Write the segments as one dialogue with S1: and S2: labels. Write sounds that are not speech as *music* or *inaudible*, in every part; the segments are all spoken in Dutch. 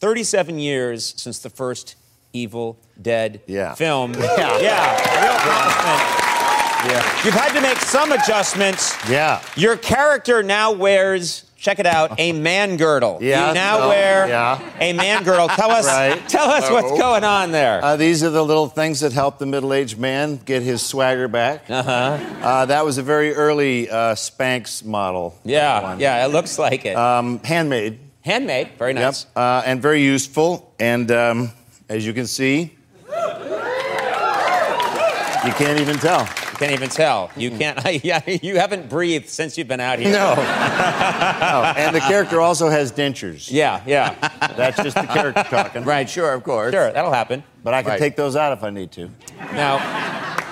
S1: 37 years since the first Evil Dead
S2: *laughs* Yeah.
S1: film. Yeah. yeah. Real accomplishment.
S2: Yeah.
S1: You've had to make some adjustments.
S2: Yeah.
S1: Your character now wears, check it out, a man girdle.
S2: Yeah,
S1: You now
S2: no,
S1: wear
S2: yeah.
S1: a man girdle. Tell us,
S2: Right. Oh.
S1: tell us what's going on there.
S2: Uh, these are the little things that help the middle aged man get his swagger back. Uh-huh. that was a very early uh, Spanx model.
S1: yeah,
S2: one.
S1: yeah, it looks like it.
S2: Um, handmade.
S1: Handmade, very nice.
S2: Yep. Uh, and very useful. And um, as you can see, you can't even tell.
S1: You can't even tell. You can't. *laughs* yeah, you haven't breathed since you've been out here.
S2: Hmm. No. no. And the character also has dentures.
S1: Yeah, yeah.
S2: That's just the character talking.
S3: Right, sure, of course.
S1: sure, that'll happen.
S2: But I can
S3: Right.
S2: take those out if I need to.
S1: Now,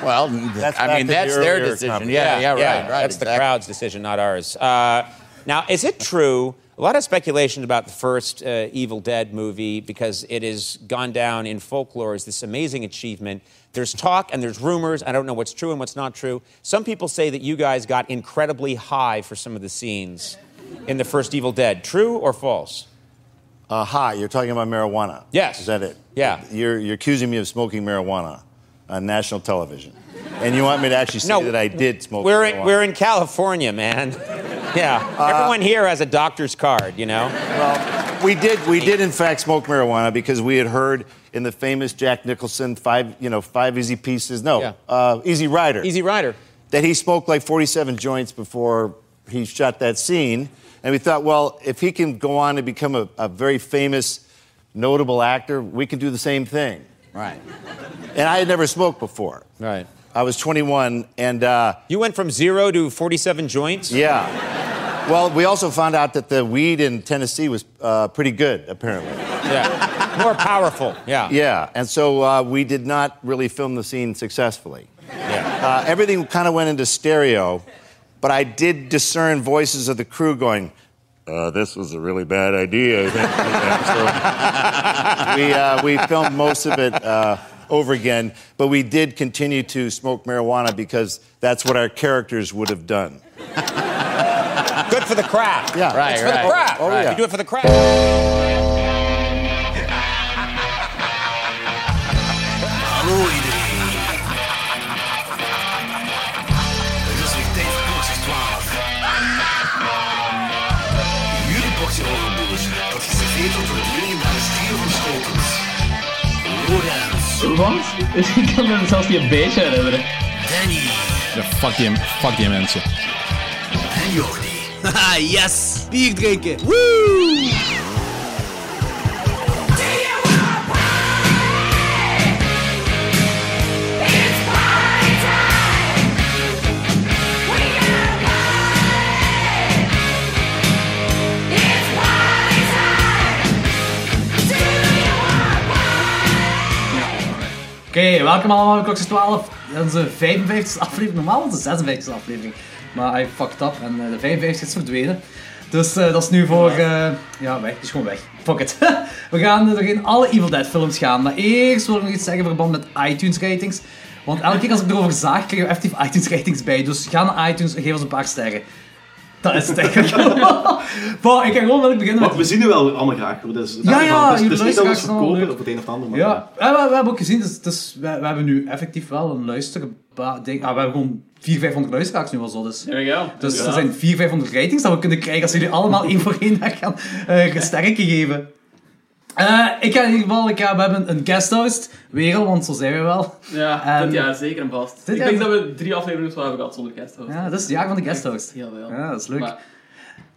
S3: Well,
S2: That's back
S3: I
S2: to
S3: mean,
S2: the
S3: that's their
S2: earlier
S3: decision.
S2: comment.
S3: Yeah, yeah, right, right.
S1: That's the
S3: exactly.
S1: crowd's decision, not ours. Uh, now, is it true? A lot of speculation about the first uh, Evil Dead movie because it has gone down in folklore as this amazing achievement. There's talk and there's rumors. I don't know what's true and what's not true. Some people say that you guys got incredibly high for some of the scenes in the first Evil Dead. True or false?
S2: Uh, hi, you're talking about marijuana.
S1: Yes.
S2: Is that it?
S1: Yeah.
S2: You're, you're accusing me of smoking marijuana on national television. And you want me to actually say
S1: No,
S2: that I did smoke
S1: We're
S2: marijuana.
S1: in, we're in California, man. *laughs* Yeah.
S3: Uh,
S1: Everyone here has a doctor's card, you know?
S2: Well, we did, we did in fact smoke marijuana because we had heard in the famous Jack Nicholson five, you know, five easy pieces, no,
S1: Yeah.
S2: uh, Easy Rider,
S1: Easy Rider.
S2: that he smoked like 47 joints before he shot that scene. And we thought, well, if he can go on to become a, a very famous, notable actor, we can do the same thing.
S3: Right.
S2: And I had never smoked before.
S1: Right.
S2: I was 21, and uh,
S1: You went from zero to 47 joints?
S2: yeah. Well, we also found out that the weed in Tennessee was uh, pretty good, apparently.
S1: Yeah. More powerful. Yeah.
S2: Yeah, and so uh, we did not really film the scene successfully. Uh, everything kind of went into stereo, but I did discern voices of the crew going, uh, "This was a really bad idea." *laughs* I think. so we uh, we filmed most of it uh, over again, but we did continue to smoke marijuana because that's what our characters would have done.
S1: Good for the craft.
S2: Yeah.
S3: Right,
S1: It's for the
S3: right.
S1: craft.
S2: Oh, yeah.
S1: You do it for the craft.
S4: Je suis Dave Cox 12. Jullie boxen over boers, dat is veto tot jullie naar de stier van schotels. Lorenz,
S5: Wat? *laughs* Ik kan me zelfs niet een beetje herinneren.
S4: Danny
S6: Ja, fuck die, fuck die mensen.
S4: en Jordi.
S7: Haha, yes! Bier drinken! Woo!
S5: Oké, welkom allemaal bij Klokjes 12. Onze 55e aflevering. Normaal was het de 56e aflevering. Maar hij fucked up en eh, de 55 is verdwenen. Dus eh, dat is nu voor... eh, ja, weg. Het is gewoon weg. Fuck it. *laughs* We gaan er in alle Evil Dead films gaan. Maar eerst wil ik nog iets zeggen in verband met iTunes ratings. Want elke keer als ik erover zaag, krijgen we effectief iTunes ratings bij. Dus ga naar iTunes en geef ons een paar sterren. Dat is het eigenlijk. *laughs* Maar ik ga gewoon wel beginnen met...
S8: Maar we zien u wel allemaal graag. hoor. Dus,
S5: Ja, ja,
S8: dus,
S5: je
S8: dus niet
S5: luisteraars
S8: dat we ons
S5: zijn wel leuk.
S8: verkopen op het een of het ander. Maar
S5: Oh, Ja, en we, we hebben ook gezien, dus, dus we, we hebben nu effectief wel een luisteren. Ah, we hebben gewoon 400, 500 luisteraars nu al zo. Dus,
S7: There we go.
S5: dus
S7: Ja.
S5: er zijn 400, 500 ratings dat we kunnen krijgen als jullie allemaal één voor één daar gaan
S7: *laughs*
S5: eh sterken geven. Eh, ik ga in ieder geval, ik ga, we hebben een guest host, weer al, want zo zijn we wel.
S7: Ja,
S5: Ehm,
S7: dit jaar zeker en vast.
S5: dit
S7: ik denk
S5: jaar-
S7: dat we drie afleveringen of zo hebben gehad zonder kersthoofd.
S5: Ja, dat is het jaar van de guest host.
S7: Heel veel.
S5: Ja, dat is leuk.
S7: Maar-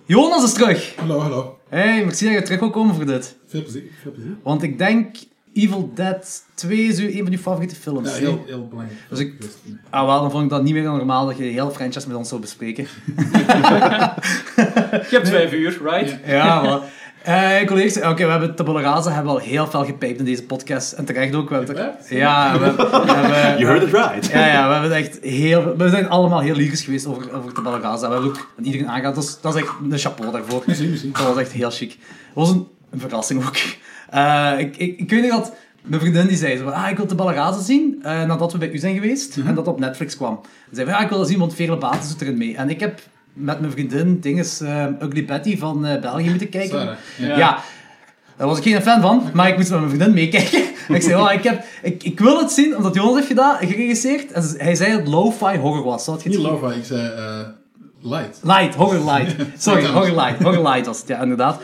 S5: Jonas is terug!
S9: Hallo, hallo.
S5: Hey, merci dat je terug wil komen voor dit.
S9: Veel plezier. Veel plezier.
S5: Want ik denk Evil Dead 2 is een van je favoriete films.
S9: Ja, heel, heel belangrijk.
S5: Dus ik- Ah, wel, dan vond ik dat niet meer dan normaal dat je de hele franchise met ons zou bespreken. *laughs*
S7: Je hebt vijf uur, right?
S5: Ja, wel. Eh, collega's, oké, we hebben Tabula Rasa hebben we al heel veel gepijpt in deze podcast. En terecht ook. We hebben er- ja, we, hebben- we hebben...
S8: You heard it right.
S5: Ja, ja, we hebben echt heel... We zijn allemaal heel lyrisch geweest over, over Tabula Rasa. We hebben ook aan iedereen aangehaald. Dus dat is echt een chapeau daarvoor.
S9: Merci, merci.
S5: Dat was echt heel chic. Dat was een, een verrassing ook. Eh, ik, ik, ik weet niet dat... Mijn vriendin die zei zo van, ah, ik wil de Ballerazen zien, eh, nadat we bij u zijn geweest en dat op Netflix kwam. Ze zei van, ah, ik wil dat zien, want Vele Baten doet erin mee. En ik heb met mijn vriendin dinges eh Ugly Betty van eh, België moeten kijken.
S9: Sarah,
S5: Ja.
S9: ja.
S5: Daar was ik geen fan van, maar ik moest met mijn vriendin meekijken. *laughs* En ik zei, oh, ik, heb, ik, ik wil het zien, omdat Jonas heeft gedaan, geregisseerd. En ze- hij zei dat het lo-fi horror was. Zou het
S9: Niet
S5: gezien?
S9: lava, ik zei eh, light.
S5: Light, horror
S7: *laughs*
S5: light. Sorry,
S9: Sometimes.
S5: horror light. Horror light was het, ja, inderdaad.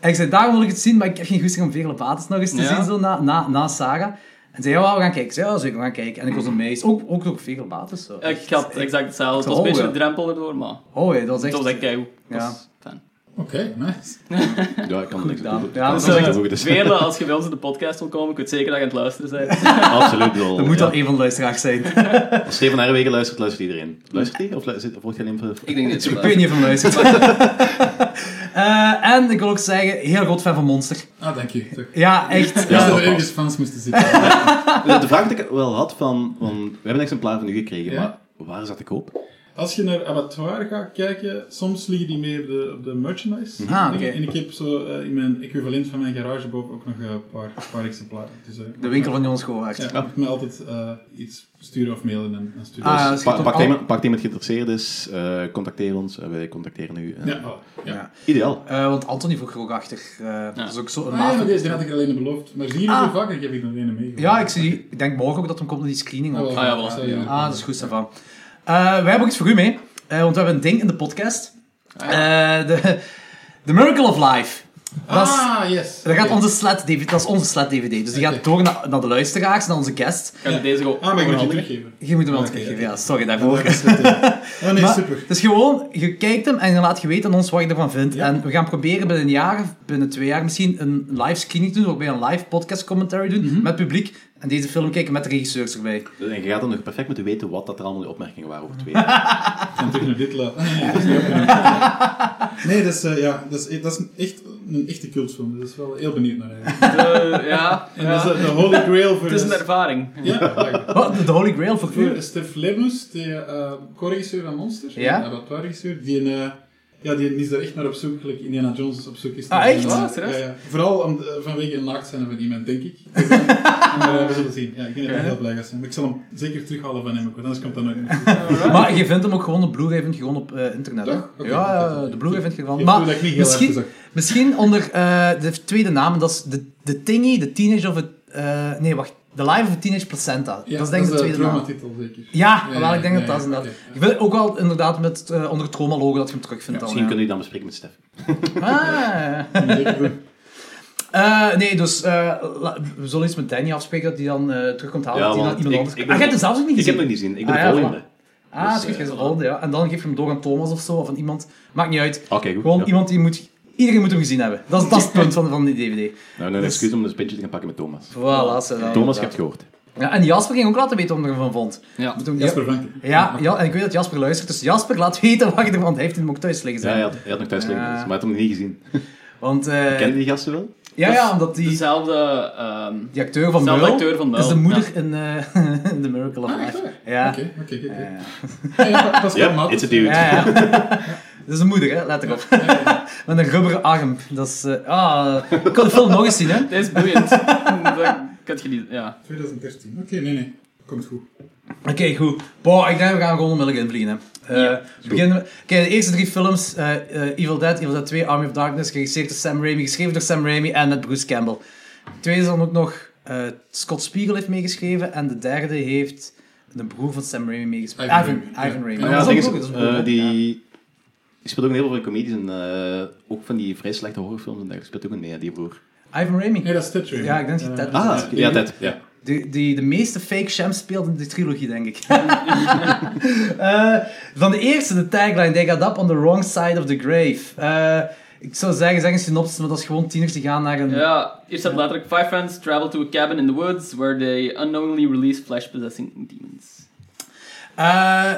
S5: En ik zei, daarom wil ik het zien, maar ik heb geen goesting om Vele Paters nog eens te
S7: Ja.
S5: zien, zo, na, na, na Sarah. En zei, ja, we gaan kijken. Ik zei, ja, zeker, we gaan kijken. En ik was amazed. Ook, ook door Vele Paters. Zo.
S7: Ik had exact hetzelfde. Het was een
S5: Oh,
S7: beetje
S5: ja.
S7: een drempel erdoor, maar
S5: Oh, ja, dat was echt...
S7: dat was echt keigoed. Ik
S5: Ja.
S7: was fan.
S9: Oké, nice.
S8: Ja, ik kan er niks aan
S5: gedaan.
S8: doen.
S5: Ja,
S8: Dat
S5: dat is eh,
S8: is
S5: echt-
S8: goed, dus- *laughs*
S7: Veerle, als je bij ons in de podcast wil komen, ik weet zeker dat je aan het luisteren
S5: *laughs*
S7: bent.
S8: Absoluut. wel,
S5: Dat moet
S8: ja.
S5: al een van de luisteraars zijn. *laughs*
S8: Als Steven Herwegen luistert, luistert iedereen. Luistert hij? Of luistert, of wordt hij alleen voor...
S7: Ik denk niet
S5: Ik weet niet van luistert.
S7: *laughs*
S5: Eh, en ik wil ook zeggen, heel groot fan van Monster.
S9: Ah, dank je. Toch.
S5: Ja, echt.
S9: Ja,
S8: Ja,
S9: dat
S8: dat
S9: we ergens fans moesten zitten.
S5: *laughs*
S8: De de vraag die ik wel had van... van we hebben een exemplaar van u gekregen,
S9: Ja.
S8: maar waar is dat te koop?
S9: Als je naar Abattoir gaat kijken, soms liggen die meer op de, op de merchandise.
S5: Ah, oké.
S9: En ik heb zo eh, in mijn equivalent van mijn garageboven ook nog eh, een paar, een paar exemplaren. Dus, eh,
S5: De winkel van Jonas Govaert.
S9: Ja, je moet me altijd eh, iets sturen of mailen en, en sturen.
S5: Ah,
S9: Dus-
S5: dat is
S8: Pa-
S5: goed.
S8: Pak iemand pak iemand geïnteresseerd is, eh, contacteer ons. eh, wij contacteren u. eh.
S9: ja, voilà. ja.
S5: Ja.
S8: Ideaal.
S5: Eh, want Anthony vroeg er ook achter. eh, Dat is ook zo'n
S9: Ah, ja,
S5: maat.
S9: maar deze had ik er alleen beloofd. Maar zie je
S5: Ah.
S9: hoe vaker? Ik heb ik er alleen meegemaakt.
S5: Ja, ik, zie, ik denk morgen ook dat hem komt naar die screening.
S9: Ah,
S5: ook.
S9: wel,
S7: Ah, ja,
S9: voilà.
S7: voilà.
S9: Sorry, ja.
S5: Ah, dat is goed, Stefan. Eh, wij hebben ook iets voor u mee. Eh, want we hebben een ding in de podcast.
S9: Ah,
S5: Eh, de, The Miracle of Life. Dat is-
S9: Ah, yes.
S5: dat, gaat
S9: Oké.
S5: onze sled DVD, dat is onze sled DVD. Dus die gaat door naar, naar de luisteraars, naar onze guest.
S7: Kan je deze gewoon
S9: Ah, maar ik moet je
S7: overhandigen?
S9: teruggeven.
S5: Je moet hem aan het
S9: Oké,
S5: kijken.
S9: oké.
S5: Ja, sorry daarvoor.
S9: Ah, nee,
S5: Maar
S9: super.
S5: Het is gewoon, je kijkt hem en je laat je weten aan ons wat je ervan vindt.
S9: Ja.
S5: En we gaan proberen binnen een jaar, of binnen twee jaar misschien, een live screening te doen. Waarbij we een live podcast commentary doen
S9: Mhm.
S5: met publiek. En deze film kijken met de regisseurs erbij.
S8: En je gaat dan nog perfect moeten weten wat dat er allemaal de opmerkingen waren over twee.
S9: En terug naar dit laat. Nee, dat is niet opgenomen. *laughs* Nee, dat is, eh, ja, dat is, dat is echt een echte cultfilm. Dat is wel heel benieuwd naar eigenlijk.
S7: Eh, ja,
S9: En
S7: ja.
S9: dat is de Holy Grail voor...
S7: *laughs* Het is een
S5: Dus-
S9: de-
S7: ervaring.
S9: Ja, wacht.
S5: Wat? De Holy Grail voor u?
S9: Voor Stef Lebus, de eh, co-regisseur van Monster,
S5: Ja?
S9: de abattoir-regisseur, die, een, eh, ja, die is daar echt naar op zoek, gelijk Indiana Jones is op zoek is.
S5: Ah,
S9: naar-
S5: echt?
S9: naar-
S7: Ah, serieus?
S9: ja, ja. Vooral om, eh, vanwege een naakt zijn van iemand, denk ik. *laughs* maar eh, we zullen zien. Ja, ik denk dat hij heel blij gaat zijn. Maar ik zal hem zeker terughalen van hem, ook, want anders komt dat nooit
S7: *laughs*
S9: meer. goed.
S5: Maar je vindt hem ook gewoon op Blu-ray, vind je gewoon op eh, internet. hè?
S9: Toch? Oké,
S5: ja,
S9: dat
S5: ja,
S9: is-
S5: de Blu-ray vind je gewoon.
S9: Ik
S5: Maar
S9: voel dat ik niet heel erg
S5: misschien,
S9: gezag.
S5: misschien onder eh, de tweede naam, dat is de, de Tingy, de Teenage of het. eh, nee, wacht. The Life of a Teenage Placenta.
S9: Ja, eh,
S5: dat is denk ik de tweede naam.
S9: traumatitel, zeker.
S5: Ja,
S9: Ja,
S5: wel,
S9: ja,
S5: ik denk
S9: ja,
S5: dat dat is
S9: ja,
S5: inderdaad.
S9: oké.
S5: Ik wil ook al inderdaad met, eh, onder het trauma-logo dat je hem terugvindt. dan,
S8: Misschien
S5: ja.
S8: kunnen jullie dan bespreken met Stef.
S5: Ah.
S9: Zeker goed.
S5: *laughs* Eh, nee, dus eh, la- we zullen iets met Danny afspreken dat hij dan eh, terug komt halen.
S8: Ja,
S5: dat hij dan
S8: want
S5: iemand
S8: ik-
S5: anders...
S8: ik
S5: ah,
S8: ben-
S5: jij hebt hem zelfs ook niet
S8: Ik heb nog
S5: gezien?
S8: niet gezien. Ik ben
S5: Ah,
S8: de
S5: ja,
S8: volgende.
S5: Ah,
S8: dus,
S5: schrik, jij
S8: eh,
S5: is de volgende, ja. En dan geef je hem door aan Thomas of zo, of aan iemand. Maakt niet uit.
S8: Oké, goed.
S5: Gewoon
S8: ja.
S5: iemand die moet... Iedereen moet hem gezien hebben. Dat is, dat is het punt van, van die DVD.
S8: Nou,
S5: Dus-
S8: een excuus om een spintje te gaan pakken met Thomas.
S5: Voilà, ze dan.
S8: Thomas, je hebt gehoord.
S5: Ja, en Jasper ging ook laten weten wat hij ervan vond.
S7: Ja.
S5: Moet hem-
S9: Jasper Franken.
S5: Ja, ja, en ik weet dat Jasper luistert, dus Jasper laat weten wat je ervan hij heeft. Hij hem ook thuis liggen
S8: Ja,
S5: zijn.
S8: hij had, hij had nog thuis liggen,
S5: Ja.
S8: dus, maar hij had hem niet gezien.
S5: Want, eh,
S8: Ken je die gasten wel?
S5: ja, ja, omdat die...
S7: Dezelfde... ehm,
S5: Die acteur van
S7: Dezelfde
S5: Muil
S7: dus- acteur van Muil,
S5: is de moeder
S7: ja.
S5: in eh, *laughs* The Miracle of Life. Ja.
S9: Oké, oké, oké.
S5: Ja.
S9: Ja, Pascal
S8: Ja,
S9: Maat.
S8: it's a dude.
S5: Ja, ja. *laughs* Dat is een moeder, hè? let erop. *laughs* Met een rubberen arm. Dat is... eh, ah, ik kan de film nog eens zien, hè?
S7: Dit is
S5: *laughs*
S7: boeiend. dat kan je niet... Ja.
S9: 2013. Oké, nee, nee. Komt goed.
S5: Oké, goed. Boah, ik denk we gaan gewoon onmiddellijk invliegen, hè. Eh, we beginnen met- Kijk, de eerste drie films. eh, eh, Evil Dead, Evil Dead 2, Army of Darkness. Geregisseerd door Sam Raimi. Geschreven door Sam Raimi en met Bruce Campbell. De tweede is dan ook nog... eh, Scott Spiegel heeft meegeschreven. En de derde heeft... De broer van Sam Raimi meegespeeld.
S9: Ivan
S5: Ivan, Ivan
S9: Raimi, ja.
S5: Raimi.
S9: Ja,
S5: Maar
S8: Ja, het
S5: dat
S8: ding
S5: is
S8: is,
S5: ook goed, dat is een broer,
S8: eh,
S5: hè.
S8: die, die speelt ook een heel veel comedies en eh, ook van die vrij slechte horrorfilms en dergelijke. Speelt ook een mee, hè, die broer.
S5: Ja. Ivan Raimi.
S9: Nee, dat is Tetris.
S5: Ja, ik denk dat je Ted
S8: Ah, oké. ja, dat. Ja.
S5: Die, die de meeste fake shams speelt in de trilogie, denk ik. *laughs* Eh, van de eerste, de tagline, they got up on the wrong side of the grave. Eh, ik zou zeggen, zeg een synopsis, maar dat is gewoon tieners die gaan naar een...
S7: Ja, hier staat letterlijk: Five friends travel to a cabin in the woods where they unknowingly release flesh-possessing demons.
S5: Eh,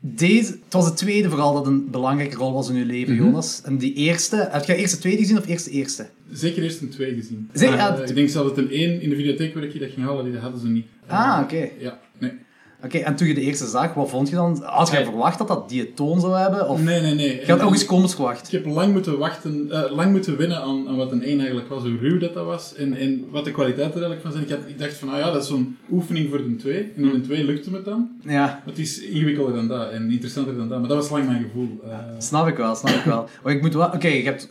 S5: deze, het was de tweede vooral dat een belangrijke rol was in uw leven, Jonas. En die eerste, heb jij eerst de tweede gezien of eerst de eerste?
S9: Zeker eerst een 2 gezien.
S5: Zeker,
S9: Eh,
S5: ja,
S9: ik denk zelfs dat een 1 in de videotheek waar ik die dat ging halen, die hadden ze niet. Eh,
S5: Ah, oké.
S9: Ja, nee.
S5: Oké, en toen je de eerste zag, wat vond je dan? Had jij
S7: Oké.
S5: verwacht dat dat die toon zou hebben? Of
S9: Nee, nee, nee.
S5: je had ook eens
S9: Ik-
S5: komisch verwacht?
S9: Ik heb lang moeten wachten, eh, lang moeten winnen aan, aan wat een 1 eigenlijk was, hoe ruw dat dat was en, en wat de kwaliteit er eigenlijk van zijn. Ik, had, ik dacht van, ah ja, dat is zo'n oefening voor de 2. En in
S5: Mm.
S9: de 2 lukte het dan.
S5: Ja.
S9: Maar het is ingewikkelder dan dat en interessanter dan dat. Maar dat was lang mijn gevoel. Eh,
S5: Snap ik wel, snap ik wel. Maar ik moet wel... Oké, je hebt...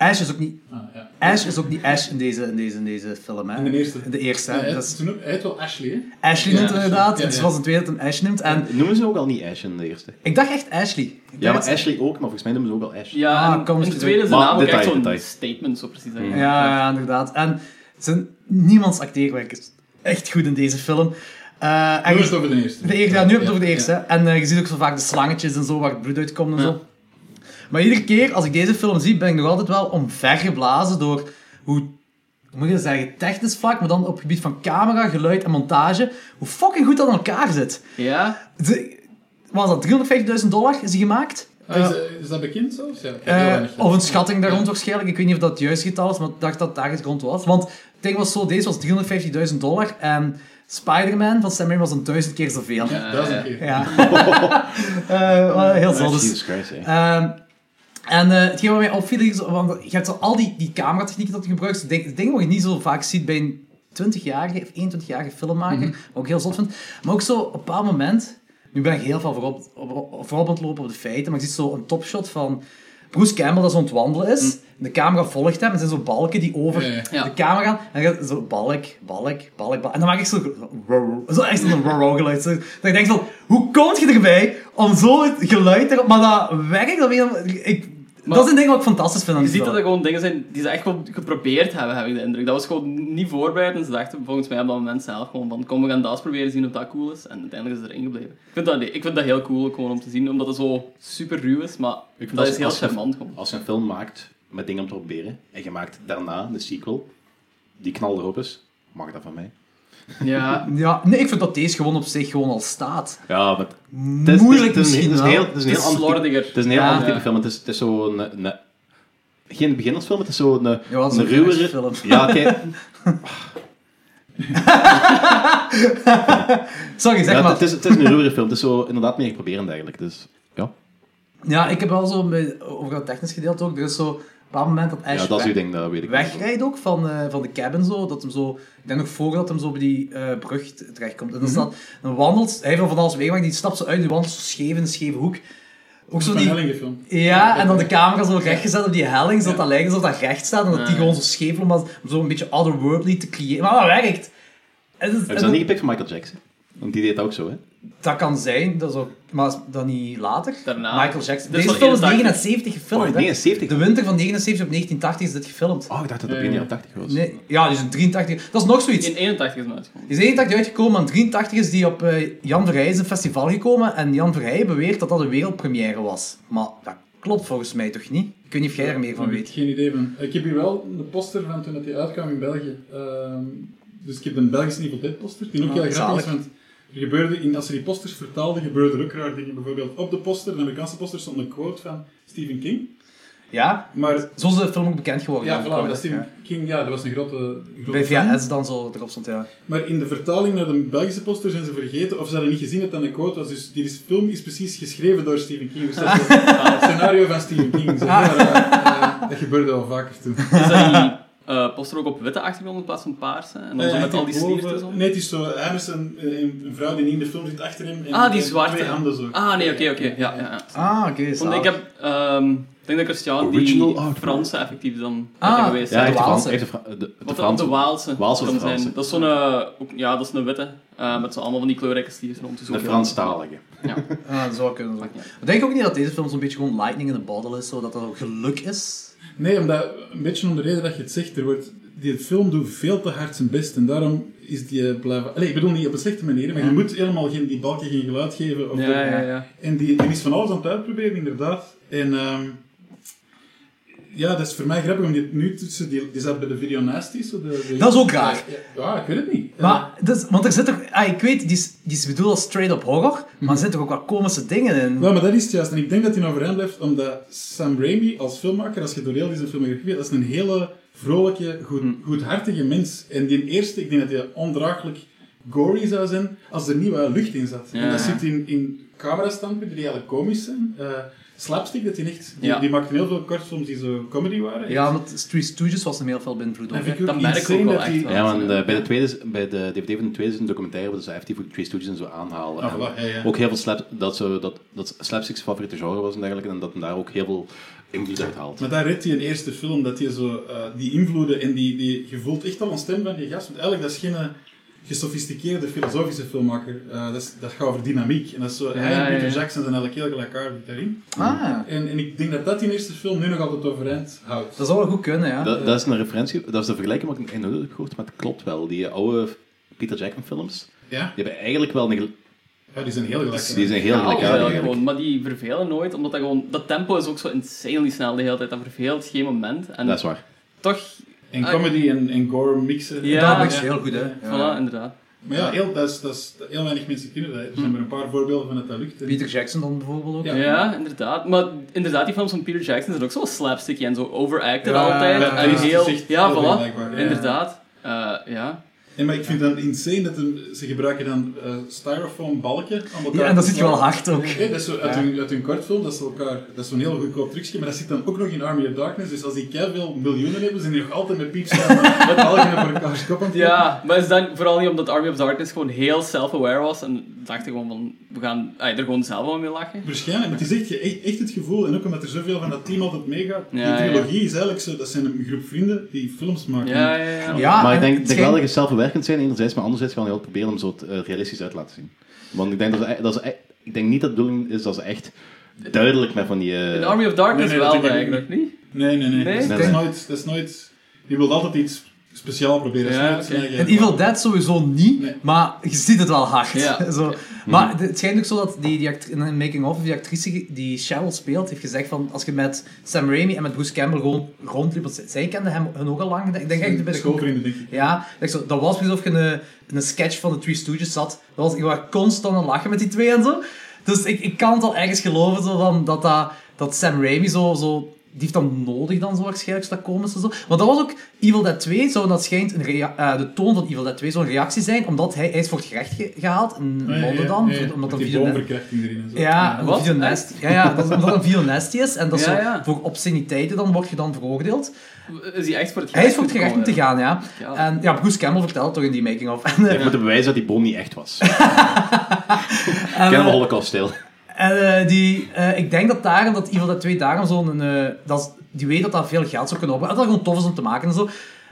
S5: Ash is ook niet...
S9: Ah, ja.
S5: Ash is ook niet Ash in deze, in deze, in deze film, hè?
S9: In de eerste.
S5: In de eerste, hè.
S9: Ja, hij,
S5: Dat is-
S9: toen ook- hij heet wel Ashley, hè?
S5: Ashley noemt hem
S9: Ashley.
S5: inderdaad. Dus
S9: Ja,
S5: Het
S9: ja.
S5: was een tweede dat hem Ash noemt. En
S8: Noemen ze ook al niet Ash in de eerste?
S5: ik dacht echt Ashley. Ik
S8: Ja,
S5: dacht
S8: maar
S5: dat-
S8: Ashley ook, maar volgens mij noemen ze ook al Ash.
S7: Ja,
S5: Ah,
S7: en,
S5: kom eens
S7: en
S5: te
S7: tweede
S5: doen.
S7: is de
S8: Maar
S7: naam ook echt
S8: detail,
S7: zo'n
S8: detail. Mm.
S7: statement, zo precies.
S5: Ja, ja, ja, inderdaad. En het zijn niemands acteerwerk is echt goed in deze film. Eh, en
S9: Nu
S5: je-
S9: is het over de eerste.
S5: de eerste, ja, nu heb je het over de eerste. hè. En eh, je ziet ook zo vaak de slangetjes en zo waar het bloed uitkomt en zo. Maar iedere keer als ik deze film zie, ben ik nog altijd wel omvergeblazen door hoe, hoe moet je dat zeggen, technisch vlak, maar dan op het gebied van camera, geluid en montage, hoe fucking goed dat aan elkaar zit.
S7: Ja,
S5: De- wat was dat, 350.000 dollar is die gemaakt? Dus,
S9: Ah, is, is dat bekend zelfs? Ja, ik heb heel
S5: Eh,
S9: weinig
S5: of
S9: gedaan.
S5: een schatting daar rond waarschijnlijk. Ik weet niet of dat het juiste getal is, maar ik dacht dat daar het rond was. Want het ding was zo, deze was 350.000 dollar. En Spider-Man van Sam Raimi was een duizend keer zoveel. Ja. *laughs*
S9: Ja, duizend keer.
S5: Eh, wel heel zot. dus.
S8: Jesus Christ, hè.
S5: Ehm, en eh hetgeen wat mij opviel, is, want je hebt zo al die, die cameratechnieken dat je gebruikt. Het ding, dingen wat je niet zo vaak ziet bij een 20-jarige of 21-jarige filmmaker. Wat ik heel zot vind. Maar ook zo op een bepaald moment... Nu ben ik heel veel voorop, op- voorop aan het lopen op de feiten. Maar ik zie zo een topshot van Bruce Campbell dat zo aan het wandelen is. De camera volgt hem. Er zijn zo balken die over
S9: Ja, ja.
S7: Ja.
S5: de camera gaan. En dan gaat zo balk, balk, balk, balk. En dan maak ik zo... Zo echt zo'n row geluid. Zo, dat ik denk van, hoe kom je erbij om zo het geluid erop... Maar dat werkt, dat, weet ik, ik-
S7: Maar-
S5: dat is een ding wat ik fantastisch vind aan
S7: je
S5: die
S7: ziet dat er
S5: film.
S7: gewoon dingen zijn die ze echt wel geprobeerd hebben, heb ik de indruk. Dat was gewoon niet voorbereid en ze dachten volgens mij op dat moment zelf gewoon van kom we gaan dat eens proberen zien of dat cool is. En uiteindelijk is het erin gebleven. Ik vind dat, ik vind dat heel cool ook gewoon om te zien, omdat het zo super ruw is, maar
S8: vind
S7: dat
S8: dat
S7: is heel
S8: als je-
S7: charmant gewoon.
S8: Als je een film maakt met dingen om te proberen, en je maakt daarna een sequel, die knal erop is, mag dat van mij.
S7: Ja,
S5: Ja, nee, ik vind dat deze gewoon op zich gewoon al staat.
S8: Ja, maar... Het is,
S5: Moeilijk
S8: het is, het is, een-
S5: misschien
S8: het is een
S5: wel.
S8: heel, het is een heel
S7: Het is
S8: ander type-
S7: slordiger.
S8: Het is een heel
S5: Ja.
S8: ander type
S7: Ja.
S8: film. Het is, het is zo'n... een- een- Geen beginnersfilm, het is zo'n... een-
S5: Ja, het is
S8: een
S5: een
S8: ruwere...
S5: film. *laughs*
S8: Ja, oké.
S5: Sorry, zeg
S8: Ja,
S5: maar.
S8: het, is, het is een ruwere film. Het is zo inderdaad meer proberen eigenlijk. Dus ja,
S5: Ja, ik heb wel zo, met- over dat technisch gedeelte ook, er is zo... Op een bepaald moment dat Ash
S8: ja dat is
S5: weg-
S8: uw ding, dat weet ik wel.
S5: wegrijdt ook van, eh, van de cabin zo, dat hem zo, ik denk nog voordat hem zo bij die eh, brug t- terechtkomt. En dan
S7: Mhm.
S5: staat, dan wandelt, hij heeft al van alles meegemaakt, die stapt zo uit, die wandelt zo scheef in een scheve hoek. Ook zo
S9: Van
S5: die,
S9: Helling gefilmd.
S5: ja, en dan de camera zo rechtgezet op die helling, zodat dat lijkt alsof dat recht staat en dat die
S7: Ja.
S5: gewoon zo scheef loopt, maar om zo een beetje otherworldly te creëren. Maar dat werkt! Het is-
S8: Hebben
S5: het-
S8: ze dat niet gepikt van Michael Jackson? Want die deed dat ook zo, hè?
S5: dat kan zijn, dat is ook, maar is dat niet later.
S7: Daarna.
S5: Michael Jackson.
S7: Dit is
S5: Deze
S7: wel
S5: film is
S7: 81.
S5: 79
S8: Oh,
S5: gefilmd. hè.
S8: 79.
S5: de winter van 79 op 1980 is dit gefilmd.
S8: Oh, ik dacht dat het begin jaren 80 was.
S5: Nee, ja, dus een 83. Dat is nog zoiets.
S7: in 81 is het uitgekomen.
S5: Die is 81 uitgekomen en 83 is die op eh, Jan Verheij's festival gekomen. En Jan Verheij beweert dat dat een wereldpremière was. Maar dat klopt volgens mij toch niet? Ik weet niet of jij er meer van
S9: Heb ik
S5: weet.
S9: Geen idee van. Ik heb hier wel een poster van toen dat die uitkwam in België. Ehm, dus ik heb een Belgische Evil Dead poster, die ook
S5: Ah,
S9: heel grappig is,
S5: zalig.
S9: want er gebeurde in, als ze die posters vertaalden, gebeurde er ook raar dingen. Bijvoorbeeld op de poster, de Amerikaanse poster, stond een quote van Stephen King.
S5: Ja?
S9: Maar,
S5: Zo is de film ook bekend geworden.
S9: Oh, ja, voilà,
S5: Ja.
S9: dat Stephen King, ja, dat was een grote... grote
S5: Bij
S9: fan.
S5: VHS dan zo erop stond, ja.
S9: Maar in de vertaling naar de Belgische poster zijn ze vergeten, of ze hadden niet gezien dat dat een quote was. Dus die is- film is precies geschreven door Stephen King. Dus dat
S7: *laughs*
S9: is het scenario van Stephen King. Zo, maar, eh, eh, dat gebeurde wel vaker toen.
S7: Is dat die eh, poster ook op witte achtergrond in plaats van paarse? En dan zo
S9: Nee,
S7: met al die
S9: boven-
S7: slierten zo?
S9: Eh, Nee, het is zo. Hij is een, een, een vrouw die niet in de film zit achter hem. En
S7: Ah, die
S9: en
S7: zwarte.
S9: Twee handen zo.
S7: Ah, nee, oké, oké. Ja, ja, ja.
S5: Ah, oké,
S7: Want
S5: zalig.
S7: ik heb, ehm, ik denk dat Christian
S8: Original
S7: die
S8: artwork.
S7: Franse effectief dan
S5: Ah,
S7: ah, geweest.
S8: Ja, hij heeft de
S5: Waalse.
S8: Frans- hij heeft de Fra- de- de
S7: Wat dan
S8: Frans-
S7: de Waalse,
S8: Waalse of
S7: kan
S8: Franse?
S7: zijn. Dat is zo'n, eh, ook- ja, dat is een witte. eh, met zo allemaal van die kleurrijke stiers rond. Dus
S8: De
S7: ook heel-
S8: Franstalige.
S5: Ah, zo kunnen ze.
S7: niet uit.
S5: Ik denk ook niet dat deze film zo'n beetje gewoon lightning in the bottle is, zodat dat ook geluk is.
S9: Nee, omdat, een beetje om de reden dat je het zegt. Er wordt, die film doet veel te hard zijn best. En daarom is die eh, blijven. Allee, ik bedoel niet op een slechte manier, maar je moet helemaal geen, die balken geen geluid geven. Of
S7: Ja,
S9: de-
S7: ja, ja.
S9: En die, die is van alles aan het uitproberen, inderdaad. En ehm, ja, dat is voor mij grappig om die nu tussen. Die, is dat bij de video nasty? Zo de, de-
S5: Dat is ook raar.
S9: Ja, ja, ik weet het niet.
S5: Maar, dus, want er zit toch... Ah, ik weet, die is, die is bedoeld als straight-up horror, maar er zitten toch ook wat komische dingen in.
S9: Ja, maar dat is het juist. En ik denk dat hij overeind blijft, omdat Sam Raimi als filmmaker, als je door heel deze filmografie weet, dat is een hele vrolijke, goed,
S7: Hmm.
S9: goedhartige mens. En die eerste, ik denk dat hij ondraaglijk gory zou zijn, als er niet wat lucht in zat. En dat zit in, in camerastandpunten die eigenlijk komisch zijn. Eh, slapstick, dat hij echt... Die,
S7: Ja.
S9: die maakte heel veel kortfilms die zo comedy waren.
S5: Ja, want Three Stooges was hem heel veel beïnvloed.
S9: en
S5: ook, hè.
S9: vind ik ook
S7: dat merk ik
S9: insane
S7: ook wel
S9: dat die-
S7: echt wel.
S8: Ja, want eh, bij, de tweede, is- bij de DVD van de tweede is een documentaire waar ze effectief ook Three Stooges en zo aanhalen.
S9: Ah,
S8: En
S9: voilà, ja, ja.
S8: Ook heel veel slap, dat, ze, dat, dat slapsticks favoriete genre was en dergelijke. En dat hem daar ook heel veel invloed uithaalt.
S9: Maar daar redt hij in de eerste film, dat je zo eh, die invloeden en die, die, je voelt echt al een stem van die gast. Want eigenlijk, dat is geen eh, gesofisticeerde filosofische filmmaker. Eh, dat, is, dat gaat over dynamiek. En dat is zo, hij en
S7: ja,
S9: Peter
S7: ja.
S9: Jackson zijn eigenlijk heel gelijkaardig daarin.
S5: Ah,
S9: En, en ik denk dat dat die eerste film nu nog altijd overeind houdt.
S5: dat zou wel goed kunnen, ja.
S8: Dat, dat is een referentie, dat is de vergelijking wat ik in Hollywood heb gehoord, maar het klopt wel. Die eh, oude Peter Jackson films,
S9: ja?
S8: die hebben eigenlijk wel een... gel-
S9: ja, die zijn heel gelijk.
S8: Die zijn heel
S7: Ja,
S8: gelijk
S7: allebei wel
S8: eigenlijk.
S7: gewoon, maar die vervelen nooit, omdat dat gewoon... Dat tempo is ook zo insanely snel de hele tijd. Dat verveelt geen moment. En
S8: Dat is waar.
S7: toch...
S9: En comedy en, en gore mixen.
S7: Ja.
S5: dat is heel goed, hè. Ja.
S7: Voilà, inderdaad.
S9: Maar ja, heel, dat is, dat is, heel weinig mensen kunnen dat. Er zijn maar een paar voorbeelden van dat dat lukt. En-
S5: Peter Jackson dan bijvoorbeeld ook.
S9: Ja.
S7: Hm. Ja, inderdaad. Maar inderdaad, die films van Peter Jackson zijn ook zo slapsticky en zo overacted
S5: Ja,
S7: altijd.
S5: ja,
S7: en
S5: ja.
S7: heel...
S9: Het is echt
S7: Ja,
S9: heel
S7: voilà.
S9: vergelijkbaar, ja.
S7: Inderdaad. Eh, ja.
S9: Nee, maar ik vind dat insane dat hem, ze gebruiken dan eh styrofoam balken. Om elkaar
S5: Ja, en dat zit je wel hard ook.
S9: Nee, dat is zo uit, hun, uit hun kortfilm, dat is, elkaar, dat is zo'n heel goedkoop trucje, maar dat zit dan ook nog in Army of Darkness. Dus als die keihard veel miljoenen hebben, zijn die nog altijd met piepstaan *laughs* met balken op elkaars kop aan het tikken.
S7: Ja, maar is dan vooral niet omdat Army of Darkness gewoon heel self-aware was en dachten gewoon van, we gaan ay, er gewoon zelf wel mee lachen.
S9: Waarschijnlijk, maar het is echt, je- echt, echt het gevoel, en ook omdat er zoveel van dat team altijd meegaat.
S7: Ja,
S9: die
S7: ja.
S9: trilogie is eigenlijk zo, dat zijn een groep vrienden die films maken.
S7: Ja, ja, ja.
S5: Ja,
S8: maar ik denk,
S5: en Ah, het
S8: denk
S5: schijnt-
S8: wel dat je zelfverwerkend zijn enerzijds, maar anderzijds gaan we heel proberen om zo het, eh, realistisch uit te laten zien. Want ik denk, dat ze, e- dat ze, e- ik denk niet dat de bedoeling is dat ze echt duidelijk met van die... eh,
S7: In Army of Darkness
S9: Nee, nee,
S7: wel,
S9: natuurlijk
S7: eigenlijk, niet?
S9: Nee, nee, nee.
S7: Nee?
S9: Dat, is, dat is
S8: Nee.
S9: nooit, dat is nooit... Je wilt altijd iets speciaal proberen.
S7: Ja,
S9: Ja,
S7: oké.
S5: En Evil Dead sowieso niet,
S9: Nee.
S5: maar je ziet het wel hard.
S7: Ja.
S5: *laughs* zo.
S8: Mhm.
S5: Maar de- het schijnt ook zo dat die, die act- in een making-of, die actrice die Cheryl speelt, heeft gezegd van als je met Sam Raimi en met Bruce Campbell gewoon rondliep, want z- zij kenden hem hun ook al lang. Ik denk echt
S9: Echt
S5: bij de
S9: schoolvrienden, denk Mm, ik.
S5: Ja, dat, zo, dat was precies of je in een, in een sketch van de Three Stooges zat. Dat was, ik was constant aan het lachen met die twee en zo. Dus ik, ik kan het al ergens geloven zo, van, dat, dat, dat Sam Raimi zo, zo... Die heeft dan nodig dan zo waarschijnlijk, zo dat komische en zo. Want dat was ook... Evil Dead 2 zou dat schijnt... Een rea- eh, de toon van Evil Dead 2 zou een reactie zijn, omdat hij, hij is voor het gerecht ge- gehaald in
S9: Ja, ja,
S5: Londen
S9: ja,
S5: dan.
S9: ja, ja.
S5: zo- Omdat
S9: Met
S5: dat
S9: die
S5: video net-
S9: boomverkrachting erin en zo.
S5: ja,
S7: Wat?
S5: een videonest. Ja, ja, dat is omdat dat een videonest is. En dat is
S7: Ja,
S5: zo-
S7: ja.
S5: voor obsceniteiten dan word je dan veroordeeld.
S7: Is hij echt voor het
S5: Hij is voor het gerecht om te
S7: gekomen,
S5: gaan, ja.
S7: Ja.
S5: En ja, Bruce Campbell vertelt het toch in die making-of. *laughs* En, eh,
S8: Ik moet bewijzen dat die bom niet echt
S5: *laughs*
S8: was. Ik ken hem holocaust stil.
S5: en eh, die, eh, ik denk dat daarom, dat Evil Dead 2 daarom zo'n... eh, dat is- die weet dat dat veel geld zou kunnen opbrengen. Dat dat gewoon tof is om te maken en zo.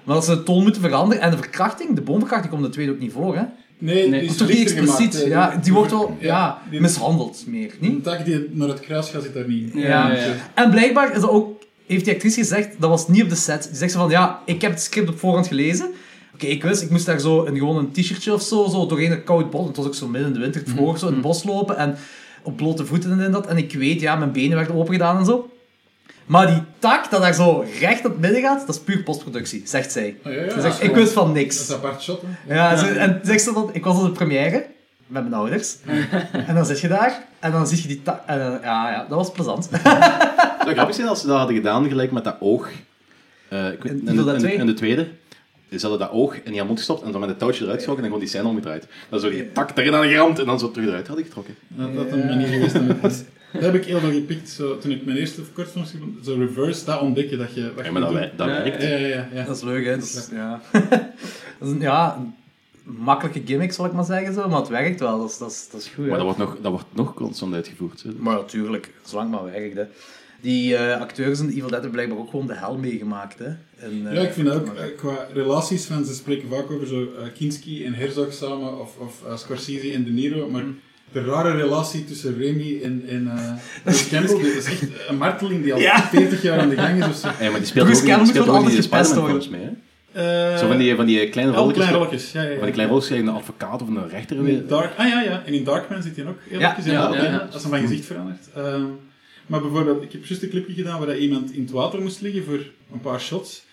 S5: Maar dat ze de toon moeten veranderen. En de verkrachting, de bomverkrachting, komt in de tweede ook niet voor, hè.
S9: Nee,
S7: Nee.
S9: die is
S5: Toch niet
S9: lichter gemaakt.
S5: expliciet.
S9: eh,
S5: ja, die wordt wel ja,
S9: die-
S5: mishandeld meer,
S9: De
S5: niet?
S9: tak die naar het kruis gaat, zit daar niet. in.
S7: Ja,
S5: Ja.
S7: ja, ja.
S5: En blijkbaar is dat ook, heeft die actrice gezegd, dat was niet op de set. Die zegt ze van, ja, ik heb het script op voorhand gelezen. Oké, ik wist, ik moest daar zo een, gewoon een t-shirtje of zo, zo doorheen een koud bos. Het was ook zo midden in de winter, het
S9: Mhm.
S5: vroeg zo in het bos lopen en op blote voeten en dit en dat. En ik weet, ja, mijn benen werden opengedaan en zo. Maar die tak dat daar zo recht op het midden gaat, dat is puur postproductie, zegt zij.
S9: Ah, ja, ja.
S5: Ze zegt, ik wist van niks.
S9: Dat is een apart shot, hè.
S5: Ja, ze- en zeg ze dan, ik was op de première met mijn
S9: *laughs*
S5: ouders. en dan zit je daar en dan zie je die ta- en dan- ja, ja, dat was plezant.
S8: Het zou grappig zijn als ze dat hadden gedaan, gelijk met dat oog. Eh, ik weet-
S5: In
S8: in,
S5: Evil
S8: de,
S5: Dead
S8: in de-
S5: 2?
S8: in de tweede. Ze hadden dat oog in die mond gestopt en dan met een touwtje eruit getrokken en dan gewoon die scène omgedraaid. Dan zo die tak erin aan de grond en dan zo terug eruit hadden getrokken.
S9: Dat dat een manier geweest. om het- Dat heb ik heel veel gepikt zo, toen ik mijn eerste kortfilm schreef. Zo reverse, dat ontdek je dat je... Wat
S8: Ja,
S9: je
S8: maar dat,
S9: moet
S8: wer- dat werkt.
S9: doen. Ja, ja, ja. ja.
S5: Dat is leuk, hè? Dat is, *laughs* ja. dat is een, ja, een makkelijke gimmick, zal ik maar zeggen, zo, maar het werkt wel. Dat is, dat is, dat is goed, hè.
S8: Maar dat wordt nog, dat wordt nog constant uitgevoerd. hè.
S5: Maar natuurlijk, zolang het maar werkt, hè. Die eh, acteurs in Evil Dead hebben blijkbaar ook gewoon de hel meegemaakt, hè. En, eh,
S9: Ja, ik vind dat ook eh, qua relaties van ze spreken vaak over zo eh, Kinski en Herzog samen of, of eh, Scorsese en De Niro, maar de rare relatie tussen Remy en, en eh Bruce Campbell, dat is echt een marteling die al 40 jaar aan de gang is of
S8: *laughs*
S9: zo.
S8: Ja, maar die speelt
S5: Bruce
S8: ook niet,
S5: Campbell
S8: die speelt
S5: moet
S8: ook niet in de
S5: wel altijd
S8: Spider-Man
S5: gepest
S8: films mee. hè?
S9: Eh,
S8: Zo van die, van die kleine
S9: ja,
S8: rolletjes.
S9: kleine rolletjes. Ja, ja, ja.
S8: Van die kleine rolletjes krijg je een advocaat of een rechter.
S9: In
S8: weer.
S9: Dark, ah ja, ja. En in Darkman zit hij ook heel
S5: Ja,
S9: even in
S7: ja,
S9: dat,
S7: ja,
S9: hè,
S7: ja.
S9: als hij van gezicht verandert. Ehm, maar bijvoorbeeld, ik heb juist een clipje gedaan waar dat iemand in het water moest liggen voor een paar shots.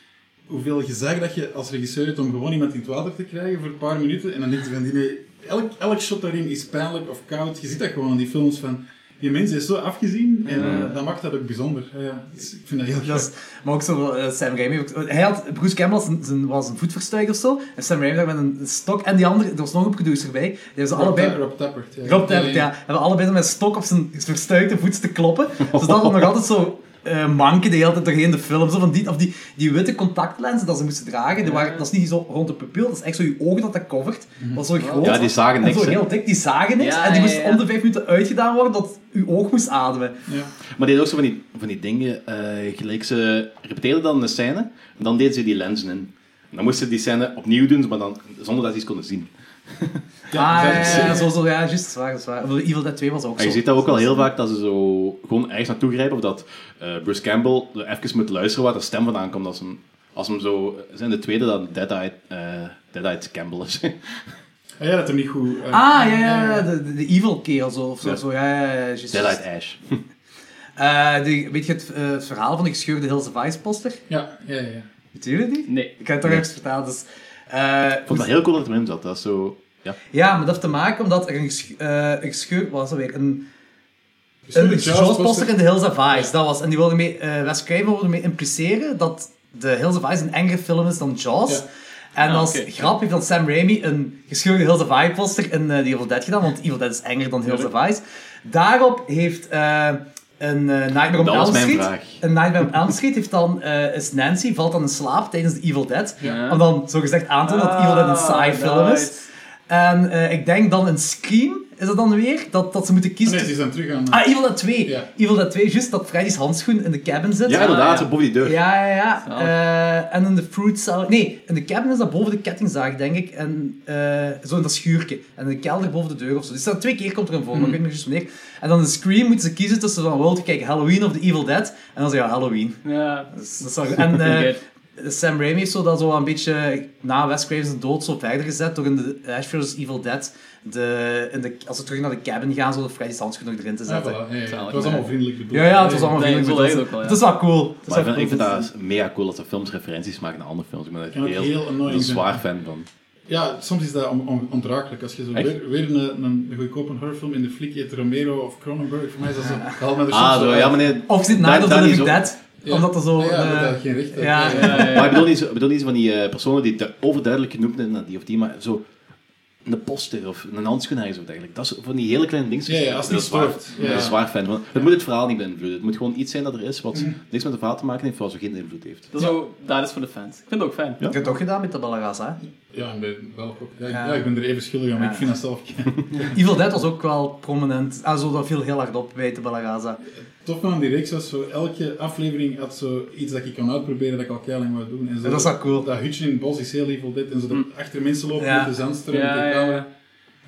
S9: Hoeveel gezag dat je als regisseur hebt om gewoon iemand in het water te krijgen voor een paar minuten. En dan denk je van, die, nee, elk, elk shot daarin is pijnlijk of koud. Je ziet dat gewoon in die films van, die mensen is zo afgezien en eh, dat maakt dat ook bijzonder. Ja, ja. Dus ik vind dat heel
S5: Dat
S9: grappig.
S5: is- maar ook zo, eh, Sam Raimi. heeft ook- Hij had, Bruce Campbell was een, zijn- was een voet verstuikt of zo. En Sam Raimi daar met een stok. En die andere, er was nog een producer bij. Die hebben ze
S9: Rob,
S5: allebei.
S9: Ta- Rob Tappert. Ja.
S5: Rob Tappert, ja. Hebben allebei met een stok op zijn verstuikte voet te kloppen. Dus dat nog altijd zo eh, manken de hele tijd doorheen de film. Zo van die, of die, die witte contactlenzen dat ze moesten dragen, die waren, dat is niet zo rond de pupil, dat is echt zo je ogen dat dat covert. Dat is zo groot.
S8: Ja, die zagen
S5: en
S8: niks,
S5: zo
S8: hè.
S5: heel dik, die zagen niks.
S7: Ja,
S5: en die
S7: ja,
S5: moesten
S7: ja.
S5: om de vijf minuten uitgedaan worden, dat uw oog moest ademen.
S9: Ja.
S8: Maar die deed ook zo van die, van die dingen. eh gelijk ze repeteerden dan een scène. En dan deden ze die lenzen in. En dan moesten ze die scène opnieuw doen, maar dan, zonder dat ze iets konden zien.
S5: ah,
S9: dat
S5: ja,
S9: is-
S5: ja, ja, zo, zo, ja, juist, dat is waar, dat is waar. Of Evil Dead 2 was ook
S8: En Ah, je
S5: zo.
S8: ziet dat ook wel heel vaak, dat ze zo gewoon ergens naartoe grijpen. Of dat eh, Bruce Campbell er even moet luisteren waar de stem vandaan komt. Als hem, als hem zo... Zijn de tweede dan Dead-Eyed eh, Dead-Eyed Campbell *laughs* is.
S9: Ah, ja, dat hem niet goed... eh,
S5: Ah, ja, ja, ja, de, de, de Evil kerel zo, of zo,
S8: Ja.
S5: zo, ja, ja, ja, juist, juist.
S8: Dead-Eyed Ash.
S5: Eh, die- weet je het, eh, het verhaal van ik scheurde heel zijn Vice poster?
S9: Ja, ja, ja. ja.
S5: Weet jullie die?
S7: Nee.
S5: Ik ga het toch even vertalen, dus... eh,
S8: Ik vond dat heel cool dat er in zat. Dat is zo... Ja.
S5: Ja, maar dat heeft te maken omdat er een, sch- eh, een scheur was, er weer een,
S9: Stuart
S5: een
S9: Charles
S5: Jaws
S9: poster.
S5: poster in de Hills Have Eyes. Dat was, en die wilde mee, eh Wes Craven wilde mee impliceren dat de Hills Have Eyes een engere film is dan Jaws.
S9: Ja.
S5: En
S7: Ah,
S5: als
S7: oké.
S5: grap heeft dan Sam Raimi een gescheurde Hills Have Eyes poster in eh The Evil Dead gedaan, want Evil Dead is enger dan Hills Have Eyes. Daarop heeft eh, een eh, Nightmare on
S8: Dat was
S5: Elm
S8: mijn
S5: Street...
S8: vraag.
S5: Een Nightmare on Elm Street heeft dan, eh, is Nancy, valt dan in slaap tijdens The Evil Dead.
S7: Ja.
S5: Om dan zogezegd aan te tonen
S9: Ah,
S5: dat Evil Dead een saai film is. En eh, ik denk dan een Scream, is dat dan weer? Dat, dat ze moeten kiezen.
S9: Ah, Nee, ze is aan het terug aan... eh,
S5: Ah, Evil Dead 2.
S9: Ja. Ah,
S5: Evil Dead 2, juist dat Freddy's handschoen in de cabin zit.
S8: Ja,
S7: ja.
S8: inderdaad. zo Boven die deur.
S5: Ja, ja, ja.
S7: Zalig.
S5: Eh, en in de fruit salad. Nee, in de cabin is dat boven de kettingzaag, denk ik. En eh, zo in dat schuurtje. En in de kelder boven de deur of zo. Dus dat twee keer komt er een voor, maar ik weet niet precies wanneer. En dan in Scream moeten ze kiezen tussen van, wil je kijken Halloween of The Evil Dead? En dan ze ja, Halloween.
S7: Ja.
S5: Dus dat is wel goed.
S8: *laughs*
S5: en eh,
S7: Oké.
S5: Sam Raimi heeft zo dat zo een beetje na Wes Craven's dood zo verder gezet door in de Ash vs. Evil Dead de, in de, als ze terug naar de cabin gaan, zo de Freddy's handschoen nog erin te
S9: Ja,
S5: zetten.
S9: Ah, voilà. Ja, ja, ja. Het
S7: Zalig,
S9: was
S7: ja.
S9: allemaal vriendelijk bedoeld.
S5: Ja, ja, het was allemaal
S7: Nee,
S5: veel
S7: ik wil eigenlijk ook wel, ja.
S5: Het is wel cool. Het is
S8: Maar ik
S5: wel
S8: vind, ik vind
S5: cool.
S8: dat is mega cool dat de films referenties maken naar andere films. Ik ben daar
S9: Ja,
S8: heel,
S9: heel annoying
S8: een
S9: vind.
S8: zwaar fan van.
S9: Ja, soms is dat on- on- ondraaglijk. Als je zo
S8: Echt?
S9: weer, weer een, een goedkope horrorfilm in de flik eet, Romero of Cronenberg, voor mij is dat zo... Haal me er soms
S8: Ah, zo,
S9: uit.
S8: ja, maar nee.
S5: eh, Of zit
S8: dat-
S5: na
S8: dat
S5: de
S8: niet
S5: Living
S8: zo.
S5: Dead,
S9: Ja.
S5: omdat er zo...
S9: Ja, ja,
S5: eh,
S9: dat dat geen recht heeft.
S5: ja, ja.
S8: Maar ik bedoel niet, zo- ik bedoel niet zo van die eh, personen die te overduidelijk genoemd zijn naar die of die, maar zo een poster of een handschoen ergens of dergelijke. Dat is van die hele kleine dingen.
S9: Ja, ja, als
S8: Dat
S9: het niet
S8: is waar.
S9: stoort.
S8: Ik ben
S9: Ja.
S8: een zwaar fan van. Het moet het verhaal niet beïnvloeden. Het moet gewoon iets zijn dat er is wat niks met het verhaal te maken heeft, wat zo geen invloed heeft.
S7: Dat is ook, daar is voor de fans. Ik vind het ook fijn.
S5: Ik heb het ook gedaan met de Balagas, hè.
S9: Ja, en bij- wel ook. Ja,
S5: Ja.
S9: ja, ik ben er even schuldig aan, maar
S5: Ja.
S9: ik vind dat zelf...
S5: Evil Dead was ook wel prominent. Ah, zo, dat viel heel hard op bij de Balagaza.
S9: Tof aan die reeks was zo, elke aflevering had zo iets dat ik kon uitproberen dat ik al keihard lang wou doen. En zo,
S5: Ja, dat is wel cool.
S9: Dat hutje in het bos is heel evil dit en zo dat achter mensen lopen
S5: Ja.
S9: met de zandstroom
S7: Mm. Ja,
S9: met de
S7: ja,
S9: camera.
S7: ja.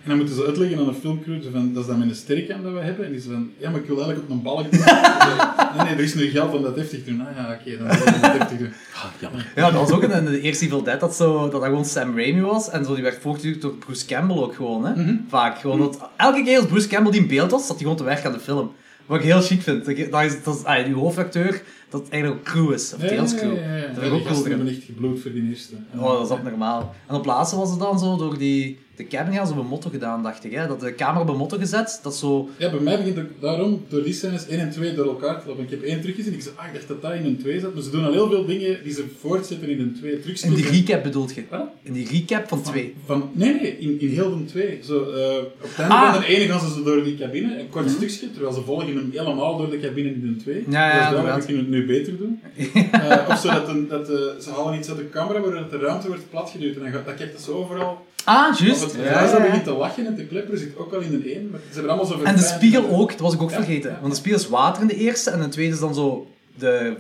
S9: En dan moeten ze uitleggen aan een filmcrew, zo van, dat is dan met een sterrencam dat we hebben. En die zo van, ja, maar ik wil eigenlijk op een balk doen. *laughs* nee, nee, er is nu geld om dat heftig te doen. Ah ja, oké, dan zullen we
S5: *laughs*
S9: dat heftig doen.
S8: Ah, jammer.
S5: Ja, dat was ook in de eerste Evil Dead dat, zo, dat dat gewoon Sam Raimi was. En zo, die werd voortgeduwd door Bruce Campbell ook gewoon. Hè?
S9: Mhm.
S5: Vaak. Gewoon dat, elke keer als Bruce Campbell die in beeld was, zat hij gewoon te werk aan de film. Wat ik heel chic vind. Dat, je- dat is, dat is ah, die hoofdacteur, dat eigenlijk ook crew is. Of deels crew. Dat
S9: Ja,
S5: vind ik
S9: die
S5: ook cool.
S9: gasten hebben echt gebloed voor die eerste.
S5: Oh, dat is abnormaal. En op plaatsen was het dan zo door die... De cabin gaan ze op een motto gedaan, dacht ik. Hè? Dat de camera op een motto gezet, dat zo...
S9: Ja, bij mij begint ook daarom door die scènes 1 en 2 door elkaar te lopen. Ik heb één teruggezien en ik zei, ah, ik dacht dat dat in een 2 zat. Maar ze doen al heel veel dingen die ze voortzetten in een 2.
S5: In
S9: Terugspelen.
S5: die recap bedoelt je?
S9: Wat?
S5: In die recap van twee.
S9: Van, nee, nee, in, in heel de 2. Zo, eh, op het einde
S5: Ah. Mhm.
S9: van de ene gaan ze zo door die cabine, een kort stukje, terwijl ze volgen hem helemaal door de cabine in de 2.
S5: Ja, ja,
S9: dus
S5: inderdaad.
S9: we kunnen het nu
S5: *laughs*
S9: beter doen. Eh, of zo dat, een- dat eh, ze halen iets uit de camera, waardoor de ruimte wordt platgeduwd. En dan, gaat, dan kijkt dat ze overal.
S5: Ah,
S9: Als
S5: juist.
S9: het
S5: Ja,
S9: ja,
S5: ja, ja.
S9: begint te lachen en te klepperen zit ook al in de 1. Maar ze hebben allemaal zo
S5: En de
S9: verfijnd-
S5: spiegel ook, dat was ik ook
S9: Ja,
S5: vergeten.
S9: ja.
S5: Want de spiegel is water in de eerste, en de tweede is dan zo de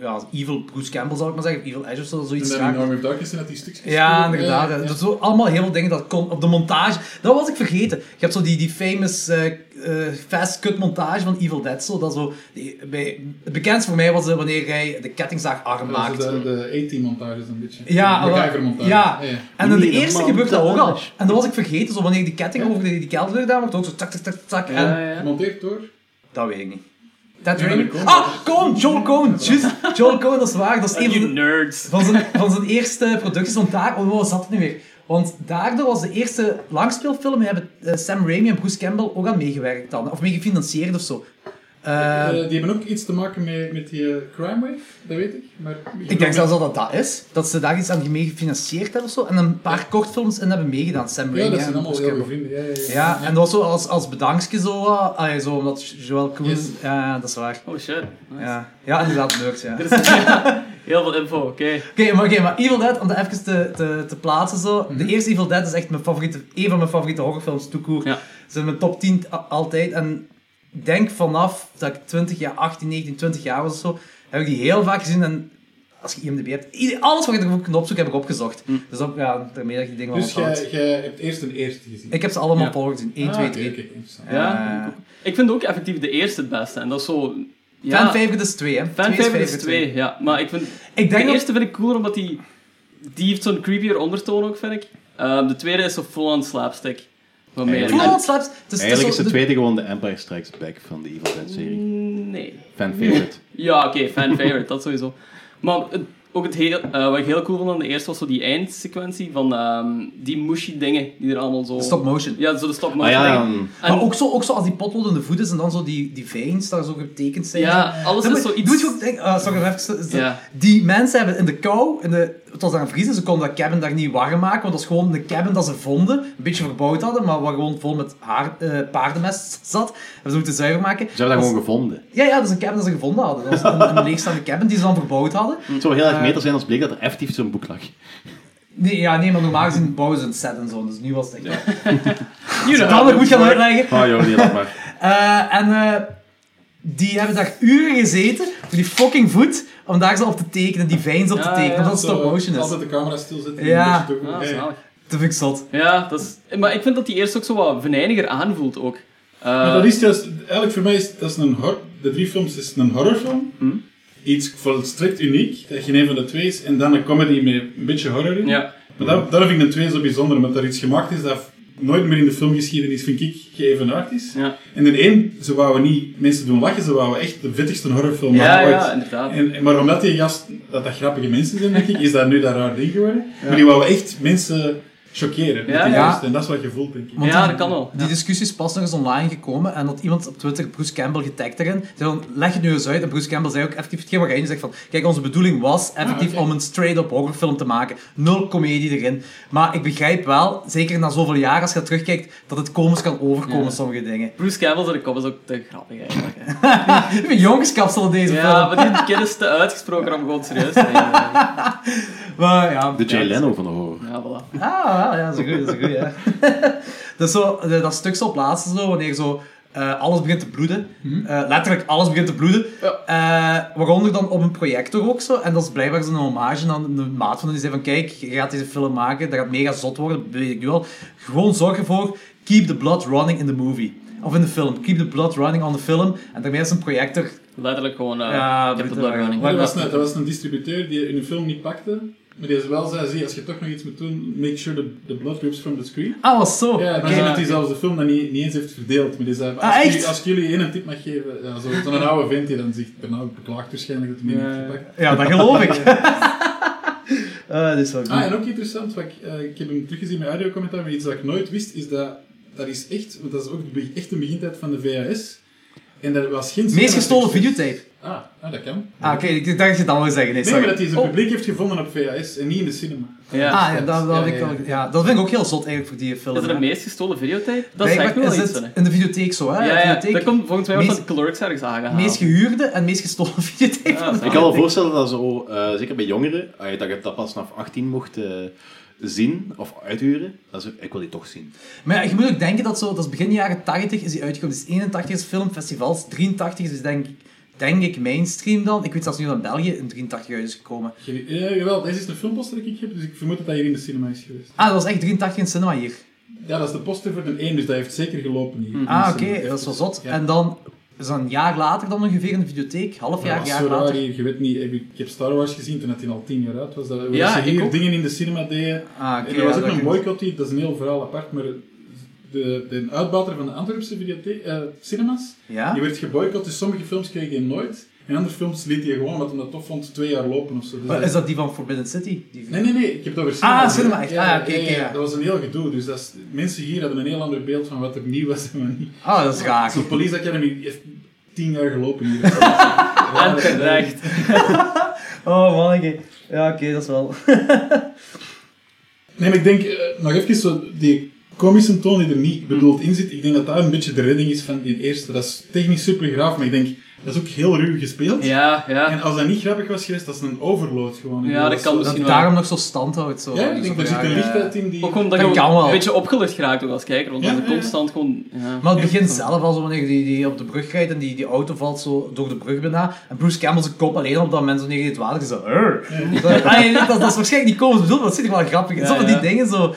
S5: ja, evil Bruce Campbell, zal ik maar zeggen, evil Edge of zo,
S9: En
S5: zoiets.
S9: dan
S5: raar.
S9: in Arm of Darkness en dat die stukjes.
S5: Ja,
S9: spelen.
S5: inderdaad.
S9: Ja, ja, ja.
S5: Dus zo allemaal heel veel dingen dat kon op de montage. Dat was ik vergeten. Je hebt zo die, die famous eh, eh, fast cut montage van Evil Dead. Zo, dat zo, die- bij, het bekendst voor mij was eh, wanneer hij de kettingzaag arm
S9: Dat is
S5: maakt.
S9: de, de A-team-montage is een beetje.
S5: Ja,
S9: de
S5: wel-
S9: MacGyver-montage.
S5: ja.
S9: ja.
S5: En in de
S8: Nee,
S5: eerste
S8: man,
S5: gebeurt dat ook al.
S8: montage.
S5: En dat was ik vergeten. Zo, wanneer die ketting over die, die kelder gedaan wordt, ook zo tak, tak, tak, tak. En
S7: Ja, ja.
S9: Monteert door.
S5: Dat weet ik niet. Dat
S9: Ja,
S5: Raimi.
S9: dat komt.
S5: Ah, Cohn! Joel Cohn! Juist, Joel Cohn, dat is waar. Dat is een
S7: You
S5: van, de-
S7: nerds.
S5: van, zijn, van zijn eerste producties. Want daar... Oh, wat zat het nu weer? Want daardoor was de eerste langspeelfilm... hebben eh, Sam Raimi en Bruce Campbell ook aan meegewerkt dan. Of meegefinancierd of zo. Eh,
S9: Eh, die hebben ook iets te maken met, met die eh, crime wave, dat weet ik. Maar
S5: ik denk zelfs dat dat dat is. Dat ze daar iets aan meegefinancierd hebben of zo. En een paar kortfilms in hebben meegedaan. Sam Raimi
S9: Ja, dat
S5: en
S9: zijn allemaal
S5: Bruce
S9: heel
S5: Campbell.
S9: goede vrienden. Ja, ja, ja.
S5: dus Ja, en dat was zo als, als bedankje zo. eh, allee, zo omdat Joel Cohn...
S9: Yes.
S5: Ja, dat is waar.
S7: Oh shit. Nice.
S5: Ja, ja inderdaad, nerds, ja.
S7: Er is ja, heel veel info, oké.
S5: Oké, maar, oké, maar Evil Dead, om dat even te, te, te plaatsen zo.
S7: Mhm.
S5: De eerste Evil Dead is echt mijn favoriete, een van mijn favoriete horrorfilms toekoer.
S7: Ja.
S5: Ze zijn mijn top 10 a- altijd. En denk vanaf dat ik 20 jaar, 18, 19, 20 jaar was of zo, heb ik die heel vaak gezien. En als je IMDb hebt, ieder- alles wat ik erop kon opzoeken, heb ik opgezocht.
S7: Mhm.
S5: Dus ook, ja, daarmee dat ik die dingen wel
S9: Dus jij
S5: onthoudt.
S9: jij hebt eerst een eerste gezien.
S5: Ik heb ze allemaal
S7: Ja.
S5: op volgen gezien. 1,
S9: Ah,
S5: 2,
S9: oké,
S5: 3.
S9: oké, interessant.
S7: Ja, ik ook. Eh, ik vind ook effectief de eerste het beste. En dat is zo... Ja,
S5: Fan favorite is 2, hè.
S7: Fan
S5: Twee
S7: favorite is
S5: favorite.
S7: twee, ja. Maar ik vind...
S5: Ik denk
S7: de
S5: dat-
S7: eerste vind ik cooler, omdat die... Die heeft zo'n creepier ondertoon ook, vind ik. Ehm, de tweede is zo full-on slapstick. Wat meer... Ah,
S5: Full on slaps. Het is- het
S8: Eigenlijk is
S5: zo-
S8: de tweede gewoon de Empire Strikes Back van de Evil Dead serie.
S7: Nee.
S8: Fan favorite.
S5: Mm.
S7: Ja, oké, fan favorite, dat sowieso. Maar het- ook het heel, eh, wat ik heel cool vond aan de eerste was zo die eindsequentie van ehm, die mushy dingen die er allemaal zo...
S5: Stop motion.
S7: Ja, zo de stop
S8: Maar
S7: motion
S8: Ah, ja,
S7: dingen.
S8: dan-
S7: En-
S5: maar ook zo, ook zo als die potlood in de voet is en dan zo die, die veins daar zo getekend zijn.
S7: Ja, alles
S5: Dat
S7: is
S5: moet-
S7: zoiets-
S5: Doet je ook denken, ah, sorry, even, is dat-
S7: Ja.
S5: Die mensen hebben in de kou, in de, het was daar een vriezer, ze konden dat cabin daar niet warm maken, want dat was gewoon de cabin dat ze vonden, een beetje verbouwd hadden, maar waar gewoon vol met haar, eh, paardenmest zat. En ze moeten zuiver maken.
S8: Ze hebben dat gewoon gevonden.
S5: Ja, ja, dat is een cabin dat ze gevonden hadden. Dat was een, een leegstaande cabin die ze dan verbouwd hadden.
S8: Het zou heel erg meter zijn als bleek dat er effectief zo'n boek lag.
S5: Nee, ja, nee, maar normaal gezien bouwen ze een set en zo, dus nu was het echt... *laughs*
S7: You know
S5: Dan
S7: how
S5: moet ik
S7: it
S8: *laughs*
S5: goed gaan
S7: works.
S5: uitleggen.
S8: Oh joh, die laat
S5: *laughs*
S8: maar.
S5: Eh, en eh, die hebben daar uren gezeten voor die fucking voet om daar zo op te tekenen, die vijns op te
S7: Ja,
S5: tekenen,
S7: ja,
S5: omdat het
S9: Zo,
S5: stop motion is.
S9: Altijd de camera stilzetten.
S5: Ja.
S9: Dat is toch-
S7: Ah,
S9: ja, ja.
S7: zalig.
S5: Dat vind ik zot.
S7: Ja, dat is, maar ik vind dat die eerst ook zo wat venijniger aanvoelt ook. Eh,
S9: Maar dat is juist, eigenlijk voor mij is dat is een horror, de drie films is een horrorfilm.
S7: Mhm.
S9: Iets volstrekt uniek, dat geen een van de twee is. En dan een comedy met een beetje horror in.
S7: Ja.
S9: Maar dat, dat vind ik de twee zo bijzonder, omdat er iets gemaakt is dat nooit meer in de filmgeschiedenis, vind ik, geëvenaard is.
S7: Ja.
S9: En de één, ze wouden niet mensen doen lachen, ze wouden echt de vettigste horrorfilm
S7: Ja,
S9: maken
S7: ja,
S9: ooit.
S7: inderdaad.
S9: En, en- maar omdat die gast, dat dat grappige mensen zijn, denk ik, is dat nu dat raar ding geworden. Maar die wouden echt mensen chockeren. met
S7: Ja,
S9: die
S5: ja.
S9: eerste. En dat is wat je voelt, denk ik.
S5: Want
S7: Ja,
S5: die-
S7: dat kan wel,
S5: Die
S7: ja.
S5: discussie is pas nog eens online gekomen en dat iemand op Twitter Bruce Campbell getagd erin. Zei van, leg het nu eens uit. En Bruce Campbell zei ook effectief hetgeen wat jij nu zegt van, kijk, onze bedoeling was effectief
S7: Ah,
S5: om een straight-up horrorfilm te maken. Nul comedie erin. Maar ik begrijp wel, zeker na zoveel jaar als je dat terugkijkt, dat het komisch kan overkomen, sommige dingen. *laughs*
S7: Bruce Campbell's de kop is ook te grappig eigenlijk. hè.
S5: Ik vind jongenskapsel in deze
S7: ja,
S5: film.
S7: maar die kid is te uitgesproken om gewoon serieus te nemen.
S5: *laughs*
S7: eigenlijk.
S5: Maar ja,
S8: De Jay Leno van de horror.
S7: Ja, voilà.
S5: Ah, wel, ja, dat is een goeie, dat is een goeie, hè. *laughs* dat, is zo, de- dat stuk zo op laatste, zo, wanneer zo eh, alles begint te bloeden.
S9: Mhm.
S5: Eh, letterlijk, alles begint te bloeden. Eh, waaronder dan op een projector ook zo. En dat is blijkbaar zo'n hommage aan de maat van hem. Die zei van, kijk, je gaat deze film maken, dat gaat mega zot worden, dat weet ik nu al. Gewoon zorg ervoor, keep the blood running in the movie. Of in de film. Keep the blood running on the film. En daarmee is een projector...
S7: Letterlijk gewoon... eh
S5: Ja,
S7: ik heb de
S5: beter
S7: blood
S5: wel.
S7: running.
S9: Maar dat was, een, dat was een distributeur die hun film niet pakte. Maar die wel zei, zie, als je toch nog iets moet doen, make sure the, the blood drips from the screen.
S5: Ah, was zo.
S9: Ja, dan
S5: Oké.
S9: zei dat hij zelfs de film dan niet, niet eens heeft verdeeld. Maar die zei, als,
S5: Ah, echt?
S9: jullie, als ik jullie één een tip mag geven, ja, zo- zo'n oude vent die dan zegt, nou, beklaagt waarschijnlijk dat hij niet heeft gepakt.
S5: Ja, dat geloof
S9: *laughs*
S5: ik. *laughs* Eh, dit is wel goed.
S9: Ah, en ook interessant, wat ik, eh, ik heb hem teruggezien met audiocommentaar, maar iets dat ik nooit wist, is dat, dat is echt, want dat is ook de be- echt een begintijd van de VHS. En dat was geen...
S5: Meest gestolen
S9: cinematext.
S5: videotape.
S9: Ah, ah, dat kan.
S5: Ah, oké, ik dacht dat je dat wil zeggen. Nee,
S9: Nee, maar
S5: sorry.
S9: dat hij zijn
S5: Oh.
S9: publiek heeft gevonden op VHS en niet in de cinema.
S7: Ja.
S5: Ah, ja, dat, dat,
S9: Ja,
S5: heb ik
S9: ja,
S5: wel-
S9: ja.
S5: ja, dat vind ik ook heel zot eigenlijk voor die film.
S7: Is dat de
S5: hè.
S7: meest gestolen videotape? Dat
S5: Blijkbaar
S7: zegt me wel
S5: is
S7: iets,
S5: het
S7: hè.
S5: in de videotheek zo, hè?
S7: Ja, ja,
S5: videotheek,
S7: dat komt volgens mij wel
S5: meest-
S7: van de Clerks ergens aangehaald.
S5: Meest gehuurde en meest gestolen *laughs* videotheek.
S7: Ja,
S5: van de
S7: dat
S8: Ik kan me
S5: videotheek.
S8: voorstellen dat zo, eh, zeker bij jongeren, ah, dat je dat pas vanaf 18 mocht eh, zien of uithuren. Dat is, ik wil die toch zien.
S5: Maar ja, je moet ook denken dat zo, dat is begin jaren 80 is die uitgekomen. Dus 81 is filmfestivals, 83 is denk ik, denk ik mainstream dan. Ik weet zelfs niet of dat in België in 83 uit is gekomen.
S9: Geen- Ja, eh, jawel, deze is een filmposter die ik heb, dus ik vermoed dat dat hier in de cinema is geweest.
S5: Ah, dat was echt 83 in het cinema hier.
S9: Ja, dat is de poster voor de 1, dus dat heeft zeker gelopen hier. in de
S5: Ah, oké,
S9: cinema.
S5: dat is wel zot.
S9: Ja.
S5: En dan is dat een jaar later dan ongeveer in de videotheek, half
S9: Ja,
S5: jaar,
S9: dat is
S5: jaar
S9: zo raar
S5: later.
S9: hier. Je weet niet, heb ik, ik heb Star Wars gezien toen het al tien jaar oud was. Dat, dat
S7: Ja,
S9: ze
S7: ik
S9: hier
S7: ook.
S9: dingen in de cinema deden.
S5: Ah, oké,
S9: en er was
S5: ja,
S9: ook
S5: dat
S9: een
S5: kan-
S9: boycott hier, dat is een heel verhaal apart, maar de, de uitbater van de Antwerpse videothe- eh, cinemas,
S5: Ja?
S9: die werd geboycott, dus sommige films kreeg je nooit. En andere films liet hij gewoon, wat hem dat tof vond, twee jaar lopen of zo. Dus
S5: Is dat die van Forbidden City? Die
S9: Nee, nee, nee, ik heb het over cinema.
S5: Ah, cinema, echt. Ah, oké, oké, ja.
S9: Dat was een heel gedoe, dus dat is, mensen hier hadden een heel ander beeld van wat er nieuw was en wat niet.
S5: Ah, dat is raar.
S9: Zo'n Police Academy heeft tien jaar
S5: *laughs*
S9: gelopen hier. Ja,
S7: En terecht.
S5: Oh, manneke. Ja, oké, dat is wel...
S9: Nee, maar ik denk, eh, nog even, zo, die komische toon die er niet bedoeld in zit, ik denk dat dat een beetje de redding is van die eerste. Dat is technisch super graaf, maar ik denk, Dat is ook heel ruw gespeeld.
S7: Ja,
S9: En
S7: ja.
S9: als dat niet grappig was geweest, dat is een overload gewoon.
S7: Ja, dat kan
S9: Zo-
S5: Dat
S7: misschien
S5: het
S7: wel.
S5: daarom nog zo stand houdt. Zo.
S9: Ja, ik
S5: Dus
S9: denk,
S5: ook,
S9: er zit
S5: ja,
S9: een
S5: ja.
S9: lichtheid in die...
S7: Ook omdat
S5: Dat
S7: je
S5: kan wel.
S7: een beetje opgelucht geraakt ook als kijker, want
S9: Ja,
S7: dan
S9: ja, ja.
S7: constant gewoon... Ja.
S5: Maar het begint zelf al zo wanneer die, die op de brug rijdt en die, die auto valt zo door de brug bijna. En Bruce Campbell zijn kop alleen op dat moment wanneer hij in het water is. Zo, "Arr." dat, ai, dat, dat is waarschijnlijk niet komisch bedoeld, maar dat zit er wel grappig in.
S7: Ja,
S5: zo van
S7: ja.
S5: die dingen zo.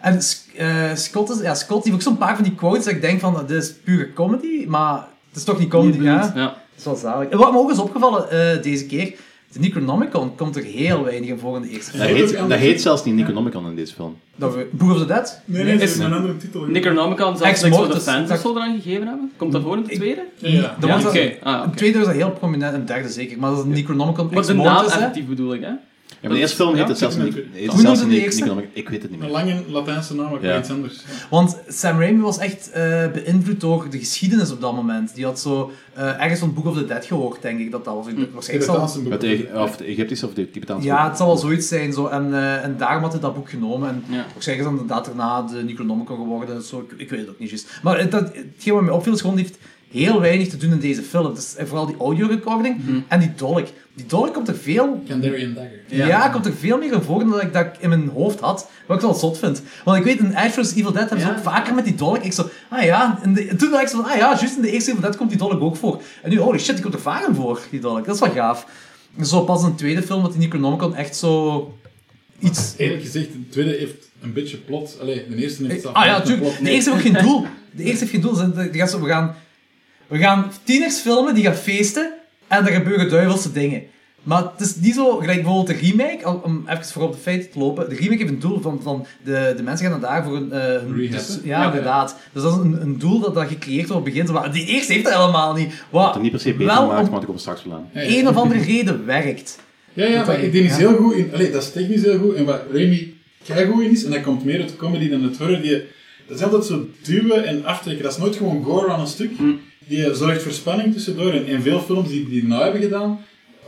S5: En S- eh, Scott, is, ja, Scott heeft ook zo'n paar van die quotes dat ik denk van, dit is pure comedy, maar het is toch niet comedy, hè?
S7: Ja.
S5: Dat is wel zalig. En wat me ook is opgevallen eh, deze keer, de Necronomicon komt er heel weinig in voor in de eerste film.
S8: Dat
S9: heet
S8: heet,
S9: ook
S8: dat
S9: anders.
S8: heet zelfs niet Necronomicon in deze film.
S5: Dat we- Book of the Dead?
S9: Nee, nee, dat is
S7: Is-
S9: een andere titel.
S7: Necronomicon, zelfs
S5: Ex
S7: niks voor de
S5: mortis,
S7: fans
S5: dat-
S7: of zo eraan gegeven hebben? Komt dat voor in de
S5: Ik-
S7: tweede?
S9: Ja.
S5: Dat
S7: Ja,
S5: was dat-
S7: oké. Ah,
S5: Een
S7: oké.
S5: tweede was dat heel prominent, een derde zeker, maar dat is een Necronomicon
S7: Maar
S5: ex
S7: de naam
S5: mortis, hè?
S7: effectief bedoel ik, hè?
S8: Ja, maar de eerste film heet het zelfs
S9: ik
S8: niet.
S9: weet het
S8: heet
S5: Hoe
S8: zelfs
S5: noemde
S8: niet
S5: de eerste?
S8: Necronomicon. Ik weet het niet
S9: Een
S8: meer.
S9: lange Latijnse naam, maar ik
S8: Ja.
S9: weet iets anders.
S5: Want Sam Raimi was echt eh, beïnvloed door de geschiedenis op dat moment. Die had zo eh, ergens van Book of the Dead gehoord, denk ik dat dat was. Ik- Waarschijnlijk zal...
S9: Tibetaanse boek.
S8: Het E- Of de Egyptische of de Tibetaanse.
S5: Ja, het zal wel zoiets zijn. Zo. En, eh, en daarom had hij dat boek genomen. En
S7: Ja.
S5: waarschijnlijk is dat inderdaad daarna de Necronomicon geworden. Zo. Ik, ik weet het ook niet juist. Maar het, dat, hetgeen wat mij opviel is gewoon, die heeft heel weinig te doen in deze film. Dus, eh, vooral die audio-recording
S7: Mhm.
S5: en die dolk. Die dolk komt er veel
S9: Kandarian Dagger.
S5: Ja, komt er veel meer in voor dan dat ik, dat ik in mijn hoofd had. Wat ik wel zot vind. Want ik weet, in Ash vs. Evil Dead hebben ze
S7: Ja.
S5: ook vaker met die dolk. Ik zo, ah ja. En de- toen dacht ik zo van, ah ja, juist in de eerste Evil Dead komt die dolk ook voor. En nu, holy shit, die komt er vaker voor, die dolk. Dat is wel gaaf. En Zo pas in de tweede film, dat die Necronomicon echt zo... Iets...
S9: Eerlijk gezegd, de tweede heeft een beetje plot. Allee, de eerste heeft zelf
S5: Ah ja,
S9: een
S5: natuurlijk.
S9: plot.
S5: De eerste heeft ook geen doel. De eerste heeft geen doel. Ze- de- Die gaat zo, we, gaan, we gaan tieners filmen, die gaan feesten. En er gebeuren duivelse dingen. Maar het is niet zo, gelijk bijvoorbeeld de remake, al- om even voorop de feiten te lopen. De remake heeft een doel van, van de, de mensen gaan dan daar voor een... eh, hun-
S9: Rehab,
S5: dus-
S9: hè?
S5: ja, inderdaad. Dus dat is een, een doel dat, dat gecreëerd wordt op het begin. Maar die eerste heeft dat helemaal niet. Wat
S8: Dat niet per se beter
S5: wel
S8: maakt,
S5: om
S8: maar ik kom er straks wel aan.
S9: Ja, ja.
S5: een of andere reden werkt.
S9: Ja, ja, maar die is heel goed in... Allee, dat is technisch heel goed. En wat Remy keigoed in is, en dat komt meer uit de comedy dan het horror, die... Dat is altijd zo duwen en aftrekken. Dat is nooit gewoon gore aan een stuk.
S5: Hm.
S9: Die eh, zorgt voor spanning tussendoor. En, en veel films die die nou hebben gedaan...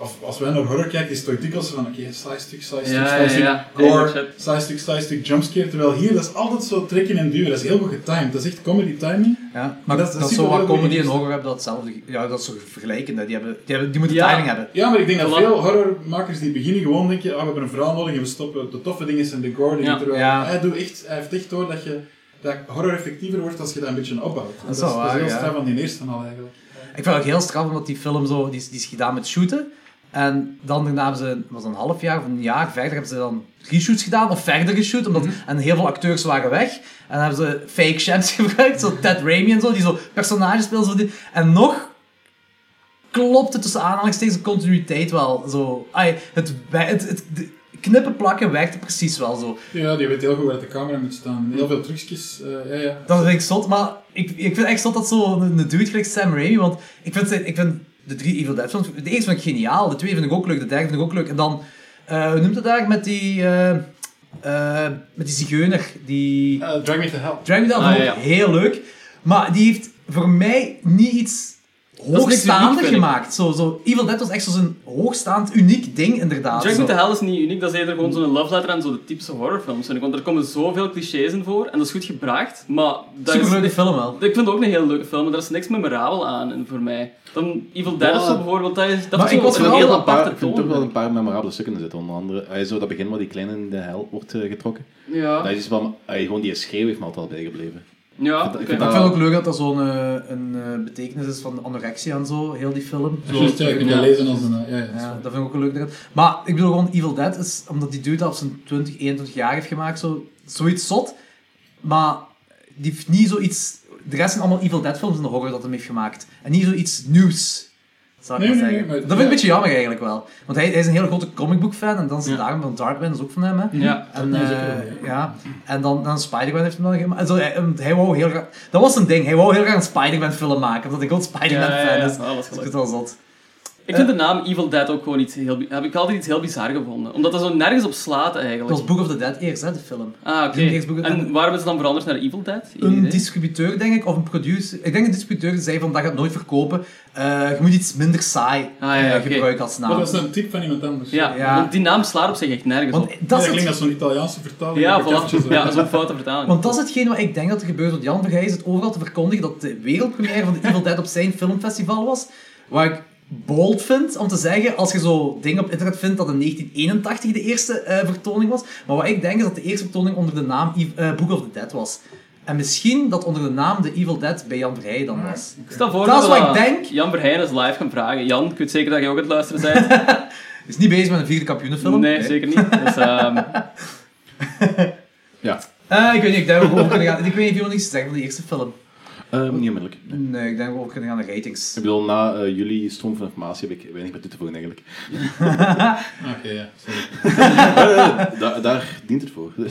S9: Of als wij naar horror kijken, is het toch dikwijls van... Oké, saai stuk, saai stuk,
S7: Ja,
S9: saai
S7: ja,
S9: stuk,
S7: ja.
S9: gore,
S7: Ja,
S9: saai stuk, saai stuk, jumpscare. Terwijl hier, dat is altijd zo trekken en duwen. Dat is heel goed getimed. Dat is echt comedy timing.
S5: Ja, maar
S9: Dat-
S5: dat,
S9: dat
S5: is
S9: ziet
S5: zo
S9: er
S5: wat
S9: heel goed
S5: comedy
S9: in.
S5: en horror hebben dat hetzelfde. Ja, dat is zo vergelijkend. hè. Die, hebben, die, hebben, die moeten
S7: Ja.
S5: timing hebben.
S9: Ja, maar ik denk dat
S7: Voilà.
S9: veel horrormakers die beginnen gewoon denken, ah, we hebben een vrouw nodig en we stoppen de toffe dingen en de gore dingen.
S7: Ja,
S9: terwijl
S5: ja.
S9: Hij, doet echt, hij heeft echt door dat, je, dat horror effectiever wordt als je dat een beetje opbouwt. Dat,
S5: is wel waar,
S9: heel
S5: ja.
S9: straf van die eerste al eigenlijk.
S5: Ik vind het ook heel straf, omdat die film zo, die is, die is gedaan met shooten. En dan daarna hebben ze, was het een half jaar of een jaar verder, hebben ze dan reshoots gedaan of verder geshoot. Omdat, En heel veel acteurs waren weg. En dan hebben ze fake champs *laughs* gebruikt, zo Ted Raimi en zo, die zo personages speelden. Zo die, en nog klopt het tussen aanhalingstekens de continuïteit wel. Zo, ai, het, we- het, het, de knippen plakken werkte precies wel zo.
S9: Ja, die weet heel goed waar de camera moet staan. Heel veel trucjes. eh, ja, ja.
S5: Dat vind ik zot, maar ik, ik vind echt zot dat zo'n een dude gelijk Sam Raimi, want ik vind, zijn- ik vind de drie Evil Dead films, de eerste vind ik geniaal, de twee vind ik ook leuk, de derde vind ik ook leuk. En dan, eh hoe noemt het daar met die, eh, eh, met die zigeuner, die
S9: Eh, Drag Me to Hell.
S5: Dragon Dead
S7: Ah,
S5: vond ik
S7: ja, ja.
S5: heel leuk, maar die heeft voor mij niet iets
S7: niks uniek,
S5: hoogstaand
S7: vind ik.
S5: gemaakt. Zo, zo, Evil Dead was echt zo'n hoogstaand, uniek ding inderdaad.
S7: Jack
S5: zo.
S7: with the Hell is niet uniek, dat is eerder gewoon zo'n love letter aan zo de typische horrorfilms. vind ik. Want er komen zoveel clichés in voor, en dat is goed gebracht, maar dat is...
S5: Superleuke film wel.
S7: Ik vind het ook een heel leuke film, maar daar is niks memorabel aan in voor mij. Dan Evil Dead of zo bijvoorbeeld, dat is dat
S5: Maar
S7: is
S5: ik was
S7: een
S5: vooral
S7: heel
S8: een paar,
S7: aparte
S8: ik vind toch wel
S7: toon.
S8: een paar memorabele stukken in zitten. Onder andere eh, zo dat begin waar die kleine in de hel wordt eh, getrokken. Dat
S7: Ja,
S8: is iets wat me- eh, gewoon die schreeuw heeft me altijd wel bijgebleven.
S7: ja
S8: ik
S7: oké.
S8: vind
S5: Ik
S8: dat-
S5: vind het ook leuk dat dat zo'n eh, een, eh, betekenis is van anorexia en zo, heel die film. Zo-
S9: Juist, ja, je kunt dat lezen als een... eh, Ja, ja, dat is
S5: Ja,
S9: waar.
S5: dat vind ik ook een leuk. ding. Maar ik bedoel gewoon, Evil Dead is, omdat die dude dat op zijn 20, 21 jaar heeft gemaakt, zo, zoiets zot. Maar die heeft niet zoiets... De rest zijn allemaal Evil Dead films in de horror dat hem heeft gemaakt. En niet zoiets nieuws, zou ik
S9: Nee,
S5: maar
S9: nee,
S5: zeggen.
S9: nee, maar-
S5: dat vind ik
S9: ja.
S5: een beetje jammer eigenlijk wel. Want hij, hij is een hele grote comicbook fan, en dan zijn
S7: Ja.
S5: daarom van Darkman, dat is ook van hem, hè.
S7: Ja.
S5: En,
S9: Ja,
S5: eh,
S9: zeker wel,
S5: ja. en dan, dan Spider-Man heeft hem dan gemaakt. En zo, hij, en hij wou heel graag... Dat was een ding. Hij wou heel graag een Spider-Man film maken. Omdat ik ook Spider-Man
S7: Ja, ja,
S5: fan
S7: ja.
S5: is.
S7: Ah, dat is
S5: Dus ik vind
S7: gelukt.
S5: het wel zot.
S7: Ik vind de naam Evil Dead ook gewoon iets heel... bi- Heb ik altijd iets heel bizar gevonden. Omdat dat zo nergens op slaat, eigenlijk.
S5: Dat was Book of the Dead eerst, hè, de film.
S7: Ah, oké.
S5: Die Xbox-
S7: En waarom is het dan veranderd naar Evil Dead? Geen
S5: Een
S7: idee.
S5: distributeur, denk ik, of een producer. Ik denk een distributeur zei van, dat gaat nooit verkopen. Eh, je moet iets minder saai
S7: Ah, ja,
S5: eh,
S7: oké.
S5: gebruiken als
S9: Maar
S5: naam.
S9: dat is een tip van iemand anders.
S7: ja,
S5: Ja.
S7: want die naam slaat op zich echt nergens
S5: Want
S7: op.
S5: dat,
S9: Ja,
S5: is
S9: dat klinkt
S5: het,
S9: als zo'n Italiaanse vertaling.
S7: Ja,
S9: dat ik eventjes,
S7: voilà.
S9: eh,
S7: Ja, zo'n foute vertaling.
S5: want dat is hetgeen wat ik denk dat er gebeurt. Want Jan Verheij zit overal te verkondigen dat de wereldpremière van de Evil Dead op zijn filmfestival was. Wat ik bold vind om te zeggen, als je zo dingen op internet vindt dat in 1981 de eerste eh, vertoning was. Maar wat ik denk is dat de eerste vertoning onder de naam Eve- eh, Book of the Dead was. En misschien dat onder de naam The Evil Dead bij Jan Verheij dan was.
S7: Stel voor
S5: Dat
S7: we
S5: is wat ik denk.
S7: Jan Verheyen is live gaan vragen. Jan, ik weet zeker dat je ook aan het luisteren
S5: *laughs*
S7: bent.
S5: Is niet bezig met een vierde kampioenenfilm.
S7: nee, zeker niet. Dus,
S5: *laughs*
S7: ehm,
S8: Ja,
S5: Eh, ik weet niet, ik denk dat we over kunnen gaan. Ik weet niet of je niets te zeggen van de eerste film.
S8: Ehm, niet onmiddellijk. Nee.
S5: Nee, ik denk dat we over kunnen gaan naar ratings.
S8: Ik bedoel, na eh, jullie stroom van informatie heb ik weinig meer toe te voegen eigenlijk.
S9: Ah, Oké, ja. Sorry.
S8: Eh, da- daar dient het voor. *laughs*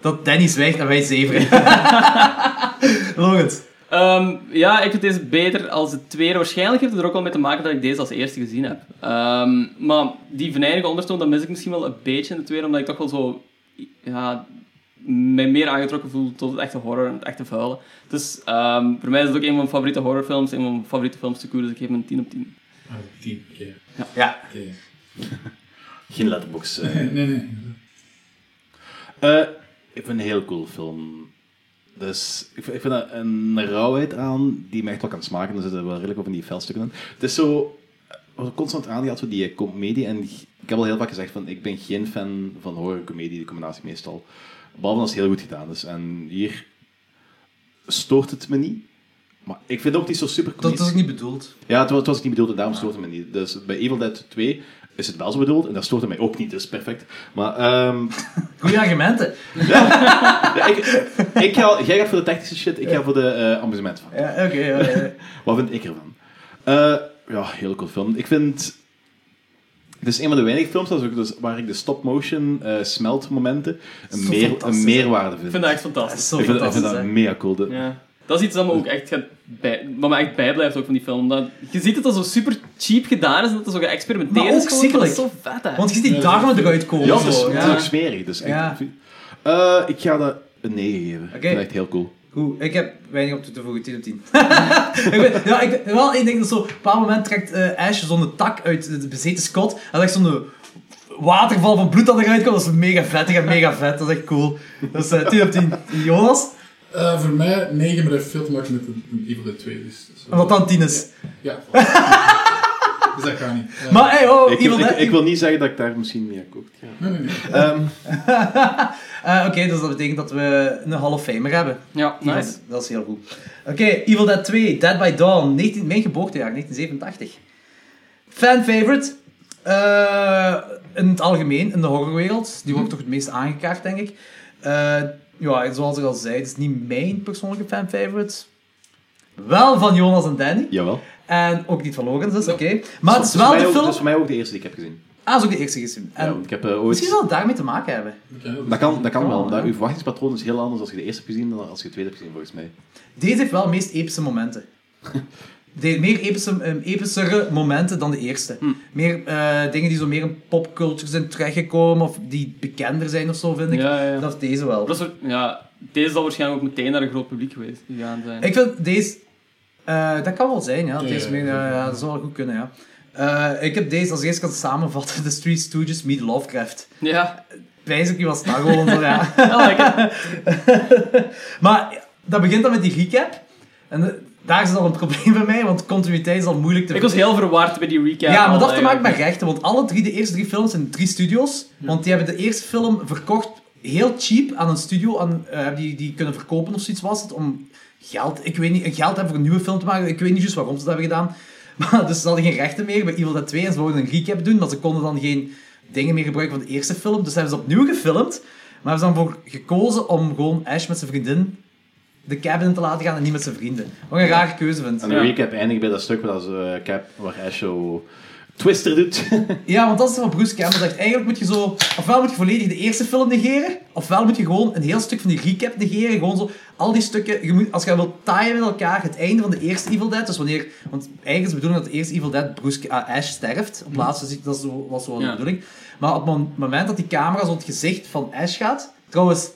S5: Dat Danny zwijgt en wij zeveren. *laughs* Logend.
S7: Ehm, ja, ik vind deze beter als de tweede. Waarschijnlijk heeft het er ook wel mee te maken dat ik deze als eerste gezien heb. Ehm, maar die venijnige ondertoon, dat mis ik misschien wel een beetje in de tweede, omdat ik toch wel zo... Ja, mij meer aangetrokken voel tot het echte horror en het echte vuile. Dus ehm, voor mij is het ook een van mijn favoriete horrorfilms, een van mijn favoriete films te koer, dus ik geef hem een 10 op 10.
S9: Ah, tien. Oké.
S5: Ja.
S9: Oké.
S8: Geen letterbox. eh.
S9: Nee, nee.
S8: Eh, ik vind het een heel cool film. Dus ik vind, ik vind er een rauwheid aan die me echt wel kan smaken. Er zitten wel redelijk wat van die felstukken in. Het is zo... eh, Wat constant aangaat, zo die eh, comedie. En die- ik heb al heel vaak gezegd, van, ik ben geen fan van horror en comedie, die combinatie meestal. Behalve als het heel goed gedaan is. En hier stoort het me niet. Maar ik vind het ook niet zo super
S5: Dat is
S8: comedisch.
S5: ook niet bedoeld.
S8: Ja, het was, het was niet bedoeld en daarom stoort het me niet. Dus bij Evil Dead 2 is het wel zo bedoeld en dat stoort het mij ook niet, dus perfect. Maar
S5: *laughs*
S8: ehm,
S5: Goeie argumenten.
S8: ja, ik, ik ga, jij gaat voor de technische shit, ik ga voor de eh amusement van.
S5: Ja, oké. ja, ja,
S8: *laughs*
S5: ja.
S8: Wat vind ik ervan? Eh, ja, heel cool film. Ik vind... Het is een van de weinige films dat ik dus, waar ik de stop-motion eh, smeltmomenten een,
S5: Zo
S8: meer, een
S5: fantastisch, hè?
S8: meerwaarde vind.
S7: Ik vind dat echt
S5: Dat
S7: fantastisch.
S5: is zo
S8: ik vind, ik
S5: fantastisch,
S8: vind dat
S5: hè.
S8: mega cool. De-
S7: Ja. Dat is iets dat me ook echt gaat bij, wat me echt bijblijft ook van die film. Dat, je ziet dat dat zo super cheap gedaan is en dat dat zo geëxperimenteerd
S5: Maar ook
S7: is. gewoon, maar Dat is zo
S5: ziekelijk.
S7: vet, hè.
S5: Want je ziet die darmen eruit komen.
S8: Ja,
S5: zo,
S8: het is, het is
S5: ja.
S8: ook smerig. Dus echt-
S5: Ja.
S8: Eh, ik ga dat een 9 geven. Ik
S5: Oké.
S8: vind dat echt heel cool.
S5: Goed, ik heb weinig op toe te voegen, 10 op 10. *laughs* ik ben, ja, ik, wel één ding dat zo, op een bepaald moment trekt eh, Ash zo'n tak uit de bezeten Scott en legt zo'n eh, waterval van bloed dat eruit komt. Dat is mega vettig en mega vet, dat is echt cool. Dus eh 10 op 10. Jonas,
S9: Eh, voor mij 9, maar dat heeft veel te maken met een, een Evil Dead 2. Dus, dus-
S5: wat dan 10 is.
S9: Ja. *laughs* dus dat gaat niet. Eh,
S5: Maar hey, oh,
S8: Ik,
S5: Evil
S8: ik,
S5: Dead.
S8: ik wil niet zeggen dat ik daar misschien mee akkoord ga.
S9: Nee, nee, nee.
S8: Ehm,
S5: *laughs* Eh, Oké, dus dat betekent dat we een Hall of Famer hebben.
S7: Ja,
S5: Evil-
S7: nice.
S5: Dat is heel goed. Oké, Evil Dead 2, Dead by Dawn, 19, mijn geboortejaar, 1987. Fan favorite. Eh, in het algemeen, in de horrorwereld. Die wordt toch het meest aangekaart, denk ik. Eh, ja, zoals ik al zei, het is niet mijn persoonlijke fan favorite. Wel van Jonas en Danny.
S8: jawel.
S5: En ook niet van Lorenz, dus oké. Maar het is
S8: voor
S5: wel
S8: mij
S5: de
S8: ook-
S5: film...
S8: Dat is voor mij ook de eerste die ik heb gezien.
S5: Ah, is ook de eerste gezien. En
S8: ja, want ik heb eh, ooit...
S5: misschien zal het daarmee te maken hebben.
S9: Oké, dat is-
S8: Dat kan, dat kan wel.
S5: Ja,
S8: omdat
S5: ja.
S8: Uw verwachtingspatroon is heel anders als je de eerste hebt gezien dan als je de tweede hebt gezien, volgens mij.
S5: Deze heeft wel de meest epische momenten. De meer epische, ehm, epischere momenten dan de eerste.
S7: Hm.
S5: Meer eh, dingen die zo meer in popculture zijn terechtgekomen of die bekender zijn of zo, vind ik.
S7: Ja, ja.
S5: Dat is deze wel.
S7: Dat is voor- ja, deze zal waarschijnlijk ook meteen naar een groot publiek geweest gegaan zijn.
S5: Ik vind deze... eh, dat kan wel zijn, ja.
S9: Ja,
S5: Deze
S9: ja,
S5: meer,
S9: ja.
S5: eh, ja, dat zou wel goed kunnen, ja. Eh, ik heb deze als eerste kan samenvatten. *laughs* The Three Stooges meet Lovecraft.
S7: Ja,
S5: Basically was dat gewoon zo, ja.
S7: *laughs* ja lekker.
S5: Maar dat begint dan met die recap. En eh, daar is al een probleem bij mij, want continuïteit is al moeilijk te
S7: Ik was heel verward bij die recap.
S5: Ja, maar
S7: al
S5: dat heeft te maken
S7: eigenlijk.
S5: met rechten, want alle drie, de eerste drie films zijn drie studios. Want die hebben de eerste film verkocht heel cheap aan een studio, aan, eh, hebben die, die kunnen verkopen of zoiets was het, om geld, ik weet niet, geld hebben voor een nieuwe film te maken. Ik weet niet juist waarom ze dat hebben gedaan. *laughs* Maar, dus ze hadden geen rechten meer bij Evil Dead 2 en ze wilden een recap doen, maar ze konden dan geen dingen meer gebruiken van de eerste film. Dus hebben ze opnieuw gefilmd, maar hebben ze dan voor gekozen om gewoon Ash met zijn vriendin de cabin in te laten gaan en niet met zijn vrienden. Wat ik een rare keuze vind.
S8: En de
S7: Ja.
S8: recap eindigt bij dat stuk waar, ze, eh, Cap, waar Ash zo Twister
S5: *laughs*
S8: doet.
S5: Ja, want dat is wat Bruce Campbell zegt. Eigenlijk moet je zo... Ofwel moet je volledig de eerste film negeren, ofwel moet je gewoon een heel stuk van die recap negeren. Gewoon zo, al die stukken... Je moet, als je dat wilt taaien met elkaar, het einde van de eerste Evil Dead, dus wanneer... Want eigenlijk is de bedoeling dat de eerste Evil Dead Bruce, ah, Ash sterft. Op laatste ziet dat is zo, was zo de
S7: Ja.
S5: bedoeling. Maar op het moment dat die camera zo het gezicht van Ash gaat... Trouwens,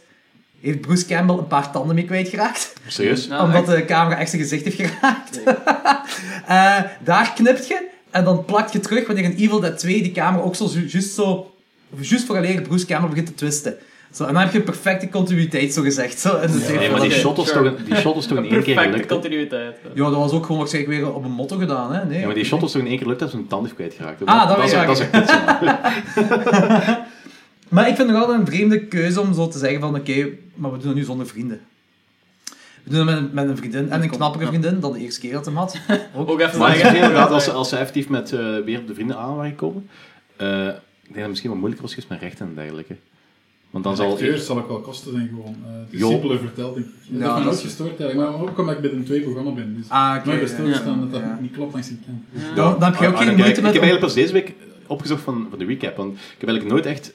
S5: heeft Bruce Campbell een paar tanden mee kwijtgeraakt
S8: Serieus?
S7: Ja,
S5: omdat
S7: nou, echt.
S5: de camera echt zijn gezicht heeft geraakt. *laughs* Eh, daar knipt je en dan plakt je terug wanneer in Evil Dead 2 die camera ook zo ju- juist zo, juist vooraleer Bruce Campbell begint te twisten. Zo, en dan heb je perfecte continuïteit, zo gezegd. Zo, in de ja,
S8: Nee, maar die
S7: Oké,
S8: shot was
S7: sure.
S8: toch, die shot was toch in één keer
S7: Perfecte
S8: gelukt. hè?
S7: continuïteit.
S5: ja, dat was ook gewoon waarschijnlijk weer op een motto gedaan, hè? Nee.
S8: Ja, maar die shot was toch in één keer gelukt dat ze een tand heeft kwijtgeraakt. hè?
S5: Ah, dat
S8: is
S5: weet ik
S8: dat is
S5: ook.
S8: echt kut, zo.
S5: *laughs* Maar ik vind het nog altijd een vreemde keuze om zo te zeggen van, oké, maar we doen dat nu zonder vrienden. We doen dat met, met een vriendin, en een knappere vriendin dan de eerste keer dat hem had.
S7: Ook even
S8: Maar het is
S7: zeggen.
S8: inderdaad, als, ze- als ze effectief met eh, weer op de vrienden aan waren gekomen, eh, ik denk dat het misschien wel moeilijker was geweest met rechten en dergelijke. Want dan
S9: Als
S8: zal...
S9: acteur zal ik wel kosten, denk ik gewoon. Eh, het is
S8: Jo.
S9: simpeler verteld, denk ik. Dat
S5: Ja,
S9: heeft me
S5: dat
S9: nooit
S5: is-
S9: gestoord, eigenlijk. Maar ook omdat ik met een twee programma ben. Dus
S5: Ah, oké,
S9: nooit bij
S5: ja,
S9: stilgestaan
S5: ja,
S9: dat dat
S5: ja.
S9: niet klopt langs ik kan.
S5: Dan, dan heb je ook
S8: Ah,
S5: geen
S8: dan
S5: moeite
S8: kijk, Ik
S5: met...
S8: heb
S5: om-
S8: eigenlijk pas deze week opgezocht van, van de recap, want ik heb eigenlijk nooit echt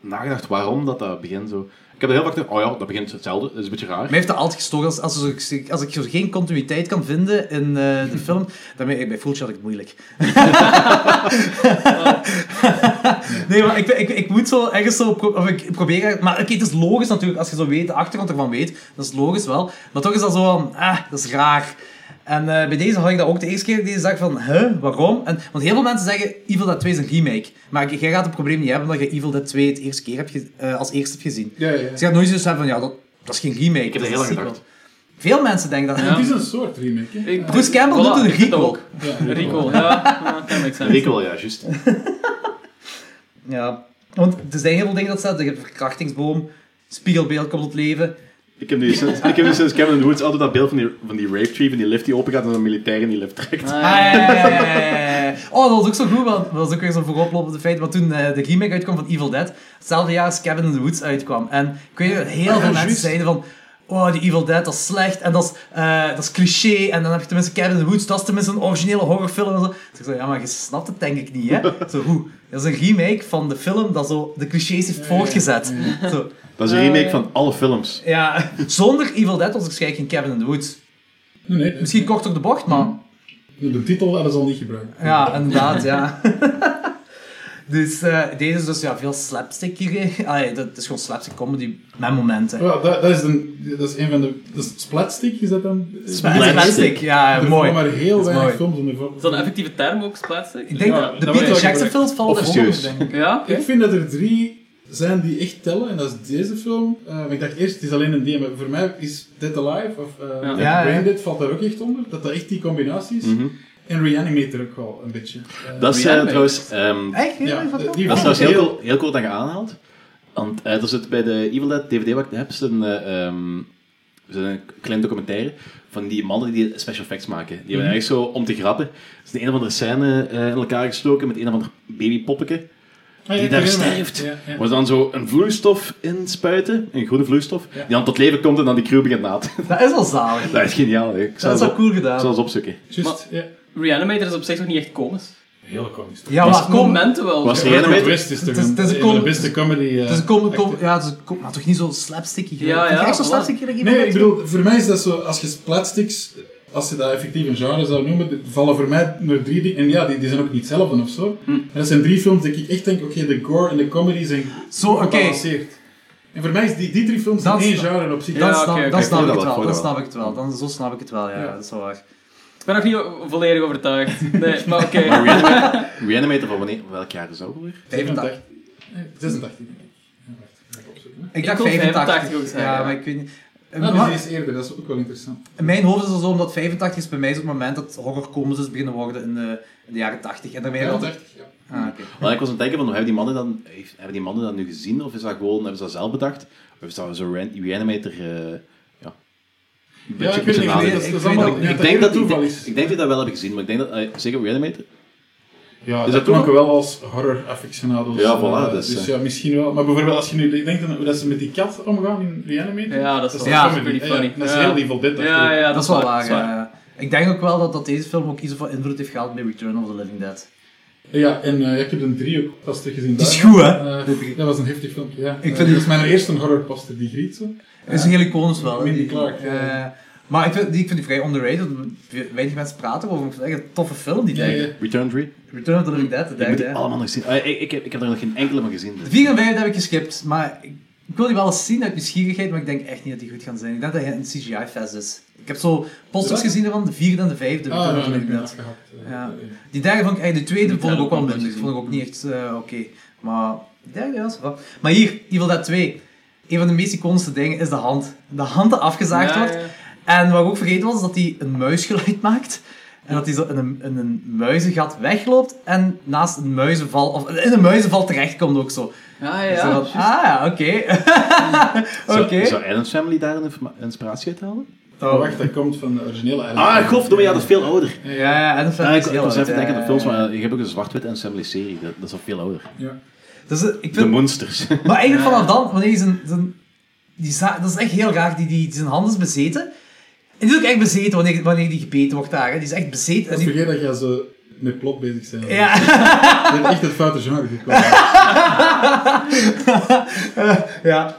S8: nagedacht waarom dat, dat begint zo. Ik heb er heel vaak gedacht, oh ja, dat begint hetzelfde, dat is een beetje raar.
S5: Mij heeft dat altijd gestoord. Als, als, als, ik, als ik zo geen continuïteit kan vinden in eh, de film, dan ben ik, bij Fulci had ik het moeilijk. nee, maar ik, ik, ik moet zo ergens zo... pro- of ik probeer... ergens- Maar oké, het is logisch natuurlijk, als je zo weet, de achtergrond ervan weet. Dat is logisch wel. Maar toch is dat zo van, ah, dat is raar. En eh, bij deze had ik dat ook de eerste keer. Deze zag van, huh, waarom? En, want heel veel mensen zeggen, Evil Dead 2 is een remake. Maar jij gaat het probleem niet hebben dat je Evil Dead 2 het eerste keer hebt ge- eh, als eerste hebt gezien.
S9: Ja, ja, ja.
S5: Dus je gaat nooit zoiets hebben van, ja, dat, dat is geen remake.
S8: Ik heb
S5: dat
S8: er heel
S5: is
S8: lang
S5: een
S8: gedacht.
S5: sequel. Veel mensen denken dat.
S9: Het is een soort remake, hè?
S7: Ik-
S5: *laughs* Bruce Campbell
S7: Voilà,
S5: doet een
S7: ik vind dat
S5: recall.
S7: ook.
S9: Ja,
S7: Recall, ja. ja, kan make sense.
S8: Weet ik wel, ja, juist.
S5: Ja. Want er zijn heel veel dingen dat staat. Je hebt een verkrachtingsboom, spiegelbeeld komt tot leven.
S8: Ik heb nu sinds, ik heb nu sinds Cabin in the Woods altijd dat beeld van die, van die rape tree, van die lift die open gaat en dan een militair in die lift trekt.
S5: Ah, ja, ja, ja, ja, ja, ja. *laughs* Oh, dat was ook zo goed, want dat was ook weer zo'n vooroplopende feit. Want toen eh, de remake uitkwam van Evil Dead, hetzelfde jaar als Cabin in the Woods uitkwam. En ik weet dat heel veel mensen zeiden van... Oh, die Evil Dead, dat is slecht en dat is, eh, dat is cliché. En dan heb je tenminste Cabin in the Woods, dat is tenminste een originele horrorfilm. En zo. Dus ik zei, ja, maar je snapt het denk ik niet, hè? Zo, hoe? Dat is een remake van de film dat zo de clichés heeft voortgezet. Zo,
S8: Dat is een
S5: Ah,
S8: remake van alle films.
S5: ja. Zonder Evil Dead was er waarschijnlijk geen Cabin in the Woods.
S9: Nee, nee.
S5: Misschien kort op de bocht, maar...
S9: De titel hadden ze al niet gebruikt.
S5: Ja, inderdaad, ja. *laughs* dus eh, deze is dus ja, veel slapstick hier. *laughs* Allee, dat is gewoon slapstick comedy met momenten.
S9: Ja, dat, dat, is een, dat is een van de... Dat is Splatstick, is dat dan?
S5: Slapstick, ja,
S9: Er
S5: Ah, mooi.
S9: vallen maar heel
S5: Dat is
S9: weinig
S5: mooi.
S9: films onder voor.
S7: Is dat een effectieve term ook, splatstick?
S5: Ik denk
S9: Ja,
S5: dat de
S9: dat
S5: Peter
S9: wordt
S5: Jackson
S9: eigenlijk
S5: films vallen
S8: Officieus.
S5: eronder, denk ik.
S7: Ja, oké.
S9: Ik vind dat er drie zijn die echt tellen, en dat is deze film. Eh, maar ik dacht eerst, het is alleen een die, maar voor mij is Dead Alive of eh
S7: Ja.
S5: Ja, ja.
S9: Brain Dead valt daar ook echt onder. Dat dat echt die combinatie is.
S8: Mhm.
S9: En Reanimator ook wel, een beetje. Eh,
S8: Dat is eh, trouwens... ehm,
S5: Echt? Heel
S9: ja,
S5: erg
S9: die-
S5: van
S9: die
S5: wel.
S9: vond
S8: Dat is trouwens
S9: ik *laughs*
S8: heel, cool, heel cool dat je aanhaalt. Want eh, er zit bij de Evil Dead DVD wat ik heb, is een, eh, ehm, er zit een klein documentaire van die mannen die special effects maken. Die
S9: Mhm.
S8: hebben eigenlijk zo, om te grappen, is de een of andere scène eh, in elkaar gestoken met een of ander babypoppetje.
S9: Ah, ja,
S8: Die
S9: ik
S8: daar
S9: herinner me.
S8: sterft.
S9: Ja, ja.
S8: Waar ze dan zo een vloeistof in spuiten, een groene vloeistof, die dan tot leven komt en dan die crew begint na te... *laughs*
S5: Dat is wel zalig.
S8: Dat is geniaal, hè. Ik
S5: Dat
S8: zou
S5: is
S8: zo
S5: wel cool
S8: ik zal
S5: gedaan.
S8: eens opzoeken.
S9: Juist, ja.
S7: Reanimator is op zich nog niet echt komisch.
S9: Heel komisch. toch?
S5: Ja, maar kom.
S7: Momenten wel.
S8: Was er
S9: Robert
S8: een met?
S9: West is toch
S5: Het is-
S9: een,
S5: het is een
S9: een van de
S5: com-
S9: beste comedy... eh,
S5: Dus kom, kom,
S9: acteur.
S5: ja, het is kom, maar toch niet zo
S7: Ja,
S5: slapstickig. Vind je
S7: ja,
S5: echt zo
S7: voilà.
S5: slapstick hier?
S9: Nee, ik bedoel, voor mij is dat zo, als je plastics, als je dat effectief een genre zou noemen, die vallen voor mij naar drie dingen. En ja, die, die zijn ook niet hetzelfde of zo.
S5: Hm.
S9: En dat zijn drie films dat ik echt denk, oké, de gore en de comedy zijn
S5: Zo, oké.
S9: gebalanceerd. En voor mij is die, die drie films
S5: Dat
S9: in één
S5: is-
S9: genre op zich.
S5: Dan
S7: Ja,
S5: snap,
S7: oké, oké,
S5: Ah, dan
S7: ik
S5: snap
S8: voel
S5: ik
S8: dat wel, ik
S5: het wel, dan
S8: voel dat
S5: snap ik het wel. Dan, zo snap ik het wel, ja,
S9: Ja.
S5: dat is wel waar.
S7: Ik ben nog niet volledig overtuigd. Nee, maar oké.
S8: Maar Reanimator, Reanimator van wanneer, welk jaar is dat ook alweer?
S5: 85.
S9: 86, denk ik. Ja, wacht, ik ga het opzoeken, hè.
S5: Ik dacht
S7: wil
S5: 85.
S7: 85 ook zeggen,
S5: Ja,
S7: ja.
S5: maar ik weet niet.
S9: Ah, dus
S5: Maar-
S9: die is eerder, dat is ook wel interessant.
S5: In mijn hoofd is het zo, omdat 85 is bij mij zo het moment dat horrorcomes dus beginnen worden in de, in de jaren 80. En daarmee altijd...
S9: 80, ja.
S5: Ah, oké.
S8: Maar ik was aan het denken van, hebben die mannen dan, heeft- hebben die mannen dat nu gezien? Of is dat gewoon, hebben ze dat zelf bedacht? Of is dat zo'n ran- reanimator, eh ja... Een
S9: Ja,
S8: beetje- beetje
S9: ik weet niet, dat
S8: nadenken.
S9: is- dat
S5: Ik
S9: is
S5: weet
S9: allemaal...
S5: dat-
S9: Ik,
S5: ik
S8: Ik denk dat, ik,
S9: toeval
S8: denk- ik
S9: is.
S8: denk dat ik dat wel heb gezien, maar ik denk dat, eh, zeker reanimator?
S9: Ja,
S8: Is
S9: dat,
S8: dat
S9: klonk
S8: toen-
S9: wel als horror-aficionados.
S8: Ja, voilà,
S9: Eh,
S8: dus,
S9: Dus,
S8: eh.
S9: ja, misschien wel. Maar bijvoorbeeld als je nu denkt aan hoe dat ze met die kat omgaan in Reanimator.
S7: Ja, dat is wel
S9: een
S5: ja,
S9: comedy.
S7: pretty
S9: Ja,
S7: funny.
S9: ja, dat is
S7: Ja.
S9: heel Evil Dead.
S7: Ja, ja,
S5: Dat is wel
S7: waar,
S5: waar.
S7: dat is waar.
S5: ja. Ik denk ook wel dat, dat deze film ook iets van invloed heeft gehad bij Return of the Living Dead.
S9: ja en eh, ik heb een drie ook pas teruggezien.
S5: Die is
S9: daar.
S5: goed, hè?
S9: Eh, dat was een heftig filmpje, ja.
S5: vind
S9: Eh,
S5: die-
S9: dat is mijn eerste horrorposter, die griet zo.
S5: Dat is een hele iconisch wel. hè,
S9: Mindy
S5: die-
S9: Clark, ja.
S5: eh, maar ik vind, die, ik vind die vrij underrated. Weinig mensen praten over. Ik vind het echt een toffe film, die
S9: Eh,
S5: denk ik.
S8: Return 3?
S5: Return of the Living Dead, de
S8: Ik moet
S5: derde.
S8: die
S5: hè.
S8: allemaal nog zien. Ah, ik, ik, heb, ik heb er nog geen enkele van gezien.
S5: De
S8: dus.
S5: 4 en 5 heb ik geskipt, maar ik, ik wil die wel eens zien uit nieuwsgierigheid, maar ik denk echt niet dat die goed gaan zijn. Ik denk dat hij een CGI-fest is. Ik heb zo posters
S9: Wat?
S5: gezien van de vierde en de vijfde.
S9: Ah,
S5: Return
S9: ja,
S5: of the
S9: dat heb ik
S5: Living
S9: net
S5: Dead.
S9: gehad. Eh,
S5: Ja.
S9: eh,
S5: Die derde vond ik, eigenlijk de tweede
S7: Die
S5: vond ik ook wel
S7: derde
S5: minder.
S7: vond ik
S5: Vond ik ook niet echt eh, oké. Maar de derde, ja, is wel. Maar hier, Evil Dead 2. een van de meest iconische dingen is de hand. De hand die afgezaagd
S7: Ja,
S5: wordt.
S7: ja.
S5: En wat ik ook vergeten was, is dat hij een muisgeluid *laughs* maakt. En dat hij zo in een, in een muizengat wegloopt en naast een muizenval, of in een muizenval terechtkomt ook zo.
S7: Ja,
S5: Dus
S7: ja.
S5: dan, ah ja, oké. *laughs*
S8: Zou,
S5: Oké.
S8: zou Adam's Family daar een informa- inspiratie uit halen?
S9: Maar wacht, dat komt van de originele Iron Man.
S8: Ah, godverdomme, ja, dat is veel ouder.
S5: Ja, ja, en dat vind
S8: Ja,
S5: ik
S8: ik
S5: heel
S8: ik was
S5: leuk,
S8: even denken aan de
S5: ja,
S8: films,
S5: ja, ja.
S8: maar je hebt ook een zwart-wit Assembly serie, dat, dat is al veel ouder.
S9: Ja.
S5: Dus eh, ik
S8: De
S5: vind
S8: Monsters. *laughs*
S5: Maar eigenlijk vanaf dan, wanneer hij zijn... zijn die za- dat is echt heel raar, die, die, die zijn hand is bezeten. En die is ook echt bezeten wanneer, wanneer die gebeten wordt daar. Hè. Die is echt bezeten. En
S9: Ik
S5: die-
S9: vergeet dat jij zo met plot bezig bent.
S5: ja, *laughs*
S9: Je bent echt het foute genre gekomen.
S5: ja.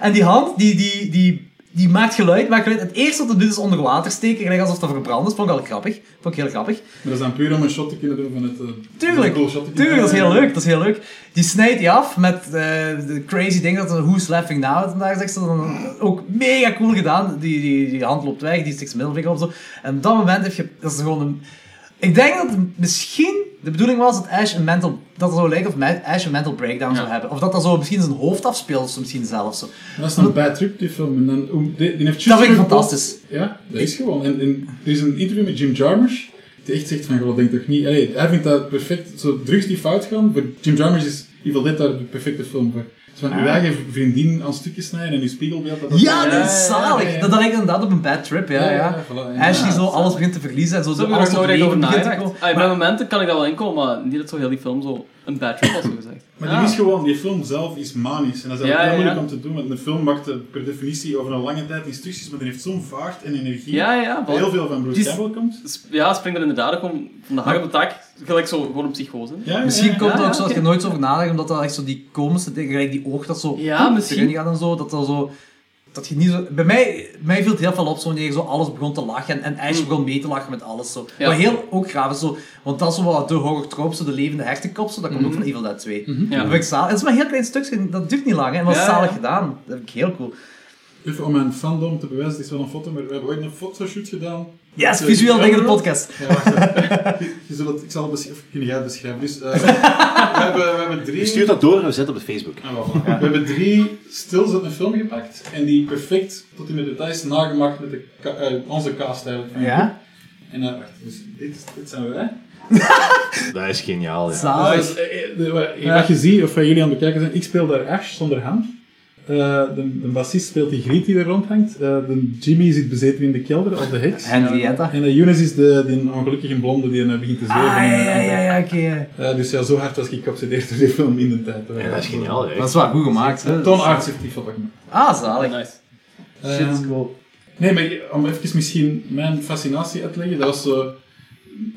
S5: en die hand, die, die, die, die maakt geluid, maakt geluid. Het eerste wat het doet is onder water steken, gelijk alsof dat verbrand is. Vond ik wel grappig. Vond ik heel grappig.
S9: Maar dat is dan puur om een shot te kunnen doen van het... eh,
S5: Tuurlijk,
S9: cool shot te kunnen
S5: tuurlijk, dat is heel
S9: doen.
S5: leuk, dat is heel leuk. Die snijdt die af met eh, de crazy ding dat een Who's Laughing Now het vandaag zegt. ze dan ook mega cool gedaan. Die, die, die hand loopt weg, die stikt zijn middelvinger op zo. En op dat moment heb je, dat is gewoon een... Ik denk dat het misschien de bedoeling was dat Ash een mental, dat het zou lijken of Ma- Ash een mental breakdown zou hebben. Of dat dat zo misschien zijn hoofd afspeelt, of misschien zelfs zo.
S9: Dat is een bad trip, die film. En dan, hoe- die, die heeft
S5: Dat
S9: juist
S5: vind ik
S9: een-
S5: fantastisch.
S9: Ja, dat is gewoon. En, en er is een interview met Jim Jarmusch, die echt zegt van, goh, denk toch niet... Allee, hij vindt dat perfect, zo drugs die fout gaan, voor Jim Jarmusch is Evil Dead daar de perfecte film voor. Dus van, uw eigen vriendin aan stukjes snijden en uw spiegelbeeld... Dat dat-
S5: Ja, dat is zalig.
S9: ja, ja.
S5: Dat, dat lijkt inderdaad op een bad trip, ja. ja,
S9: Ja, ja, voilà, ja.
S5: Ash die zo alles begint te verliezen en zo,
S7: Zo
S5: zo
S7: heb ik
S5: alles
S7: er
S5: tot
S7: nooit echt
S5: leven
S7: over
S5: begint te
S7: nagedacht.
S5: komen.
S7: Ah, Bij
S5: Maar-
S7: momenten kan ik dat wel inkomen, maar niet dat zo heel die film zo een bad trip was, zo gezegd.
S9: Maar die is gewoon, die film zelf is manisch. En dat is
S7: Ja,
S9: eigenlijk heel
S7: ja,
S9: moeilijk
S7: ja.
S9: om te doen, want een film maakt eh, per definitie over een lange tijd instructies, maar die heeft zo'n vaart en energie.
S7: Ja, ja,
S9: dat heel
S7: wel.
S9: veel van Bruce
S7: Die is-
S9: Campbell komt.
S7: Sp- Dus Ja, springt er inderdaad ook gewoon van de hak op de tak, gelijk zo gewoon op psychose.
S9: Ja, ja,
S5: Misschien
S9: ja.
S5: komt
S7: Eh,
S5: dat
S7: Ja,
S5: ook zo dat je
S7: oké.
S5: nooit zo over nadenkt, omdat dat echt zo die komische dingen, gelijk die oog dat zo
S7: Ja,
S5: poep
S7: misschien.
S5: erin gaat en zo, dat dat zo... Dat je niet zo... Bij mij, mij viel het heel veel op zo wanneer je zo alles begon te lachen en, en Ash begon mee te lachen met alles zo.
S7: Hmm. Ja.
S5: Wat heel ook graaf is zo, want dat is zo wel de horror trope, zo de levende hertenkop, zo, dat
S7: Mhm.
S5: komt ook van Evil Dead 2. Dat vind ik zalig. Het is maar een heel klein stukje, dat duurt niet lang hè, en dat is
S7: Ja,
S5: zalig
S7: ja.
S5: gedaan. Dat vind ik heel cool.
S9: Even om mijn fandom te bewijzen, het is wel een foto, maar we hebben ooit een fotoshoot gedaan.
S5: Yes,
S9: Met, eh,
S5: visueel
S9: die
S5: ding in de
S9: camera.
S5: podcast.
S9: Ja, wacht even. Je- je zult het- ik zal het besch- of kun jij het beschrijven. Dus, eh, *laughs* we, hebben, we hebben drie...
S8: Je stuurt dat door en we zetten op het Facebook.
S9: Ah, wel, voilà. We hebben drie stilzittende film gepakt en die perfect tot in de details nagemaakt met de ka- eh, onze cast eigenlijk. van
S5: Ja,
S9: En eh, wacht, dus dit, is- dit zijn wij.
S8: Dat is geniaal, ja.
S9: Ah,
S5: zalig.
S9: dus, eh, eh, de- wa- Wat je ziet, of wat jullie aan het bekijken zijn, ik speel daar Ash zonder ham. Eh, de, de bassist speelt die griet die er rondhangt. Eh, de Jimmy zit bezeten in de kelder als de heks.
S5: Henrietta.
S9: En de Eunice is de, die ongelukkige blonde die eh, begint te
S5: Ah,
S9: zweven.
S5: ja, ja, ja, ja, oké.
S9: Eh, dus ja, zo hard was ik geobsedeerd door die film in de tijd.
S8: Ja, Dat is geniaal, ja.
S5: Dat is wel goed gemaakt. hè.
S9: Tom Arts heeft die foto gemaakt.
S5: Ah, zalig.
S7: Nice.
S9: Ehm, Nee, maar je- om even misschien mijn fascinatie uit te leggen, dat was zo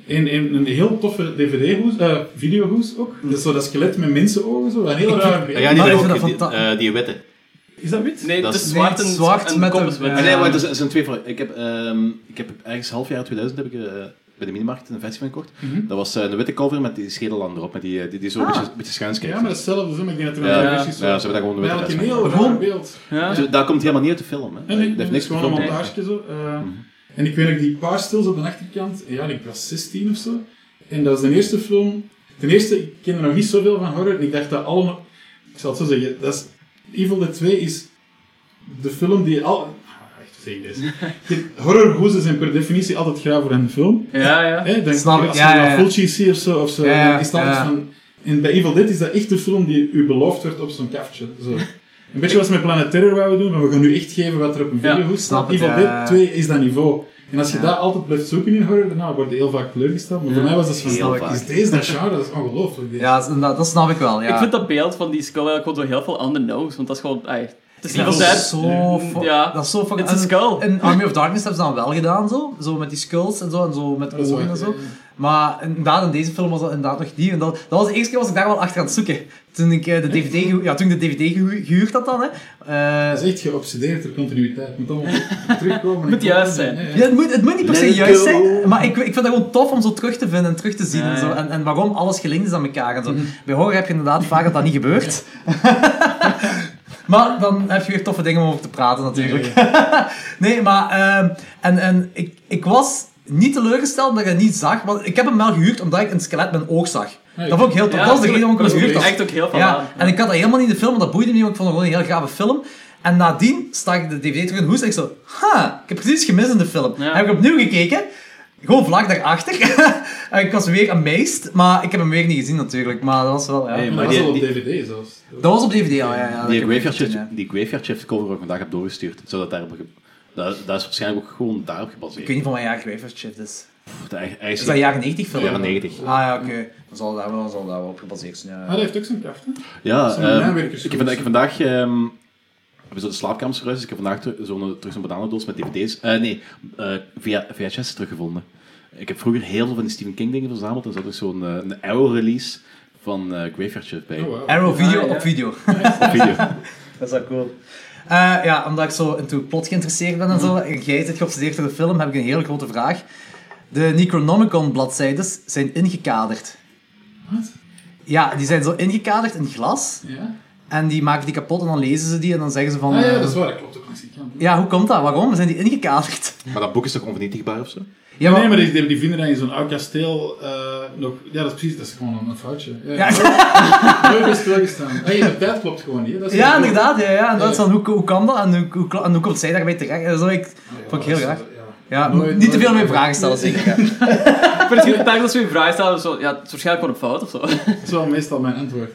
S9: een, een, een heel toffe DVD-hoes, eh videohoes ook.
S5: Mm.
S9: Dat is zo dat skelet met mensenogen,
S5: *laughs*
S9: zo, een heel raar beeld.
S8: Ja, die,
S5: Maar ik
S8: ook,
S5: vind dat
S8: die,
S5: fanta-
S8: eh, die witte.
S9: Is dat wit?
S7: Nee,
S8: Dat
S7: het
S8: is-
S7: is zwart en
S5: Nee, zwart
S7: en de
S5: met
S7: kop
S5: een-
S7: is wit.
S5: ja.
S8: Ah, nee, maar dat zijn twee voor. Ik heb, ehm, ik heb ergens half jaar 2000 heb ik eh, bij de minimarkt een versie van gekocht.
S9: Mhm.
S8: Dat was eh, een witte cover met die schedelland erop, met die, eh, die, die zo een beetje, een beetje schuins kijkt.
S9: Ah. Ja, maar dat is hetzelfde zo, maar ik denk dat er
S8: Ja,
S9: wel
S8: ja.
S9: versies
S8: Ja, ze hebben daar gewoon de witte
S9: Eigenlijk
S8: rest
S9: een heel raar beeld.
S7: Ja.
S8: Dus daar komt helemaal niet uit de film, hè.
S9: En
S8: dat
S9: ik,
S8: heeft
S9: dat
S8: niks Mhm.
S9: is
S8: met
S9: gewoon een
S8: film te maken.
S9: montage zo. eh, En ik weet nog die paar stils op de achterkant. Ja, ik was 16 of zo. En dat was de eerste film. Ten eerste, ik kende nog niet zoveel van horror. En ik dacht dat alle. Ik zal het zo zeggen. Dat is, Evil Dead 2 is de film die al. Ah, echt, Zeg
S8: *laughs*
S9: deze. Horrorgoezen zijn per definitie altijd graag voor een film.
S7: Ja, ja.
S9: Hè, dan,
S5: Snap ik,
S9: als
S5: ja,
S9: je
S5: ja,
S9: La
S5: ja.
S9: Fulci ziet of zo, of zo
S5: Ja, ja,
S9: dan is het altijd
S5: ja.
S9: van... En bij Evil Dead is dat echt de film die u beloofd werd op zo'n kaftje.
S5: *laughs*
S9: Zo. Een beetje wat ze met Planet Terror wouden doen, maar we gaan nu echt geven wat er op een
S7: Ja,
S9: video goed staat.
S5: snap het,
S9: Evil
S5: ja, ja.
S9: Dead 2 is dat niveau. En als je dat altijd blijft zoeken in horror, dan word je heel vaak teleurgesteld. Maar voor mij was dat
S5: Heel
S9: van,
S5: vaak.
S9: is deze dat genre? Dat is ongelooflijk. Deze.
S5: Ja, dat, is- dat- dat snap ik wel. Ja.
S7: Ik vind dat beeld van die skull eigenlijk gewoon zo heel veel on the nose, want dat is gewoon... Ay, het is
S5: Ja,
S7: niet
S5: dat
S7: van
S5: is
S7: tijd.
S5: zo fu-
S7: Ja.
S5: Dat is zo fucking...
S7: It's a
S5: en-
S7: skull.
S5: In Army of Darkness hebben ze dan wel gedaan, zo. Zo met die skulls en zo, en zo met
S9: is
S5: ogen
S9: waar,
S5: en zo.
S9: ja, ja.
S5: Maar inderdaad, in deze film was dat inderdaad nog niet. En dat, dat was de eerste keer was ik daar wel achter aan het zoeken. Toen ik eh, de DVD, gehu- ja, toen ik de DVD gehu- gehuurd had dan, hè. Eh,
S9: Dat is echt geobsedeerd door continuïteit. Het moet allemaal terugkomen. en
S7: Moet juist zijn.
S9: komen. Ja, ja.
S5: ja, het, moet, het moet niet per se
S8: Let it
S5: juist
S8: go.
S5: zijn, maar ik, ik vind dat gewoon tof om zo terug te vinden en terug te zien.
S7: Ja, Mhm.
S5: en, zo.
S7: ja.
S5: En, en waarom alles gelinkt is aan elkaar. En zo. Bij horror heb je inderdaad vaak dat dat niet gebeurt. *laughs* maar dan heb je weer *laughs* toffe dingen om over te praten natuurlijk. nee, maar... ehm, en en ik, ik was... niet teleurgesteld dat ik dat niet zag. Want ik heb hem wel gehuurd omdat ik een skelet met een oog zag.
S9: Hey.
S5: Dat vond ik heel tof.
S7: Ja,
S5: dat was de reden waarom
S7: dat
S5: ik hem
S7: is
S5: gehuurd had.
S7: echt ook heel van aan.
S5: ja, En ik had dat helemaal niet in de film, want dat boeide me niet. Want ik vond het gewoon een heel gave film. En nadien stak ik de dvd terug in de hoes en ik zo... Ha, ik heb precies iets gemist in de film.
S7: Ja.
S5: Heb ik opnieuw gekeken. Gewoon vlak daarachter. *laughs* en ik was weer amazed. Maar ik heb hem weer niet gezien natuurlijk. Maar dat was wel... Ja.
S8: Hey, maar
S9: Dat
S8: die-
S9: is al op
S8: die-
S9: DVD zelfs.
S5: Dat was op dvd al, ja. ja, dat
S8: Die
S5: heb ik
S8: graveyard,
S5: gezien,
S8: shift,
S5: ja.
S8: die graveyard shift cover ook vandaag heb doorgestuurd. Zodat daarop ge- dat, dat is waarschijnlijk ook gewoon daarop
S5: Ik
S8: gebaseerd.
S5: weet niet van mijn jaar Graveyard Shift is.
S8: Of de eigen- eigen-
S5: Is dat een jaren 90 film?
S8: jaren 90.
S5: Ah ja, oké. Dan zal daar wel, dan zal daar wel op gebaseerd zijn. ja.
S9: Ah, dat heeft ook zijn kracht, hè?
S8: Ja,
S9: Zo'n
S8: ehm, ik,
S9: mijnwerkersdoos.
S8: heb, ik heb vandaag... ehm we hebben zo de slaapkamers verhuisd, dus ik heb vandaag ter- zo'n, terug zo'n bananendoos met dvd's. eh nee, eh, via, VHS teruggevonden. Ik heb vroeger heel veel van die Stephen King dingen verzameld. Er zat ook zo'n eh, een Arrow-release van eh Graveyard Shift bij.
S9: Oh, wow.
S5: Arrow video
S7: Ah, ja.
S5: op video.
S8: Op video.
S5: Dat is wel cool. Eh, ja, omdat ik zo into plot geïnteresseerd ben en zo, en jij zit geobsedeerd door de film, heb ik een hele grote vraag. De Necronomicon bladzijdes zijn ingekaderd.
S9: Wat?
S5: Ja, die zijn zo ingekaderd in glas.
S9: Ja?
S5: En die maken die kapot en dan lezen ze die en dan zeggen ze van...
S9: Ah, ja,
S5: eh,
S9: dat is waar, dat klopt ook niet. Ja.
S5: ja, hoe komt dat? Waarom? Zijn die ingekaderd?
S8: Maar dat boek is toch onvernietigbaar of zo?
S5: Ja,
S9: Nee, maar die, die- die vinden dan in zo'n oud kasteel eh, nog... Ja, dat is precies, dat is gewoon een, een foutje. Ja,
S5: Ja.
S9: ja. Leuk is stilgestaan. Hey, de tijd klopt gewoon niet. hè. Dat is
S5: Ja,
S9: heel-
S5: inderdaad. Ja, ja. En dat
S9: Ja.
S5: is van, hoe, hoe kan dat? En hoe, hoe, en hoe komt zij daarbij terecht? En zo, ik, vond ik heel
S9: dat
S5: graag.
S9: is- ja.
S5: Ja,
S9: Nooit-
S5: niet te veel
S9: nooit-
S5: meer vragen stellen,
S9: *laughs* Nee.
S5: zeker. ja.
S7: Ik vind het heel erg dat ze je vragen stellen. Zo, ja, het is waarschijnlijk gewoon een fout of zo.
S9: Dat is wel meestal mijn antwoord.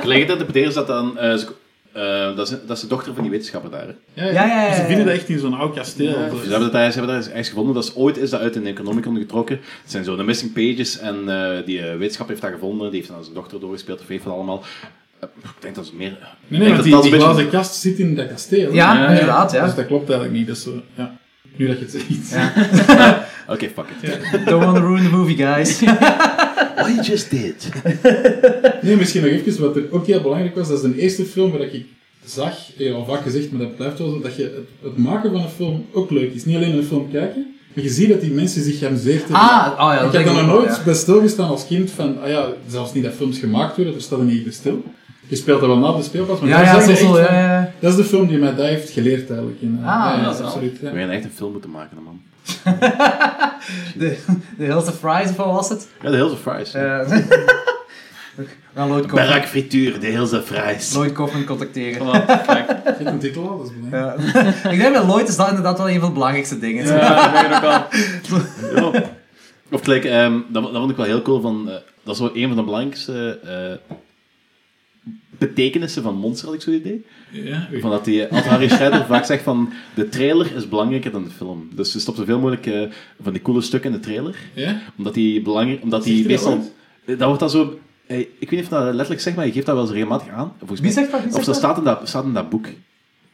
S8: Collega interpreteert dat dan... eh, ze- eh, dat, is, dat is de dochter van die wetenschapper daar. hè?
S5: Ja, ja, ja,
S9: Ze
S5: ja.
S9: Dus vinden dat echt in zo'n oud kasteel.
S8: Ze
S9: Dus-
S8: hebben dat daar, ze hebben daar eens- eens gevonden. Dat is, ooit is dat uit een Necronomicon getrokken. Het zijn zo de missing pages. En eh, die eh, wetenschapper heeft dat gevonden. Die heeft dan aan zijn dochter doorgespeeld. Of weet ik wat allemaal. Eh, ik denk dat ze meer...
S9: Nee, nee,
S8: ik denk
S9: want die,
S8: dat
S9: die
S8: een beetje-
S9: glazen kast zit in dat kasteel.
S5: Ja,
S7: Ja,
S5: inderdaad, ja.
S9: Dus dat klopt eigenlijk niet. Dus, zo, ja. Nu dat je het zegt.
S8: Oké, fuck it.
S5: Don't want to ruin the movie,
S9: *laughs*
S5: guys. Ah, oh
S8: What you just did.
S9: Nee, misschien nog even, wat er ook heel belangrijk was, dat is de eerste film waar ik zag, ik heb al vaak gezegd, maar dat blijft wel zo, dat je het, het maken van een film ook leuk is. Niet alleen naar een film kijken, maar je ziet dat die mensen zich geamuseerd hebben.
S5: Ah, oh ja, dat
S9: ik
S5: denk
S9: heb
S5: ik
S9: dan nog
S5: ook wel,
S9: nooit
S5: ja.
S9: bij stilgestaan als kind van, ah ja, zelfs niet dat films gemaakt worden, er staat er niet bij stil. Je speelt dat wel na op de speelplaats, maar
S5: Ja,
S9: daar
S5: ja,
S9: zag je
S5: zo, zo,
S9: echt
S5: ja,
S9: van,
S5: ja, ja.
S9: Dat is de film die mij dat heeft geleerd eigenlijk. En, eh,
S5: Ah,
S9: ja,
S7: dat is wel.
S9: absoluut.
S8: We
S9: Ja.
S8: gaan echt een film moeten maken, man.
S5: De, de Hills of Fries, of wat was het?
S8: Ja, de Hills of Fries.
S5: Eh *laughs* nou, Lloyd Kaufman,
S8: Barak frituur, de Hills of Fries.
S5: Lloyd Kaufman contacteren.
S7: Voilà, kijk.
S9: Je hebt een titel al, dat is belangrijk.
S5: Ja. ik denk bij Lloyd is dat inderdaad wel een van de belangrijkste dingen.
S7: Ja, dat weet ik ook al.
S8: Ja. Of gelijk, ehm, dat, dat vond ik wel heel cool. Van, eh, dat is wel een van de belangrijkste eh, betekenissen van Monster, had ik zo'n idee.
S9: Ja, oei.
S8: Van dat die, eh, als Harry Schreider vaak zegt van, de trailer is belangrijker dan de film. Dus ze stopt zoveel mogelijk eh, van die coole stukken in de trailer.
S9: ja?
S8: Omdat die belangrijk, omdat die
S9: Zegt hij dat
S8: meestal... eh, Dat wordt dan zo... eh, ik weet niet of dat letterlijk zeg maar je geeft dat wel eens regelmatig aan. Volgens
S5: Wie
S8: mij-
S5: zegt dat? Wie
S8: Of
S5: zegt
S8: dat
S5: dat?
S8: staat in dat, staat in dat boek.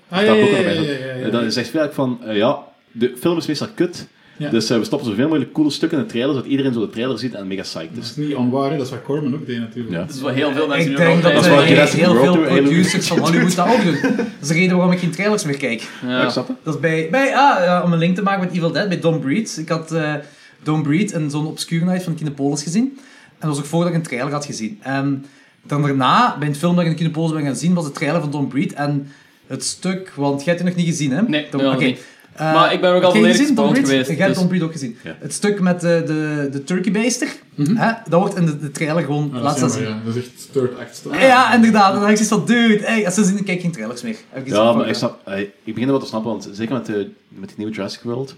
S9: Ah, ja,
S8: dat
S9: ja,
S8: boek
S9: ja,
S8: erbij
S9: ja,
S8: zat.
S9: ja, ja,
S8: Eh, Dan zegt eigenlijk van, eh, ja, de film is meestal kut.
S9: Ja.
S8: Dus eh, we stoppen zoveel mogelijk coole stukken in de trailer, zodat iedereen zo de trailer ziet en mega psyched
S9: Dat
S8: is.
S9: is niet onwaar, hè. dat is wat Corman ook deed natuurlijk.
S8: Ja.
S7: Dat is wel heel veel mensen
S5: Ik
S7: die ook
S5: denk
S7: al
S5: dat
S8: is
S5: eh,
S8: wel
S7: zeggen.
S5: heel
S8: Jurassic World
S5: veel
S8: doet heel
S5: producers
S8: veel
S5: van Hollywood dat ook doen. Dat is de reden waarom ik geen trailers meer kijk.
S8: Ja.
S7: Ja.
S8: snap je?
S5: Dat is bij, bij ah, ja, om een link te maken met Evil Dead, bij Don Breed. Ik had eh Don Breed in zo'n obscure night van Kinepolis gezien. En dat was ook voordat ik een trailer had gezien. En dan daarna, bij een film dat ik in Kinepolis ben gaan zien, was de trailer van Don Breed. En het stuk, want jij hebt die nog niet gezien, hè?
S7: Nee,
S5: Don-
S7: nog
S5: oké.
S7: niet.
S5: Eh,
S7: Maar ik ben ook al
S5: heb jij die
S7: volledig
S5: gezien, Don
S7: gespoild
S5: Breed?
S7: geweest,
S5: Jij hebt
S7: dus-
S5: Don Breed ook gezien.
S8: Ja.
S5: Het stuk met de, de, de turkeybeister,
S7: Mhm.
S5: hè? dat wordt in de, de trailer gewoon...
S9: Maar
S5: laatst
S9: dat, is
S5: zien.
S9: jammer, ja. dat is echt third act stuff.
S5: Ja, inderdaad. En dan heb ik zoiets van, dude, ey, als ze zien, dan kijk ik geen trailers meer. Heb ik iets
S8: Ja,
S5: van,
S8: maar
S5: fuck,
S8: ik,
S5: ja.
S8: snap, eh, ik begin er wel te snappen, want zeker met, de, met die nieuwe Jurassic World,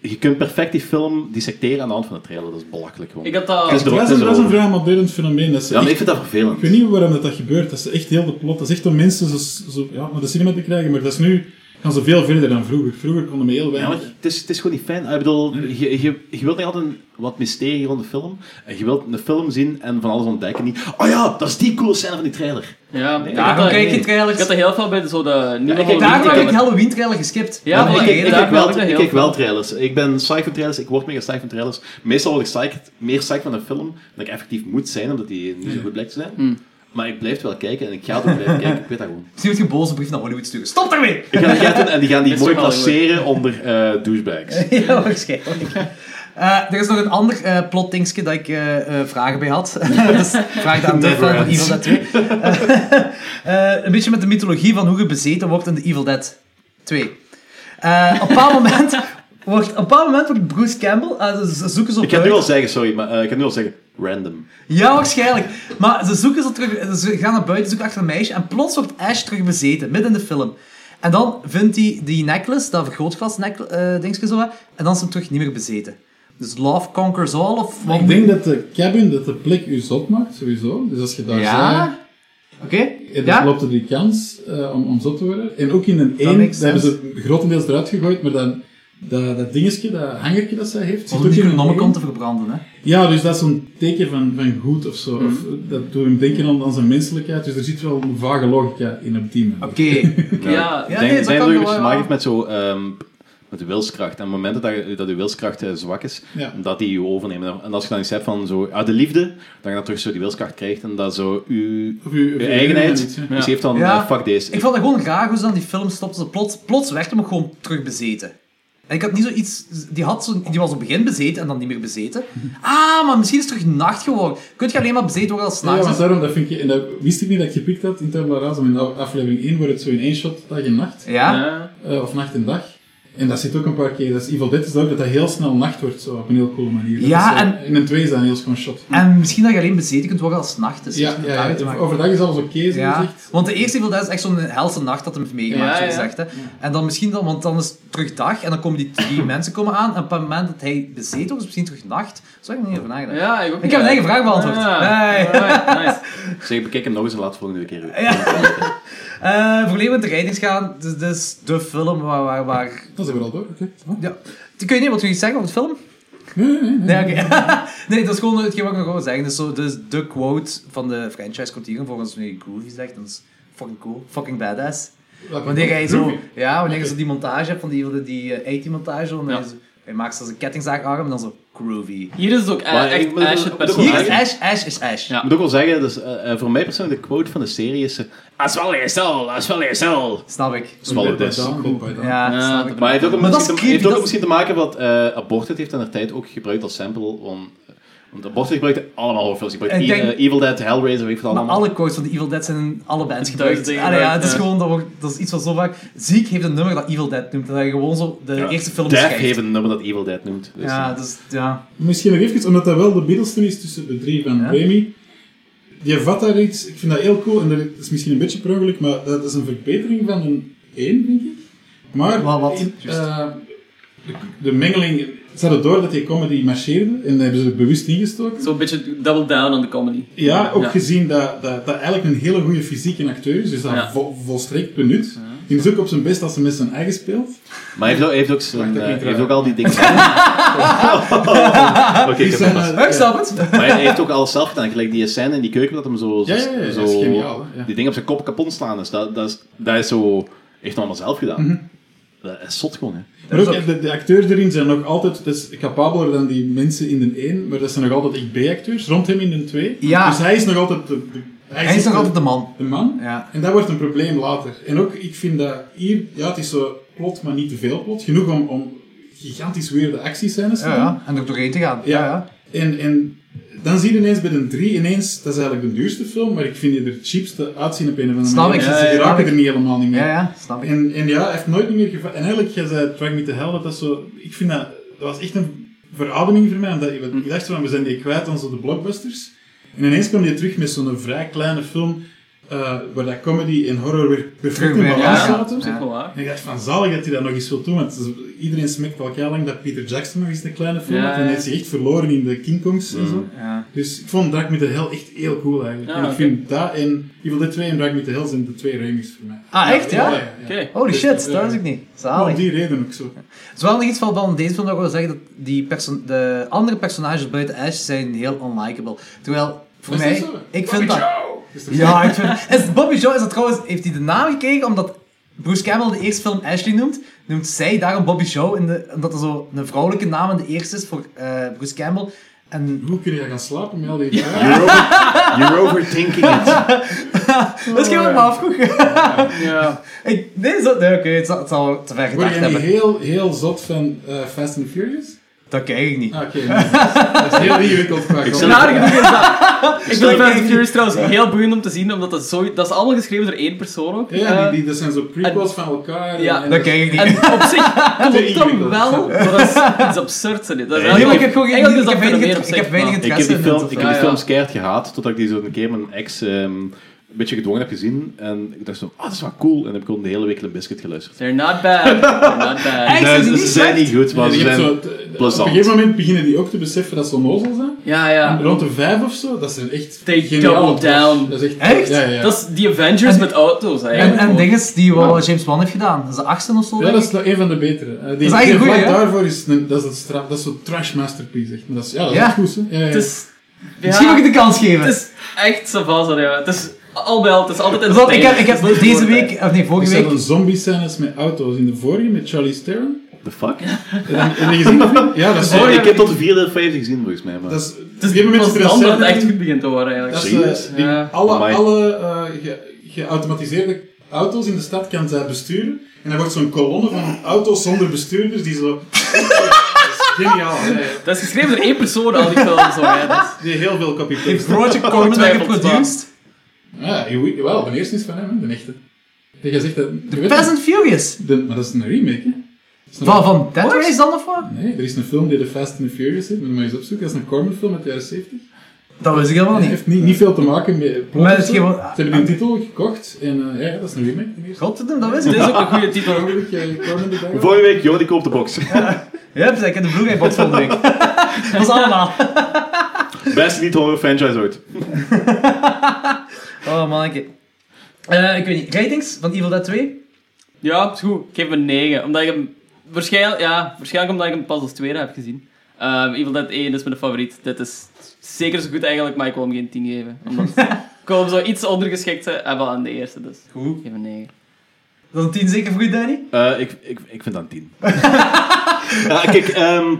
S8: je kunt perfect die film dissecteren aan de hand van de trailer. Dat is belachelijk gewoon.
S7: Ik had dat...
S8: Het is de-
S9: Dat
S8: het
S9: is,
S8: is
S9: een- dat is een
S8: erover.
S9: vrij modern fenomeen. Dat ze
S8: Ja, maar
S9: echt-
S8: ik vind dat vervelend.
S9: ik weet niet waarom dat, dat gebeurt. Dat is echt heel de plot. Dat is echt om mensen zo, zo, ja, naar de cinema te krijgen. Maar dat is nu gaan ze veel verder dan vroeger. Vroeger konden we heel
S8: Ja, maar
S9: weinig.
S8: het is, het is gewoon niet fijn. Ik bedoel, je, je, je wilt niet altijd een- wat mysterie rond de film. En je wilt een film zien en van alles ontdekken. Niet, oh ja, dat is die coole scène van die trailer.
S7: Ja, ik had
S5: Daarom
S7: dat-
S5: kijk je
S7: Ik
S5: trailers.
S7: had dat heel veel bij de, zo de nieuwe
S8: ik-
S7: Halloween
S5: Daarom heb ik
S7: trailer.
S5: Halloween trailer geskipt.
S7: Ja,
S5: Om
S8: ik,
S5: die
S7: maar
S8: ik,
S5: reden.
S8: ik,
S7: daar
S8: kijk wel,
S7: ik dat
S8: ik
S7: heel
S8: kijk wel
S7: veel.
S8: trailers. Ik ben psyched van trailers. Ik word mega psyched van trailers. Meestal word ik psyched, meer psyched van een film dan ik effectief moet zijn, omdat die niet zo goed blijkt te zijn. Maar ik blijf wel kijken en ik ga het ook blijven *laughs* kijken. Ik weet dat gewoon.
S5: Misschien moet je een boze brief naar Hollywood sturen. Stop daarmee!
S8: Ik *laughs* ga dat gaan doen en die gaan die
S7: Is toch
S8: mooi
S7: wel heel
S8: placeren onder eh douchebags.
S5: *laughs* ja, waarschijnlijk. Eh, er is nog een ander eh plottingske dat ik eh, eh, vragen bij had. *laughs* dus
S8: *laughs*
S5: vraag dat aan de
S8: Never
S5: fan van
S8: ends.
S5: Evil Dead
S8: *laughs*
S5: 2. Eh, eh, een beetje met de mythologie van hoe je bezeten wordt in de Evil Dead 2. Eh, op een bepaald moment wordt, op een bepaald moment wordt Bruce Campbell, eh, ze- ze zoeken ze op
S8: Ik kan nu
S5: uit.
S8: al zeggen, sorry, maar eh, ik kan nu al zeggen, random.
S5: Ja, waarschijnlijk. Maar ze zoeken ze terug, ze gaan naar buiten, zoeken achter een meisje en plots wordt Ash terug bezeten, midden in de film. En dan vindt hij die necklace, dat vergrootglas necklace, eh dingetje zo, hè, en dan is hem terug niet meer bezeten. Dus love conquers all of... wat-
S9: Ik denk dat de cabin, dat de plek u zot maakt, sowieso. Dus als je daar
S5: Ja?
S9: bent,
S5: Oké?
S9: en dan
S5: Ja?
S9: loopt er die kans eh, om, om zot te worden. En ook in een
S5: Dat
S9: 1,
S5: makes
S9: daar hebben
S5: sense.
S9: ze grotendeels eruit gegooid, maar dan, dat, dat dingetje, dat hangertje dat zij heeft,
S5: Om
S9: ook in een
S5: Necronomicon
S9: één.
S5: te verbranden, hè.
S9: Ja, dus dat is zo'n teken van, van goed of zo. Of,
S5: Mhm.
S9: eh, dat doet hem denken aan, aan zijn menselijkheid. Dus er zit wel een vage logica in op die manier.
S5: Oké.
S7: Ja,
S5: Ja,
S8: ik denk,
S5: nee, dat
S8: ik denk
S5: kan
S8: dat
S5: wel,
S8: het te
S5: ja.
S8: maken heeft met zo... ehm, met de wilskracht. En op het moment dat, je- dat je wilskracht eh, zwak is,
S9: Ja.
S8: dat die je overnemen. En als je dan iets hebt van zo, ah, de liefde, dat je dan terug zo die wilskracht krijgt en dat zo je,
S9: Of je- of je
S8: eigenheid,
S9: eigenheid, ja.
S8: dus je heeft dan,
S5: Ja.
S8: eh, fuck deze.
S5: Ik vond dat gewoon graag hoe ze dan die film stopten. Ze plots, plots werd hem ook gewoon terug bezeten. En ik had niet zoiets... Die, had zo, die was op het begin bezeten en dan niet meer bezeten. Ah, maar misschien is het terug nacht geworden. Kun je alleen maar bezeten worden als het
S9: Ja,
S5: nacht
S9: want
S5: is?
S9: daarom, dat vind je, en dat wist ik niet dat ik gepikt had in Tabula Rasa, maar in af- aflevering 1 wordt het zo in één shot dag en nacht.
S5: Ja?
S7: Ja.
S9: Eh, of nacht en dag. En dat zit ook een paar keer. Dat is Evil Dead is dat ook dat dat heel snel nacht wordt, zo, op een heel coole manier. Dat
S5: Ja,
S9: is, eh,
S5: en-
S9: In een twee is dat een heel schoon shot.
S5: En misschien dat je alleen bezeten kunt worden als het nacht is.
S9: Ja,
S5: Dus met
S9: ja,
S5: daarmee te
S9: ja,
S5: maken.
S9: overdag is alles oké, zo
S5: Ja,
S9: gezegd.
S5: want de eerste Evil Dead is echt zo'n helse nacht dat hem meegemaakt,
S7: Ja,
S5: zo
S7: ja.
S5: gezegd. Hè. En dan misschien dan, want dan is het terug dag en dan komen die drie mensen komen aan. En op het moment dat hij bezeten wordt, is het misschien terug nacht. Zo heb ik er niet over nagedacht.
S7: Ja, ik ook
S5: Ik heb een eigen vraag beantwoord.
S7: Ja.
S5: Hey.
S7: Alright, nice.
S8: Zeg, bekijk hem nog eens en laat het volgende keer weer.
S5: Eh voor Leeuwen in de rijdings gaan, dus, dus de film waar... waar, waar
S9: Dan zijn we al door, oké.
S5: ja. Kun je niet wat iets zeggen over de film?
S9: Nee, nee, nee.
S5: Nee, oké. *laughs* nee, dat is gewoon hetgeen wat ik nog wil zeggen. Dus, zo, dus de quote van de franchise komt hier volgens mij Groovy zegt. Dat is fucking cool. Fucking badass.
S9: Welke-
S5: Wanneer hij zo...
S9: Groovy.
S5: Ja, wanneer je zo die montage hebt van die, die eh, 80 montage. Dan hij, zo- hij maakt zelfs een kettingzaakarm en dan zo groovy.
S7: Hier is het ook
S8: Maar ik
S7: echt
S8: moet-
S7: Ash het
S8: moet ook wel
S5: Hier
S7: personage.
S5: is Ash, Ash is Ash.
S7: Ja.
S8: Ik moet ook wel zeggen, dus, eh, eh, voor mij persoonlijk, de quote van de serie is... eh, As well yourself, as well yourself.
S5: Snap ik.
S8: Swallow this.
S9: Down, Dead by Down.
S5: Ja,
S7: Ja,
S5: snap
S7: dat
S5: ik.
S8: Maar het heeft ook,
S5: Maar dat
S8: misschien,
S5: is
S8: te, heeft
S5: creepy,
S8: ook
S5: dat is-
S8: misschien te maken wat eh Aborted heeft in de tijd ook gebruikt als sample. Om, want Aborted gebruikte allemaal horrorfilms. Die gebruikte
S5: Ik
S8: E-
S5: denk-
S8: eh, Evil Dead, Hellraiser, weet ik wat
S5: Maar
S8: allemaal.
S5: alle quotes van de Evil Dead zijn in alle bands gebruikt.
S7: Duizend
S5: Allee,
S7: dingen
S5: ja, het is
S7: gebruikt,
S5: gewoon, dat, wordt, dat is iets wat zo vaak... Ziek heeft een nummer dat Evil Dead noemt. Dat hij gewoon zo de
S8: Ja.
S5: eerste film
S8: Death
S5: beschrijft.
S8: heeft een nummer dat Evil Dead noemt. Dus,
S5: Ja,
S8: eh,
S5: dus ja.
S9: Misschien nog even, omdat dat wel de middelste is tussen de drie van
S5: Ja.
S9: Raimi. Je vat daar iets, ik vind dat heel cool, en dat is misschien een beetje per ongeluk, maar dat is een verbetering van een 1, denk ik. Maar
S5: Wel wat,
S9: in-
S5: juist.
S9: eh, de, de mengeling, ze hadden door dat die comedy marcheerde, en hebben ze er bewust ingestoken.
S7: Zo'n beetje double down on de comedy.
S9: Ja, ook
S7: Ja.
S9: gezien dat, dat, dat eigenlijk een hele goede fysieke acteur is, dus dat
S7: Ja.
S9: vol- volstrekt benut. Die is ook op zijn best als ze met zijn eigen speelt.
S8: Maar hij heeft ook, hij heeft ook, zijn,
S9: Wacht,
S8: eh,
S9: ik
S8: hij
S9: moet
S8: heeft
S9: er-
S8: ook al die
S5: *laughs*
S8: dingen... Oké, ik heb
S9: Die
S8: het
S9: zijn,
S8: pas.
S9: eh,
S5: Ik snap het.
S8: Maar hij heeft ook alles zelf gedaan. Gelijk die scène in die keuken, dat hem zo...
S9: Ja, ja, ja, dat
S8: zo
S9: is geniaal, hè. Ja.
S8: Die ding op zijn kop kapot slaan. Dus dat, dat, is, dat is zo... Heeft hij allemaal zelf gedaan.
S5: Mhm.
S8: Dat is zot gewoon, hè.
S9: Maar ook, Dus de, de acteurs erin zijn nog altijd, dat is capabeler dan die mensen in de 1, maar dat zijn nog altijd echt B-acteurs rond hem in de 2.
S5: Ja.
S9: Dus hij is nog altijd de, de-
S5: Hij is nog
S9: de-
S5: altijd de man.
S9: de man.
S5: Ja.
S9: En dat wordt een probleem later. En ook, ik vind dat hier, ja, het is zo plot, maar niet te veel plot. Genoeg om, om gigantisch weerde actiescènes te
S5: Ja,
S9: doen.
S5: ja. En er doorheen te gaan. Ja,
S9: Ja.
S5: ja.
S9: En, en dan zie je ineens bij de 3 ineens, dat is eigenlijk de duurste film, maar ik vind die er het cheapste uitzien op een of andere
S5: Snap
S9: manier. Dus
S5: ik,
S9: Ze-
S5: ja,
S9: Ze
S5: ja, snap
S9: raken
S5: ik.
S9: er niet helemaal niet mee.
S5: Ja, ja. Snap ik.
S9: En, en ja, hij heeft nooit meer gevallen. En eigenlijk, jij zei Drag Me to Hell, dat, dat zo... Ik vind dat... Dat was echt een verademing voor mij. Omdat ik,
S5: Hm.
S9: ik dacht van, we zijn die kwijt aan zo de blockbusters. En ineens kwam die terug met zo'n vrij kleine film, eh, waar dat comedy en horror weer
S5: Terug
S9: perfect in
S5: weer,
S9: balans
S5: ja.
S9: zaten.
S7: Dat is ook wel waar.
S9: En ik dacht van, zalig dat hij dat nog eens wil doen, want het is- iedereen smikt al heel lang dat Peter Jackson nog eens een kleine film
S7: Ja,
S9: had.
S7: ja.
S9: En
S7: Mm,
S9: hij heeft zich echt verloren in de King Kongs en zo.
S5: Ja.
S9: Dus ik vond Drag Me to Hell echt heel cool eigenlijk.
S7: Ja,
S9: en ik
S7: oké.
S9: vind dat en Evil Dead 2 en Drag Me to Hell zijn de twee remix voor mij.
S5: Ah, echt? Ja?
S7: Oké.
S5: Holy shit, dat wist ik niet.
S9: Om
S5: Zalig.
S9: die reden ook zo.
S5: Het is wel nog iets van van deze film dat ik wil zeggen dat die perso- de andere personages buiten Ash zijn heel unlikable. Terwijl, voor
S9: Is dat
S5: mij,
S9: zo?
S5: ik vind dat...
S9: Dus
S5: Ja, ik vind... *laughs* Is Bobby Joe is dat trouwens... Heeft hij de naam gekregen omdat Bruce Campbell de eerste film Ashley noemt? Noemt zij daarom Bobby Joe, in de, omdat er zo een vrouwelijke naam in de eerste is voor eh, Bruce Campbell. En
S9: Hoe kun je gaan slapen met al die vragen?
S8: You're, over- you're
S5: *laughs*
S8: overthinking it.
S5: dat is geen wat ik me afvroeg.
S7: Oh. Ja.
S5: *laughs* Ik, nee, zo, nee oké, het, zal, het zal te ver
S9: Word
S5: gedacht
S9: je niet
S5: hebben.
S9: heel, heel zot van eh, Fast and Furious?
S5: Dat kijk ik niet.
S9: Ah, Oké, nee. dat is heel ingewikkeld. vaak.
S8: zal-
S7: Naar genoeg is dat. Ik vind Fast and Furious trouwens heel boeiend om te zien, omdat dat zo... Dat is allemaal geschreven door één persoon ook.
S9: Ja,
S7: Eh,
S9: die, die, dat zijn zo prequels van elkaar.
S7: ja,
S9: en,
S5: Dat kijk ik niet.
S7: En op zich klopt dat
S9: ingewikkeld.
S7: wel, maar dat is iets absurds. hè, dit. Dat is
S5: Nee, maar
S7: eigenlijk-
S5: ik heb gewoon geen-
S7: eigenlijk is
S5: ik
S7: dat
S5: heb weinig,
S7: meer op
S5: ik
S7: zich,
S5: heb weinig
S7: maar-
S8: Ik heb
S5: interesse
S8: die,
S5: in
S8: film,
S5: het,
S8: ik
S5: of-
S8: heb die
S7: ja.
S8: films keihard gehaat, totdat ik die zo een keer met een ex ehm, een beetje gedwongen heb gezien. En ik dacht zo, ah, dat is wel cool. En dan heb ik gewoon de hele week een biscuit geluisterd.
S7: They're not bad. They're not bad.
S5: Echt? zijn die
S8: ze
S5: niet
S8: zijn
S5: slecht?
S8: niet goed, maar
S9: en
S8: ze
S9: je hebt
S8: zijn...
S9: zo, het- op
S8: plezant.
S9: een gegeven moment beginnen die ook te beseffen dat ze onnozel zijn.
S7: Ja, ja.
S9: En Rond de vijf of zo, dat zijn echt
S7: They
S9: geniale
S7: double
S9: films.
S7: down.
S9: Dat is echt...
S5: Echt?
S9: Ja, ja.
S7: Dat is die Avengers
S5: En-
S7: met auto's eigenlijk.
S5: *laughs* En, en
S7: gewoon.
S5: dinges die wel James Bond heeft gedaan. Dat is de achtste of zo,
S9: Ja,
S5: denk
S9: dat
S5: ik.
S9: is wel een van de betere. Eh, die
S5: Dat is eigenlijk
S9: die
S5: een goeie,
S9: vlak
S5: hè?
S9: daarvoor is een, dat is het straf, dat is zo'n trash masterpiece echt. Maar dat is, ja, dat is
S5: Ja.
S9: echt goed. Hè? Ja, ja.
S7: Het is... ja,
S5: Misschien moet ik de kans geven.
S7: Het is echt savasa, ja. Het is al wel, het is altijd
S5: Zo, ik heb, ik
S7: entertainment.
S5: heb
S7: Het is
S5: deze
S7: nooit
S5: week, of nee,
S9: Er
S5: vorige
S9: zijn dan
S5: week...
S9: zombie-scènes met auto's in de vorige met Charlie Theron.
S8: The fuck?
S9: En je ziet Ja, dat is...
S7: Oh, ja.
S8: ik heb tot de vierde of vijfde gezien, volgens mij. Maar...
S9: Dat is,
S7: Het is
S9: moment
S7: pas
S9: is er
S7: dan
S9: een
S7: dat het
S9: scène-
S7: echt goed begint te worden eigenlijk.
S9: Dat
S7: Dat
S9: is,
S8: Serieus?
S9: eh, die-
S7: Ja.
S9: alle
S8: Amai.
S9: alle eh, ge- geautomatiseerde auto's in de stad kan zij besturen. En er wordt zo'n kolonne van auto's zonder bestuurders die zo... dat is geniaal. hè.
S7: is, geschreven door één persoon al die films. Zo, ja. Dat is-
S9: Die heel veel
S5: Heeft
S9: kapiteins.
S7: *laughs*
S5: Roger Corman
S7: Ongetwijfeld
S5: geproduced?
S9: Ja, je weet- wel, de eerste is van hem, hè, de echte. Kijk, Jij zegt dat... je weet
S5: Fast and Furious.
S9: dat- de- maar dat is een remake, hè? Dat is een-
S5: Van, van Dead Race dan of wat?
S9: Nee, er is een film die de Fast and the Furious heeft. Moet je maar eens opzoeken. Dat is een Corman-film uit de jaren 70.
S5: Dat wist ik helemaal
S9: Het
S5: niet.
S9: heeft niet, niet veel te maken met plot.
S5: Maar het Ah.
S9: of zo.
S5: is
S9: Ze
S5: gewoon-
S9: hebben die titel gekocht en eh, ja, ja, dat is een remake. de eerste.
S5: Rotterdam, dat wist ik
S7: Dit
S5: niet.
S7: is ook een goede titel.
S9: Hopelijk, eh, Corman erbij. hoor.
S8: Vorige week, joh, die koopt de box. *laughs*
S5: Ja, dus ik heb de Blu-ray bot volgende *laughs* week. Dat is allemaal.
S8: Best niet-horror franchise ooit.
S5: Oh manneke. Eh, ik weet niet, ratings van Evil Dead 2?
S7: Ja, is goed. Ik geef hem een 9. Omdat ik hem... Waarschijnlijk, ja, waarschijnlijk omdat ik hem pas als tweede heb gezien. Ehm Evil Dead 1 is mijn favoriet. Dit is zeker zo goed eigenlijk, maar ik wil hem geen 10 geven. Omdat
S5: *laughs*
S7: ik wil hem zo iets ondergeschikt hebben aan de eerste. Dus
S5: Goed.
S7: ik geef hem een 9.
S5: Dat is een 10 zeker voor u, Danny?
S8: Eh, ik, ik, ik vind dat een 10. *laughs* ja, kijk, ehm,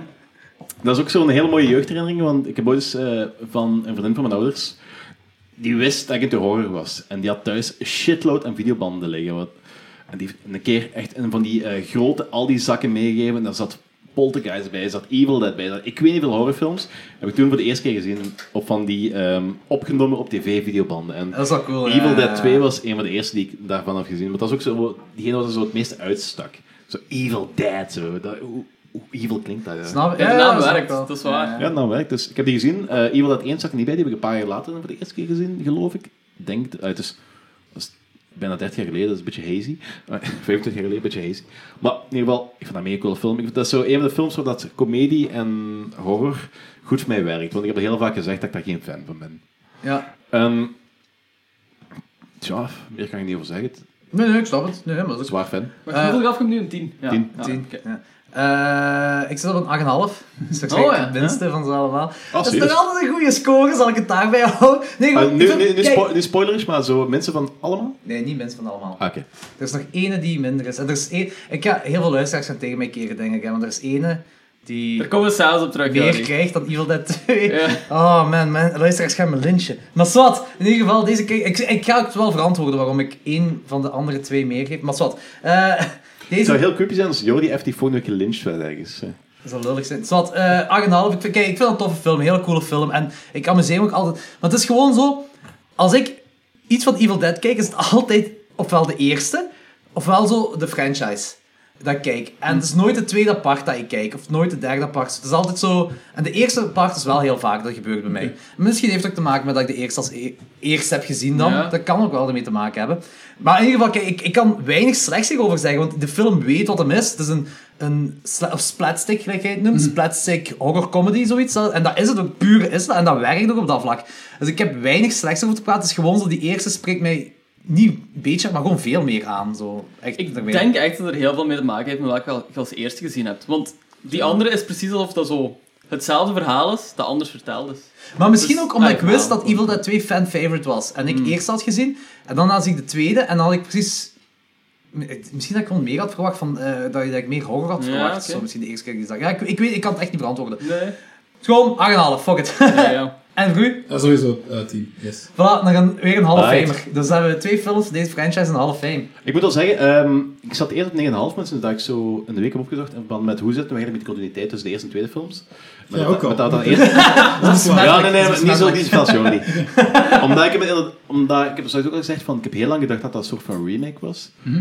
S8: dat is ook zo'n hele mooie jeugdherinnering, want ik heb ooit eens eh, van een vriendin van mijn ouders, die wist dat ik een horror was. En die had thuis shitload aan videobanden liggen. Wat, en die heeft een keer echt een van die eh, grote, al die zakken meegegeven. En daar zat Poltergeist bij, zat Evil Dead bij. Zat, ik weet niet veel horrorfilms. Heb ik toen voor de eerste keer gezien op van die ehm, opgenomen op tv-videobanden. En
S5: Dat is wel cool.
S8: Evil
S5: ja.
S8: Dead 2 was een van de eerste die ik daarvan heb gezien. Maar dat is ook zo, diegene was er zo het meeste uitstak. Zo Evil Dead, zo. Dat, hoe, hoe evil klinkt dat? Ja.
S5: Snap je?
S7: Ja,
S5: Nou, Ja,
S7: de
S5: ja,
S7: naam
S5: dat snap ik
S7: werkt,
S5: wel.
S7: dat is waar.
S8: Ja, nou werkt. Dus ik heb die gezien. Eh, Evil Dead 1 zat er niet bij. Die heb ik een paar jaar later dan voor de eerste keer gezien, geloof ik. Ik Denk, eh, het is, dat is bijna 30 jaar geleden, dat is een beetje hazy. *laughs* Eh, 25 jaar geleden, een beetje hazy. Maar in ieder geval, ik vind dat een mega coole film. Ik vind dat zo een van de films waar dat comedie en horror goed voor mij werkt. Want ik heb al heel vaak gezegd dat ik daar geen fan van ben.
S5: Ja.
S8: Ehm tja, meer kan ik niet over zeggen.
S5: Nee, nee, ik snap het. Nee, maar dat is
S8: Zwaar fan.
S7: Maar hoeveel gaf ik hem nu? Een 10? Ja.
S8: 10.
S7: Ja,
S5: Tien.
S7: oké.
S5: Ja. Eh, ik zit op een 8,5. Dat is
S7: Oh,
S5: waarschijnlijk
S7: ja.
S5: de minste van ze allemaal. dat is
S8: serieus?
S5: toch altijd een goede score, zal ik het daarbij houden? Nee,
S8: Ah,
S5: goed,
S8: nu,
S5: ik vind-
S8: nu, nu,
S5: kijk-
S8: spo- nu spoilerisch, maar zo mensen van allemaal?
S5: Nee, niet minst van allemaal.
S8: Ah, Oké.
S5: Er is nog ene die minder is. En er is één... Ik ga heel veel luisteraars gaan tegen mij keren, denk ik. hè, Want er is ene die
S7: Daar komen we zelfs op terug.
S5: meer
S7: Jordi.
S5: krijgt dan Evil *laughs* Dead 2.
S7: Ja.
S5: Oh man, man, luisteraars gaan me lynchen. Maar zwart, in ieder geval, deze keer... Ik, ik ga het wel verantwoorden waarom ik één van de andere twee meer geef. Maar zwart, eh, *laughs*
S8: Het
S5: deze...
S8: zou heel creepy zijn als Jordi echt die volgende week gelyncht werd ergens. eh.
S5: Dat zal lullig zijn. Zwat, eh 8,5. Ik vind, kijk, ik vind het een toffe film, een hele coole film. En ik amuseer me ook altijd. Want het is gewoon zo, als ik iets van Evil Dead kijk, is het *laughs* altijd ofwel de eerste, ofwel zo de franchise dat ik kijk. En het is nooit de tweede part dat ik kijk, of nooit de derde part. Het is altijd zo... En de eerste part is wel heel vaak, dat gebeurt bij
S7: *laughs*
S5: mij. Misschien heeft het ook te maken met dat ik de eerste als e- eerste heb gezien dan.
S7: Ja.
S5: Dat kan ook wel ermee te maken hebben. Maar in ieder geval, kijk, ik, ik kan weinig slechts over zeggen, want de film weet wat hem is. Het is een, een sla- of splatstick, gelijk jij het noemt.
S7: Mm.
S5: Splatstick horror comedy, zoiets. Dat- En dat is het ook, puur is dat. En dat werkt ook op dat vlak. Dus ik heb weinig slechts over te praten. Het is gewoon zo, die eerste spreekt mij niet een beetje, maar gewoon veel meer aan. Zo. Echt,
S7: Ik
S5: daarmee.
S7: denk echt dat er heel veel mee te maken heeft met welke je als eerste gezien hebt. Want die andere is precies alsof dat zo hetzelfde verhaal is, dat anders verteld is.
S5: Maar misschien
S7: Dus,
S5: ook omdat
S7: ah,
S5: ik wist
S7: ja.
S5: dat Evil Dead 2 fan favorite was. En ik eerst had gezien, en dan had ik de tweede, en dan had ik precies. Misschien dat ik gewoon meer had verwacht van, eh, dat, je, dat ik meer horror had
S7: Ja,
S5: verwacht.
S7: oké.
S5: Zo, misschien de eerste keer die ik zag. Ja, ik, ik weet, ik kan het echt niet beantwoorden.
S7: Nee.
S5: Het is Gewoon 8,5, fuck it.
S7: Ja, ja.
S5: *laughs* En Rui,
S9: Ah, sowieso eh, tien. Yes.
S5: voilà, dan gaan we weer een half
S8: Right.
S5: famer. Dus hebben we twee films, deze franchise, een half fame.
S8: Ik moet al zeggen, ehm, ik zat eerst op 9,5, maar sinds dat ik zo een week heb opgezocht in verband met hoe zit het nu eigenlijk met de continuïteit tussen de eerste en tweede films. Maar
S9: Ja,
S8: dat-
S9: ook al.
S8: Met dat dan eerst...
S5: Dat is
S8: ja,
S5: smakelijk,
S8: nee, nee,
S5: dat
S8: maar
S5: is
S8: niet zo
S5: smakelijk.
S8: die zelfs, jongen, niet.
S5: *laughs*
S8: Omdat ik, heb het inderdaad- omdat ik heb er straks ook al gezegd van, ik heb heel lang gedacht dat dat een soort van remake was.
S5: Mhm.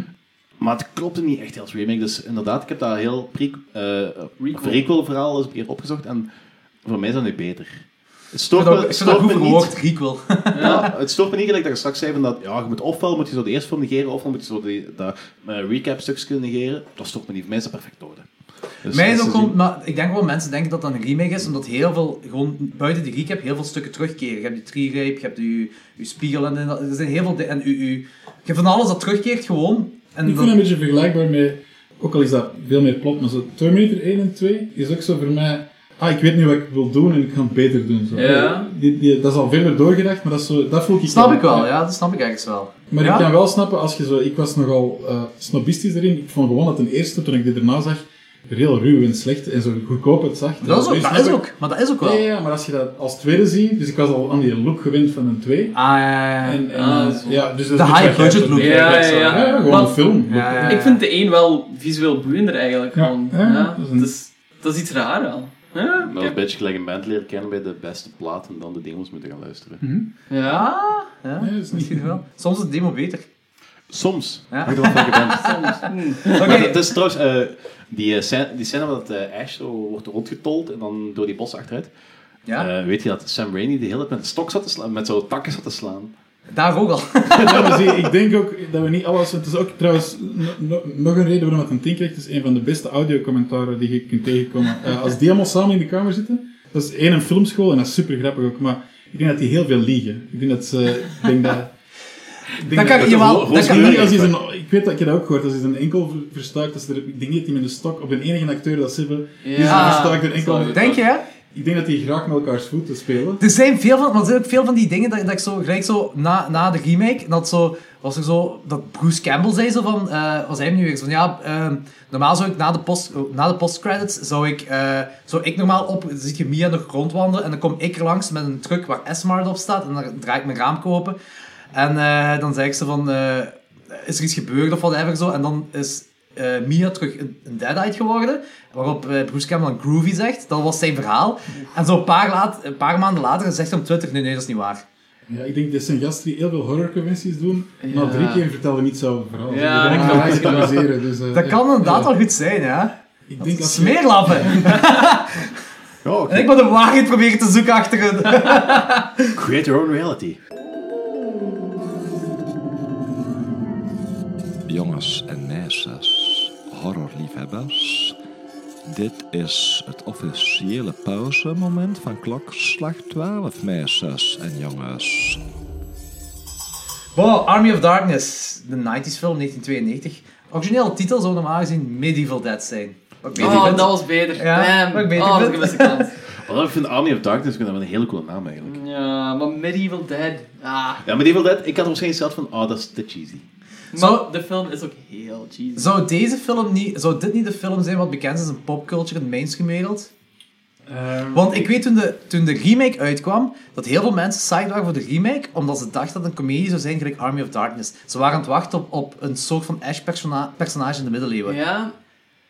S8: Maar het klopte niet echt als remake, dus inderdaad, ik heb dat heel pre eh, prequel verhaal eens een keer opgezocht en voor mij is dat nu beter. Het
S5: Ik
S8: stoort
S5: vind dat ook-
S8: me,
S5: ik
S8: het
S5: vind dat
S8: stoort
S5: goed
S8: me niet
S5: verwoord, requel.
S8: *laughs* ja, het stoort me niet gelijk dat je straks zei van dat ja, je moet ofwel moet je zo de eerste film negeren, ofwel moet je zo de, dat eh, recap stukje negeren. Dat stoort me niet. Voor mij is dat perfect orde. Dus,
S5: Mij
S8: eh,
S5: is ook
S8: ze
S5: gewoon,
S8: zien-
S5: maar ik denk wel mensen denken dat dat een remake is, omdat heel veel, gewoon buiten die recap, heel veel stukken terugkeren. Je hebt die tree-rape, je hebt je, je spiegel en en dat- er zijn heel veel di- en je, je, je hebt van alles dat terugkeert gewoon. En
S9: Ik
S5: dat-
S9: vind het een beetje vergelijkbaar met, ook al is dat veel meer plot, maar zo Terminator 1 en 2 is ook zo voor mij, ah, ik weet nu wat ik wil doen en ik kan het beter doen. Zo.
S7: Ja.
S9: Die, die, dat is al verder doorgedacht, maar dat, is zo, dat voel ik...
S5: snap ik wel, ja, dat snap ik ergens wel.
S9: Maar
S5: ja?
S9: ik kan wel snappen, als je zo, ik was nogal eh snobistisch erin. Ik vond gewoon dat een eerste, toen ik dit erna zag, er heel ruw en slecht en zo goedkoop het zag.
S5: Dat is ook,
S9: Dus
S5: dat
S9: snap
S5: is
S9: ik-
S5: ook, maar dat is ook wel.
S9: Ja, ja, ja, maar als je dat als tweede ziet, dus ik was al aan die look gewend van een 2.
S5: Ah, ja, ja, ja.
S9: En, en,
S7: Ah,
S9: eh,
S7: zo.
S9: ja, dus dat
S5: De
S9: is een
S5: high budget look.
S7: Ja,
S5: eigenlijk, zo,
S7: ja, ja.
S9: Ja, gewoon
S7: Maar-
S9: een film.
S5: Ja, ja, ja.
S7: Ik vind de een wel visueel boeiender eigenlijk.
S9: Ja,
S7: gewoon.
S9: ja,
S7: ja,
S9: dat is
S7: dat,
S9: een-
S7: is dat is iets raar al. Ja,
S8: Maar dat is een beetje gelijk een band leren kennen bij de beste plaat en dan de demos moeten gaan luisteren.
S7: ja.
S5: Ah, ja,
S9: dat is niet-
S5: misschien wel. Soms is de demo
S9: *laughs*
S5: beter.
S8: Soms.
S5: Ja.
S8: Hangt er wel van je band.
S5: *laughs* Oké,
S8: Maar dat is trouwens eh, die, eh, scène, die scène waar dat, eh, Ash zo wordt rondgetold en dan door die bossen achteruit.
S5: ja,
S8: Eh, weet je dat Sam Raimi de hele tijd met een stok zat te slaan, met zo'n takken zat te slaan.
S5: daar ook al.
S9: Ja, maar zie, ik denk ook dat we niet alles... Het is ook trouwens no- no- nog een reden waarom het een tien krijgt. Het is een van de beste audiocommentaren die je kunt tegenkomen. Eh, als die allemaal samen in de kamer zitten, dat is één een filmschool en dat is super grappig ook. Maar ik denk dat die heel veel liegen. Ik denk dat ze... Ik denk dat... Ik denk
S5: Dan kan
S9: dat-
S5: je wel...
S8: Roos-
S5: dan kan-
S9: Ik denk
S8: Rooskleurig.
S9: als hij zijn, ik weet dat ik je dat ook gehoord, als hij zijn enkel ver- verstuikt, dat ze er, ik denk niet dat hij met een stok op een enige acteur dat ze hebben, die is
S7: Ja.
S9: verstuikt een enkel.
S5: Denk je, hè?
S9: Ik denk dat die graag met elkaars voeten spelen.
S5: Er zijn veel van, maar er zijn ook veel van die dingen dat, dat ik zo gelijk zo na, na de remake dat zo was er zo dat Bruce Campbell zei zo van eh was hij nu weer zo van ja ehm, normaal zou ik na de post na de postcredits zou ik eh, zou ik normaal op dan zie je Mia nog rondwandelen en dan kom ik er langs met een truck waar S-Mart op staat en dan draai ik mijn raam open en eh, dan zeg ik ze van eh, is er iets gebeurd of whatever zo en dan is eh, Mia terug een, een deadite geworden. Waarop eh, Bruce Campbell dan Groovy zegt. Dat was zijn verhaal. En zo een paar, laat, een paar maanden later zegt hij op Twitter... Nee, nee, dat is niet waar.
S9: Ja, ik denk dat zijn gast die heel veel horrorconventies doen, maar
S7: Ja.
S9: drie keer vertellen niet hetzelfde verhaal.
S7: Ja,
S9: ik
S7: dat
S9: denk dat
S7: klopt.
S9: ze analyseren. Dus, eh,
S5: Dat
S9: ja.
S5: kan inderdaad
S9: Ja.
S5: wel goed zijn, ja.
S9: Ik denk als je-
S5: Smeerlappen.
S8: Ja, oké.
S5: En ik moet de waarheid proberen te zoeken achter een...
S8: Create your own reality.
S3: Jongens en meisjes, horrorliefhebbers. Dit is het officiële pauzemoment van klokslag 12, meisjes en jongens.
S5: *laughs* Wow, Army of Darkness. De 90s film, 1992. Originele titel zou normaal gezien Medieval Dead zijn. Wat ik beter
S7: Oh,
S5: vind.
S7: dat was beter.
S5: Ja,
S7: Damn.
S5: wat ik beter
S7: oh, dat was
S5: vind.
S7: een beste
S5: *laughs*
S7: kans.
S8: Wat ik vind Army of Darkness ik vind dat wel een hele coole naam eigenlijk.
S7: Ja, maar Medieval Dead. Ah.
S8: Ja, Medieval Dead, ik had waarschijnlijk zelf van, oh, dat is te cheesy.
S5: Zou-
S7: Maar de film is ook heel cheesy.
S5: Zou deze film niet... Zou dit niet de film zijn wat bekend is in popculture, in de mainstream wereld? Want ik weet toen de, toen de remake uitkwam, dat heel veel mensen psyched waren voor de remake, omdat ze dachten dat het een comedie zou zijn gelijk Army of Darkness. Ze waren aan het wachten op, op een soort van Ash-personage in de middeleeuwen.
S7: Ja.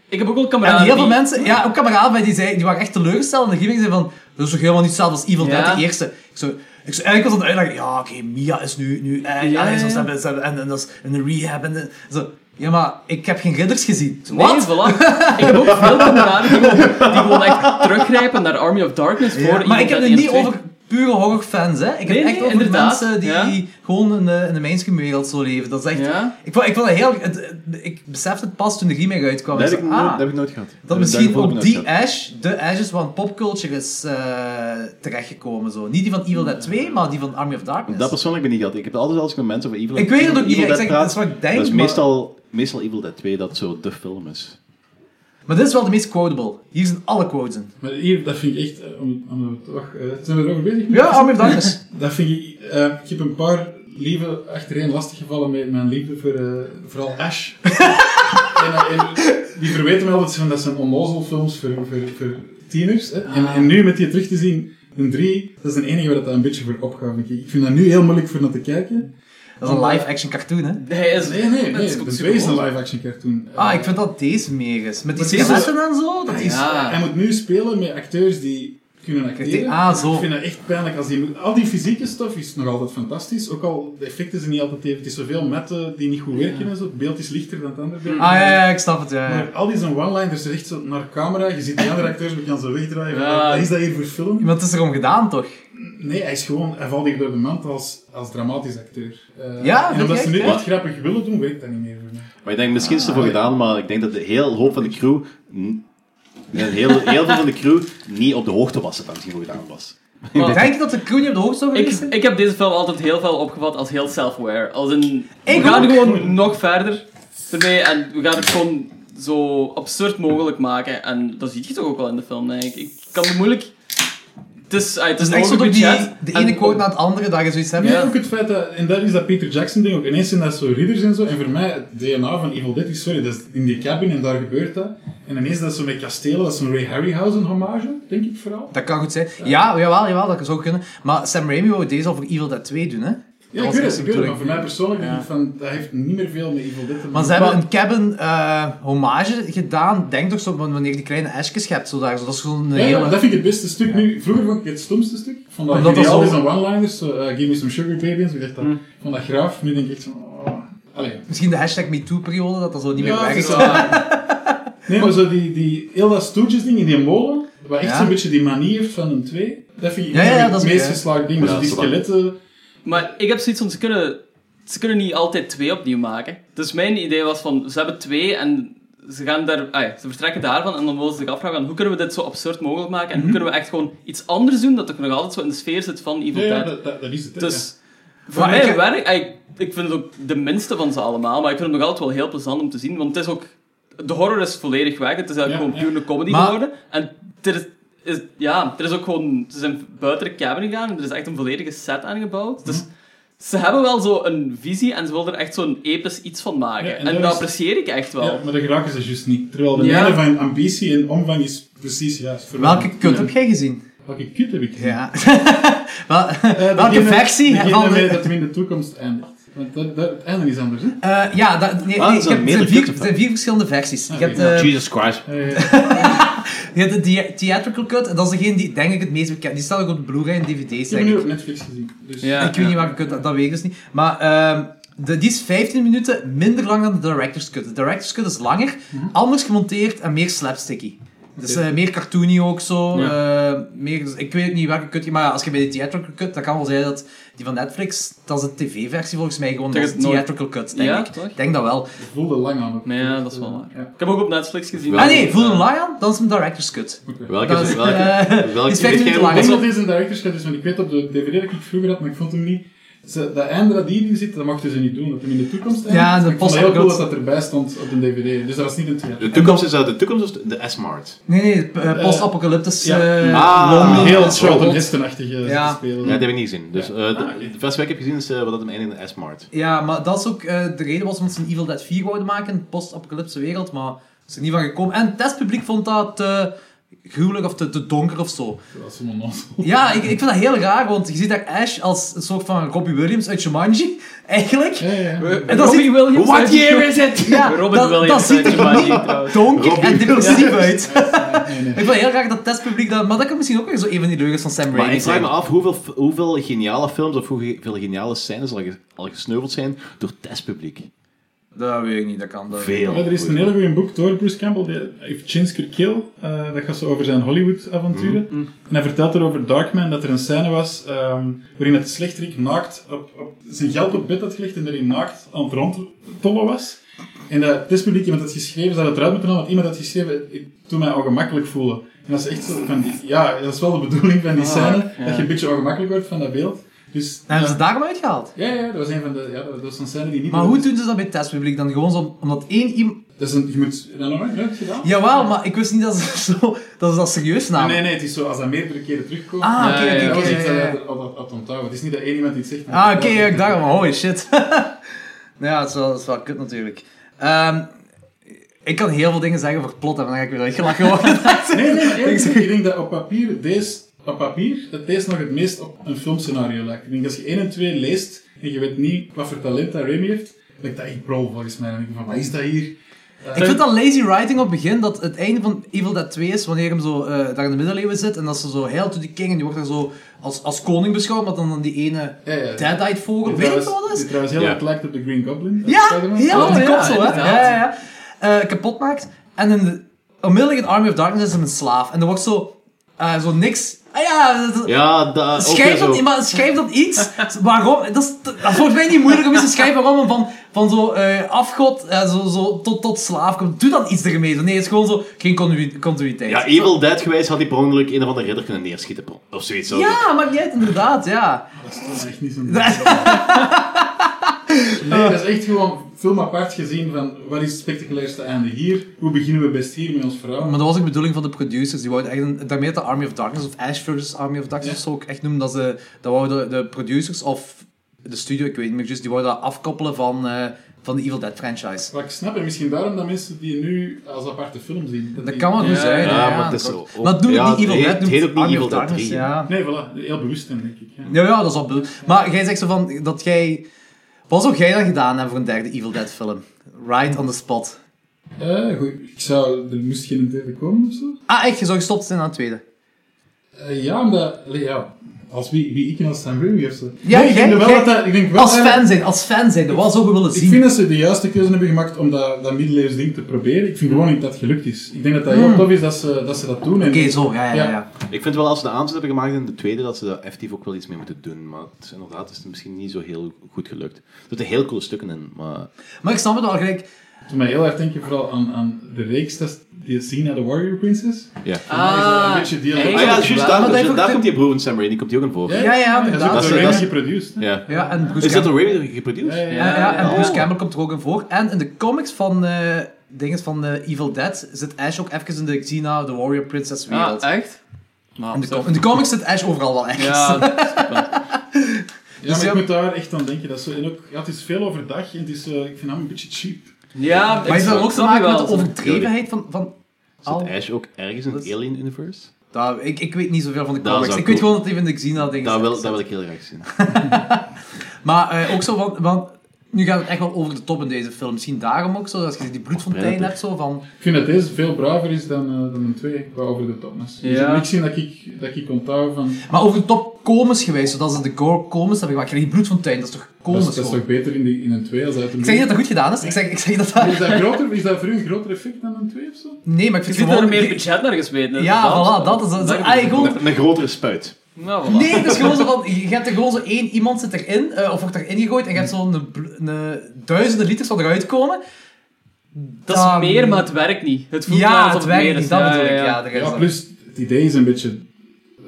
S7: Ik heb ook wel
S5: En
S7: kameraden
S5: heel veel
S7: die-
S5: mensen, ja, ook kameraden van die, zei, die waren echt teleurgesteld. En de remake zei van, dat is toch helemaal niet hetzelfde als Evil
S7: Ja.
S5: Dead, de eerste. Ik zo, ik zo, eigenlijk was aan het uitleggen, ja, oké, Mia is nu, nu eh,
S7: Ja,
S5: ja,
S7: ja, ja.
S5: En, en, en, dat is een rehab en eh, zo. Ja, maar ik heb geen ridders gezien. Ik zo,
S7: Nee,
S5: Wat?
S7: voilà. Ik heb ook veel kameraden die gewoon, die gewoon echt teruggrijpen naar Army of Darkness voor
S5: maar ik heb
S7: iemand
S5: het
S7: dat
S5: niet
S7: eerst
S5: over pure horrorfans, hè. Ik heb
S7: Nee,
S5: echt
S7: nee,
S5: over
S7: inderdaad,
S5: mensen die
S7: ja.
S5: gewoon in de, in de mainstream wereld zo leven. Dat is echt...
S7: Ja.
S5: Ik, vond, ik vond het heel... het- ik besefte het pas toen de remake uitkwam.
S8: Dat heb,
S5: Ik
S8: ik
S5: zo,
S8: nooit,
S5: ah,
S8: dat heb ik nooit gehad.
S5: dat
S8: heb
S5: misschien
S8: Eh, ik
S5: ook
S8: nooit
S5: die
S8: gehad.
S5: Ash, de Ash is van popculture is eh, terechtgekomen. Zo. Niet die van Evil Dead 2, maar die van Army of Darkness.
S8: Dat persoonlijk ben ik niet gehad. Ik heb altijd als ik met mensen over Evil
S5: Ik weet het
S8: Evil-
S5: ook niet,
S8: Evil
S5: ik
S8: Dead
S5: zeg,
S8: praat,
S5: dat is wat ik denk,
S8: Dat is
S5: maar-
S8: meestal, meestal Evil Dead 2 dat zo de film is.
S5: Maar dit is wel de meest quotable. Hier zijn alle quotes in.
S9: Maar hier, dat vind ik echt, eh, om, om toch, eh, zijn we er over bezig? *laughs*
S5: Ja, Army of Darkness.
S9: Dat vind ik, eh, ik heb een paar lieven achtereen lastiggevallen met mijn liefde voor eh, vooral Ash. *laughs* en, eh, en die
S7: Ah.
S9: verweten mij altijd van dat zijn onnozel films voor, voor, voor tieners. Hè? En, en nu met die terug te zien, Een 3, dat is de enige waar dat een beetje voor opgaat. vind ik. Ik vind dat nu heel moeilijk voor naar te kijken.
S5: Dat is een live-action cartoon, hè?
S7: Nee, is,
S9: Nee, nee,
S7: dat
S9: nee.
S7: is ook
S9: De
S7: super
S9: 2 is een
S7: cool.
S9: live-action cartoon. Eh,
S5: Ah, ik vind dat deze meer is. Met die
S9: Maar deze-
S5: skeletten en zo. Dat is...
S7: Ja.
S9: Hij moet nu spelen met acteurs die kunnen acteren.
S5: die- ah, zo.
S9: Ik vind dat echt pijnlijk. Als die, al die fysieke stof is nog altijd fantastisch. Ook al de effecten zijn niet altijd even. Het is zoveel metten die niet goed werken en zo. Het beeld is lichter dan het andere beeld.
S5: Ah, ja, ja, ik snap het, ja. ja.
S9: Maar al die zijn one-liners is echt zo naar camera. Je ziet die andere acteurs een beetje aan zo wegdraaien. van,
S7: Ja.
S9: Wat is dat hier voor film?
S5: Iemand is erom gedaan, toch?
S9: Nee, hij is gewoon, hij valt hier door de mand als, als dramatisch acteur. Eh,
S5: Ja, vind
S9: en omdat
S5: je
S9: ze nu
S5: echt, hè?
S9: wat grappig willen doen, werkt dat niet meer voor mij.
S8: Maar ik denk, misschien is het
S5: Ah,
S8: ervoor gedaan, maar ik denk dat de heel hoop van de crew... n- Een heel, heel veel van de crew niet op de hoogte was dat dat misschien voor gedaan was.
S5: Denk je dat de crew niet op de hoogte zou
S7: Ik,
S5: geweest zijn?
S7: ik heb deze film altijd heel veel opgevat als heel self-aware. Als in, we
S5: Ik
S7: gaan
S5: ook.
S7: gewoon nog verder ermee en we gaan het gewoon zo absurd mogelijk maken. En dat zie je toch ook wel in de film, denk ik. Ik kan het moeilijk... Het is, ah, het is
S5: Het is echt zo
S7: een
S5: door
S7: hoger budget.
S5: die, de ene
S7: en-
S5: quote naar het andere dat je zoiets hebt.
S9: Ja, ook het feit dat, en dat is dat Peter Jackson ding ook, ineens zijn dat zo ridders en zo, en voor mij, het DNA van Evil Dead is, sorry, dat is in die cabin en daar gebeurt dat, en ineens dat zo met kastelen, dat is een Ray Harryhausen hommage, denk ik vooral.
S5: Dat kan goed zijn. Ja, jawel, jawel, dat zou kunnen. Maar Sam Raimi wou deze al voor Evil Dead 2 doen, hè?
S9: Ja,
S5: Dat was
S9: ik weet
S5: echt
S9: het,
S5: de
S9: ik weet het, maar
S5: bedoeling.
S9: voor mij persoonlijk denk ik van, dat heeft niet meer veel met Evil Dead te maken.
S5: Maar ze hebben een cabin eh, hommage gedaan. Denk toch zo, wanneer je die kleine esjes hebt, zo daar, zo, dat is gewoon een
S9: Ja, ja,
S5: hele...
S9: maar dat vind ik het beste stuk nu. Vroeger vond ik het het stomste stuk. Ik Vond dat
S5: Omdat dat
S9: ideaal
S5: zo- Mm.
S9: is aan one-liners, zo, eh, give me some sugar baby en zo. Ik dacht dat, ik vond dat graaf. Nu denk ik echt zo, oh. Allee.
S5: Misschien de hashtag MeToo-periode, dat dat zo niet meer
S9: het is
S5: werkt.
S9: wel- Nee, maar zo die, die heel dat stoertjes ding in die molen, wat echt
S5: Ja.
S9: zo'n beetje die manier heeft van een twee, dat vind ik
S5: Ja, ja, ja, dat
S9: het
S5: is
S9: meest
S5: oké.
S9: geslaagde ding. Maar
S8: Ja,
S9: zo die
S8: dat is waar.
S9: skeletten...
S7: Maar ik heb zoiets van, ze kunnen, ze kunnen niet altijd twee opnieuw maken. Dus mijn idee was van, ze hebben twee en ze, gaan daar, ah ja, ze vertrekken daarvan en dan willen ze zich afvragen van, hoe kunnen we dit zo absurd mogelijk maken en hoe kunnen we echt gewoon iets anders doen dat ook nog altijd zo in de sfeer zit van Evil
S9: Mhm. Ja, ja,
S7: Dead.
S9: dat, dat, dat is het. hè, ja.
S7: Dus voor
S5: Maar
S7: mij
S5: ik-
S7: werkt, ah, ik, ik vind het ook de minste van ze allemaal, maar ik vind het nog altijd wel heel plezant om te zien, want het is ook, de horror is volledig weg, het is eigenlijk
S9: Ja,
S7: gewoon
S9: ja.
S7: puur een comedy
S5: Maar-
S7: geworden en er is... Is, ja, er is ook gewoon... Ze zijn buiten de cabin gegaan en er is echt een volledige set aangebouwd. Dus ze hebben wel zo een visie en ze willen er echt zo'n episch iets van maken.
S9: Ja, en
S7: en
S9: daar
S7: dat
S9: is-
S7: apprecieer ik echt wel.
S9: Ja, maar dat geraken ze juist niet. Terwijl de
S7: Ja.
S9: mijne van ambitie en omvang is precies juist. voor mij.
S5: Welke kut
S9: Ja.
S5: heb jij gezien?
S9: Welke kut heb ik gezien?
S5: *laughs* Ja. Wel- welke
S9: Beginnen-
S5: factie
S9: beginnen
S5: van
S9: met
S5: de...
S9: dat hem in de toekomst eindigt. Want dat, dat, het einde is anders, hè?
S5: Eh, ja, dat, nee,
S8: Ah,
S5: nee,
S8: dat
S5: ik
S8: zijn
S5: heb, er
S8: meerdere
S5: zijn vier,
S8: kutten.
S5: er zijn vier verschillende versies.
S9: Ah,
S5: Je hebt, eh,
S8: Jesus Christ.
S5: je hebt de thea- theatrical cut, en dat is degene die denk ik het meest bekend Die staat ook op de Blu-ray en DVD's,
S9: Ik heb
S5: denk
S9: nu
S5: ik.
S9: op Netflix gezien. Dus
S7: Ja.
S5: ik weet niet welke cut, dat, dat weet ik dus niet. Maar ehm, de, die is 15 minuten minder lang dan de director's cut. De director's cut is langer,
S7: Mhm.
S5: anders gemonteerd en meer slapsticky. Dus eh, meer cartoony ook zo. eh, meer, dus ik weet niet welke cut je... Maar ja, als je bij de theatrical cut, dan kan wel zijn dat die van Netflix, dat is de tv-versie volgens mij gewoon,
S7: Zeg
S5: dat is de
S7: het nooit.
S5: theatrical cut, denk
S7: Ja,
S5: ik.
S7: toch?
S5: Ik denk dat wel.
S9: het voelde lang aan.
S7: Maar ja, dat is wel waar.
S9: Ja.
S7: Ik heb ook op Netflix gezien.
S8: Ja.
S5: Ah nee, voel hem lang aan, dan is het een director's cut.
S8: Welke,
S5: Dat is,
S8: welke,
S5: eh,
S8: welke,
S5: die is
S8: weet
S5: vijf
S8: jij
S5: minuten
S8: hoe-
S5: lang.
S9: Ik denk dat deze een director's cut is, want ik weet op de DVD dat ik vroeger had, maar ik vond hem niet... Ze, dat einde dat hierin zit, dat mochten ze niet doen. Dat hem in de toekomst eindigt.
S5: Ja, de
S9: ik vond het heel cool dat
S5: post-apocalypse.
S9: dat erbij stond op de DVD. Dus dat was niet een theater.
S8: De toekomst is dat de toekomst of de de S-Mart?
S5: Nee, nee, eh, post-apocalyptisch.
S9: ja.
S5: eh,
S8: Ah,
S5: Londen.
S9: Heel
S8: dat is
S9: Charlton
S8: wel-
S9: Heston-achtig eh,
S5: Ja.
S9: te spelen.
S8: Ja, dat heb ik niet gezien. Dus, eh, de,
S5: Ah,
S8: de beste wat ik heb gezien is eh, wat dat hem eindigt in de S-Mart.
S5: Ja, maar dat is ook eh, de reden was omdat ze een Evil Dead 4 wouden maken, een post-apocalypse wereld, maar ze is er niet van gekomen. En het testpubliek vond dat te gruwelijk of te, te donker of zo.
S9: Dat was helemaal nonsens.
S5: Ja, ik, ik vind dat heel raar, want je ziet daar Ash als een soort van Robbie Williams uit Jumanji, *laughs* eigenlijk.
S9: Ja, ja, ja.
S5: En dat ziet,
S7: Williams
S8: What
S7: uit-
S8: year is it?
S5: ja,
S7: Robin
S5: dat,
S7: Williams
S5: dat ziet
S7: uit
S5: er
S7: Jumanji,
S5: niet
S7: trouwens.
S5: donker en
S8: Robbie
S5: depressief uit.
S9: Nee,
S5: *laughs*
S9: nee.
S5: Ik vind het heel raar dat het testpubliek dat... Maar dat kan misschien ook weer zo een van die leugens van Sam
S8: Maar
S5: Raimi
S8: ik vraag
S5: zijn.
S8: me af hoeveel, hoeveel geniale films of hoeveel geniale scènes al, ge- al gesneuveld zijn door testpubliek.
S5: Dat weet ik niet, dat kan. Dat...
S8: Veel.
S9: Ja, er is een heel goed boek door Bruce Campbell, die, If Chins Could Kill. eh, dat gaat zo over zijn Hollywood-avonturen. En hij vertelt erover Darkman dat er een scène was ehm, waarin het slechterik naakt op, op zijn geld op bed had gelegd en daarin naakt aan het rondtollen was. En dat het testpubliek, iemand had geschreven, ze hadden het eruit moeten halen, want iemand had geschreven, ik doe mij ongemakkelijk voelen. En dat is echt zo van, die- ja, dat is wel de bedoeling van die scène, dat je een beetje ongemakkelijk wordt van dat beeld. Dus,
S5: Dan hebben
S9: ja.
S5: ze het daarom uitgehaald.
S9: ja, ja, dat was een van de, ja, dat was een scène die niet...
S5: Maar hoe doen ze dat bij het testpubliek dan? Gewoon zo, omdat één iemand...
S9: Dat is een, je moet, dat nog nooit nooit gedaan?
S5: Jawel, maar ik wist niet dat ze, *laughs* zo, dat, ze dat serieus namen.
S9: Nee, nee, het is zo als dat meerdere keren terugkomt.
S5: Ah,
S7: Ja,
S5: oké,
S7: ja,
S5: oké,
S7: ja,
S9: dat
S5: oké,
S9: was iets
S5: oké.
S9: dat
S5: oké.
S9: hij had- had- had onthouden. Het is niet dat één iemand iets zegt. maar-
S5: Ah, oké, ja, ik dacht, holy shit. *laughs* ja, dat is, wel, dat is wel kut natuurlijk. Ehm, ik kan heel veel dingen zeggen over het plot, en dan ga ik weer uitgelachen worden. *laughs*
S9: Nee, nee, maar eerlijk gezegd, ik denk dat op papier deze op papier dat deze nog het meest op een filmscenario lijkt. Ik denk, als je 1 en 2 leest en je weet niet wat voor talent dat Remy heeft, lijkt dat echt bro volgens mij. Dan denk ik van, wat is dat hier?
S5: Ik vind dat lazy writing op het begin, dat het einde van Evil Dead 2 is, wanneer hem zo eh, daar in de middeleeuwen zit, en dat ze zo heel to the king, en die wordt daar zo als, als koning beschouwd, maar dan, dan die ene
S9: Ja, ja.
S5: dead-eyed vogel,
S9: Die
S5: weet ik
S9: trouwens-
S5: wat dat is?
S9: Die trouwens heel
S8: Ja.
S9: erg lijkt op de Green Goblin. uit
S5: Ja,
S9: Spider-Man.
S5: heel op de
S7: Ja,
S5: kop zo, Oh, hè?
S7: inderdaad.
S5: Ja, ja, ja. Eh, kapot maakt. En in de, onmiddellijk in Army of Darkness is hem een slaaf, en er wordt zo, eh, zo niks... Ah ja, dat-
S8: Ja, dat
S5: Schrijf
S8: ook
S5: dan,
S8: weer zo.
S5: maar schrijf dan iets waarom. Dat is, dat is volgens mij niet moeilijk om iets te schrijven waarom een van, van zo eh, afgod eh, zo, zo, tot, tot slaaf komt. Doe dan iets ermee. Nee, het is gewoon zo geen continu- continuïteit.
S8: Ja, Evil Dead gewijs had hij per ongeluk een of andere ridder kunnen neerschieten. per- Of zoiets. zo.
S5: Ja, maakt niet uit, inderdaad, ja.
S9: Dat is echt niet
S5: *laughs*
S9: zo'n... Nee, dat is echt gewoon film apart gezien van wat is het spectaculairste einde hier? Hoe beginnen we best hier met ons verhaal?
S5: Maar dat was ook de bedoeling van de producers. Die wouden echt, een, daarmee dat de Army of Darkness of Ash versus Army of Darkness
S9: Ja.
S5: of zo ook echt noemen, dat, ze, dat wouden de producers of de studio, ik weet niet meer, juist, die wouden dat afkoppelen van, eh, van de Evil Dead franchise.
S9: Wat ik snap, en misschien daarom dat mensen die nu als aparte film zien. Dat,
S5: Dat
S9: die-
S5: kan wel goed zijn.
S8: ja,
S5: Ja,
S8: maar het is
S5: dat
S8: zo.
S5: klopt. Maar het noemt
S8: Ja,
S5: ook niet
S8: het
S5: Evil Dead,
S8: heet-
S5: noemt
S8: het heet ook niet
S5: Army
S8: Evil
S5: of
S8: Dead
S5: Darkness.
S8: 3.
S5: Ja.
S9: Nee, voilà, heel bewust dan, denk ik. Ja.
S5: Ja, ja, dat is wel bedoeld. Maar jij zegt zo van dat jij. Wat zou jij dan gedaan hebben voor een derde Evil Dead film? Right on the spot.
S9: Eh, goed, ik zou, er moest geen derde komen of zo.
S5: Ah, echt? Je zou gestopt zijn aan het tweede.
S9: Eh, ja, omdat, allee, ja, als wie, wie ik en als Sam Raimi of zo.
S5: Ja,
S9: nee, ik
S5: jij-
S9: denk wel
S5: jij-
S9: dat dat, ik denk wel
S5: Als
S9: eigenlijk-
S5: fan zijn, als fan zijn, dat was ook willen
S9: Ik vind
S5: zien.
S9: dat ze de juiste keuze hebben gemaakt om dat, dat middeleeuws ding te proberen. Ik vind gewoon niet dat het gelukt is. Ik denk dat dat heel tof is dat ze dat, ze dat doen. en-
S5: Hmm. Oké, zo, ja, ja, ja. ja.
S8: Ik vind wel als ze de aanzet hebben gemaakt in de tweede, dat ze daar effectief ook wel iets mee moeten doen. Maar het is, inderdaad is het misschien niet zo heel goed gelukt. Er zitten heel coole stukken in, maar...
S5: Maar ik snap het wel gelijk.
S9: Het doet mij heel erg denken vooral aan, aan de reeks dat die Sina de Warrior Princess.
S8: Ja.
S9: Ah, een beetje die
S8: Ah ja, juist, daar,
S5: Maar dat heeft
S8: daar,
S5: ook
S8: daar
S5: de-
S8: komt die broer van Sam Raimi, die komt die ook in voor.
S5: Ja, ja,
S9: dat is ook
S5: inderdaad.
S9: door
S8: Dat is-
S9: Raimi
S8: dat is-
S9: geproduced. hè?
S8: Ja.
S5: Ja, en Bruce
S8: Is dat Oh.
S5: Campbell.
S8: door Raimi geproduceerd?
S9: Ja, ja, ja.
S5: Ja, ja, en Bruce Campbell komt er ook in voor. En in de comics van, eh, dinges van eh, Evil Dead zit Ash ook even in de Xena, de Warrior Princess wereld.
S7: Ah, echt?
S5: in, de com- in de comics zit Ash overal wel echt. *laughs*
S7: Ja,
S9: Ja, maar
S5: ja.
S9: ik moet daar echt aan denken. Dat is zo, en ook, ja, het is veel overdag en het is, eh, ik vind hem een beetje cheap.
S7: ja ik
S5: maar heeft dat
S7: snap-
S5: ook te
S7: snap je
S5: maken met
S7: wel.
S5: de overdrevenheid van, van al-
S8: Zit Ash ook ergens in het Alien Universe?
S5: Nou, ik, ik weet niet zoveel van de
S8: Dat
S5: comics. Ik
S8: zou
S5: weet
S8: cool.
S5: gewoon dat hij in de Xena dingen
S8: Dat wil,
S5: zit.
S8: dat wil ik heel graag
S5: *laughs*
S8: zien.
S5: Maar eh, ook zo, want, want nu gaat het echt wel over de top in deze film. Misschien daarom ook zo, als je die bloedfontein
S8: Predator.
S5: hebt zo van...
S9: Ik vind dat deze veel braver is dan, eh, dan een 2 qua over de top is. Dus
S7: Ja.
S9: ik moet zien dat ik, dat ik onthoud van...
S5: Maar over de top komens geweest, zodat ze de gore komens hebben gemaakt. Kijk, die bloedfontein, dat is toch
S9: Dat
S5: komens
S9: is, dat is
S5: gewoon?
S9: toch beter in, die, in een 2 als uit een
S5: Ik zeg niet dat dat goed gedaan is, ik zeg, ik zeg dat dat...
S9: Is dat, groter, is dat voor u een groter effect dan een 2 of zo?
S5: Nee, maar ik
S7: Je
S5: vind
S7: ziet daar
S5: gewoon...
S7: meer budget naar gesmeten.
S5: Ja, voilà, dat is... Dat is ah, gewoon-
S8: Een, een grotere spuit.
S7: Nou, voilà.
S5: Nee, het is gewoon zo van, je hebt er gewoon zo één iemand zit erin, eh, of wordt erin gegooid, en je hebt zo'n bl- een eh, duizenden liters van eruit komen.
S7: Dat is
S5: Ah,
S7: meer, maar het werkt niet. Het voelt wel
S5: Ja,
S7: alsof
S5: het werkt
S7: meer
S5: niet,
S7: is.
S5: dat bedoel ik. Ja, er is
S9: Ja,
S5: dat.
S9: plus het idee is een beetje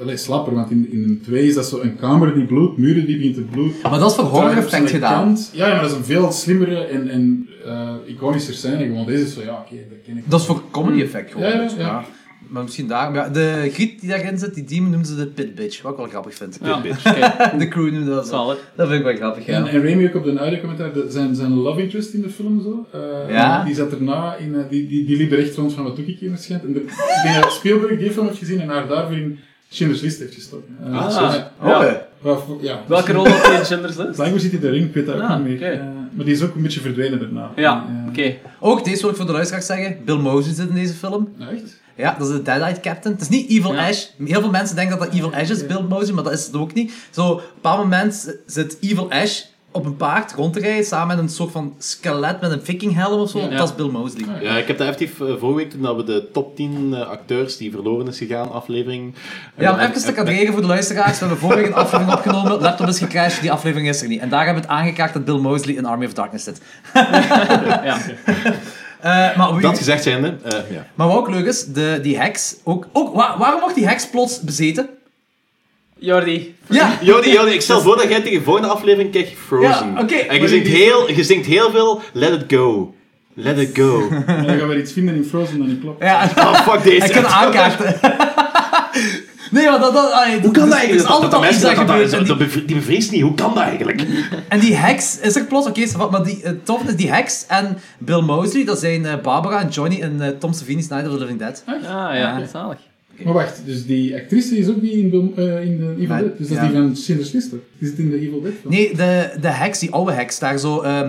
S9: allee, slapper, want in, in een 2 is dat zo een kamer die bloedt, muren die begint te bloeden.
S5: Maar dat is voor horror
S9: Draai op zijn
S5: effect gedaan.
S9: kant. Ja, ja, maar dat is een veel slimmere en, en eh, iconischer scène gewoon. Deze is zo, ja, oké, dat ken ik.
S5: Dat is voor comedy effect gewoon.
S9: Hmm. Ja, ja,
S5: dus,
S9: ja.
S5: Maar misschien daarom. Ja, de griet die daarin zit, die demon noemen ze de pit bitch. Wat ik wel grappig vind.
S7: Ja, oké.
S5: *laughs* De crew noemde dat zo.
S7: Solid.
S5: Dat vind ik wel grappig, ja.
S9: En, en Raimi ook op de audiocommentaar, de- zijn, zijn love interest in de film zo. eh,
S5: Ja.
S9: Die zat erna in, eh, die, die, die liep er echt rond van wat doe ik hier waarschijnlijk. En de, ik denk dat Spielberg die film heeft gezien en haar daarvoor in Schindler's List heeft gestopt. Eh,
S7: Ah,
S9: zo, ja.
S5: Oh,
S7: Ja.
S5: ja.
S9: Waarvoor- ja.
S7: Welke rol had hij in Schindler's List?
S9: Blijkbaar zit hij erin, ik weet dat ook
S7: Ah,
S9: niet meer.
S7: oké.
S9: Eh, maar die is ook een beetje verdwenen daarna.
S7: Ja,
S9: Eh,
S7: oké.
S5: Ook deze wil ik voor de luisteraars zeggen. Bill Moseley zit in deze film.
S9: nou, echt?
S5: Ja, dat is de Deadite Captain. Het is niet Evil
S7: Ja.
S5: Ash. Heel veel mensen denken dat dat Evil Ash is, Bill Moseley, maar dat is het ook niet. Zo, op een bepaald moment zit Evil Ash op een paard rond te rijden, samen met een soort van skelet met een vikinghelm of zo. Dat is Bill Moseley.
S8: Ja, ik heb dat effectief eh, vorige week toen dat we de top 10 acteurs die verloren is gegaan aflevering... eh,
S5: Ja, om even te kadreren voor de luisteraars. We hebben vorige week een aflevering opgenomen. Laptop is gecrashed, die aflevering is er niet. En daar hebben we het aangekaart dat Bill Mosley in Army of Darkness zit.
S7: Ja.
S5: Eh, maar, wie-
S8: Dat gezegd zijnde... eh, ja.
S5: maar wat ook leuk is, de, die heks... Ook, ook, wa- waarom wordt die heks plots bezeten?
S7: Jordi.
S5: Ja,
S8: Jody, Jody, ik stel voor dat jij tegen de volgende aflevering kijkt Frozen.
S5: Ja, oké.
S8: En je
S5: Maar
S8: zingt,
S5: die-
S8: heel, je zingt heel veel Let It Go. Let It
S5: *laughs*
S8: Go.
S9: En dan gaan we iets vinden in Frozen dat niet klopt.
S5: ja
S8: Oh, fuck deze.
S5: hij kan aankaarten. *laughs* nee, maar dat... dat allee,
S8: Hoe kan
S5: dus-
S8: dat
S5: Er is
S8: eigenlijk?
S5: altijd
S8: dat
S5: al iets
S8: mensen
S5: dat
S8: dat-
S5: gebeurt.
S8: dat-
S5: En die,
S8: dat bevri- Die bevriest niet. Hoe kan dat eigenlijk?
S5: en die heks is er plots... Oké, okay, maar die, het tof is, die heks en Bill Mosley, dat zijn eh, Barbara en Johnny en eh, Tom Savini, Snyder of the Living Dead.
S7: Ah ja, zalig.
S9: Maar wacht, dus die actrice is ook die in, Bill- eh, in de Evil
S5: Maar-
S9: Dead. Dus dat
S5: ja.
S9: is die van Schindler's List, hè? Die zit in de Evil Dead. film.
S5: Nee, de, de heks, die oude heks, daar zo... eh,
S9: Ah,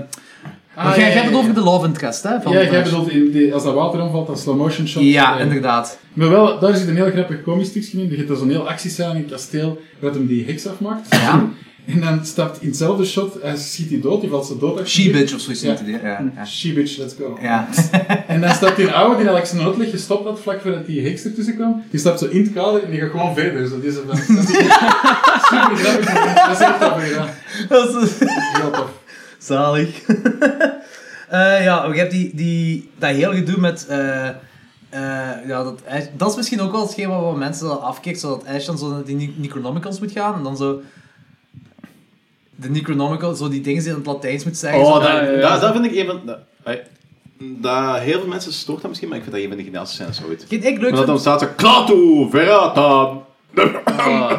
S5: jij
S9: ja,
S5: jij hebt
S9: ja,
S5: het over
S9: ja.
S5: de love interest, hè? Van
S9: Ja,
S5: de-
S9: jij bedoelt, in die, als dat water aanvalt, dat slow motion shot.
S5: Ja,
S9: Eh,
S5: inderdaad.
S9: Maar wel, daar zit een heel grappig komisch stukje in. Je hebt daar zo'n heel actiescène in het kasteel, dat hem die heks afmaakt.
S5: Ja.
S9: *laughs* En dan stapt in hetzelfde shot, hij schiet die dood, die valt ze dood. achter
S5: She
S9: die-
S5: bitch of zoiets.
S9: Ja. Hm.
S5: Ja. Ja. ja.
S9: She bitch, let's go.
S5: ja.
S9: *laughs* En dan stapt die oude, die eigenlijk zijn noodlicht gestopt had, vlak voordat die heks ertussen kwam. Die stapt zo in het kader en die gaat gewoon verder. Dus dat is *laughs* een dat is een- super grappig. moment. Dat is echt grappig gedaan.
S5: Dat is-
S9: Heel tof.
S5: Zalig. *laughs* Eh, ja, ook je hebt die, die, dat hele gedoe met... eh, eh, ja, dat, Ash- dat is misschien ook wel hetgeen waar wat mensen dan afkicken, zodat Ash dan zo naar die Nic- Necronomicons moet gaan en dan zo... De Necronomicon, zo die dingen die in het Latijns moet zeggen. zo- "Ah,
S8: Oh, dat,
S7: ja, ja, ja.
S8: dat, dat vind ik een van... Dat, ai, dat, heel veel mensen stoort dat misschien, maar ik vind dat een van de geniaalste scènes ooit.
S5: Vind ik leuk
S8: Maar dat
S5: vind.
S8: dan staat ze... Klaatu, verata...
S7: Ah,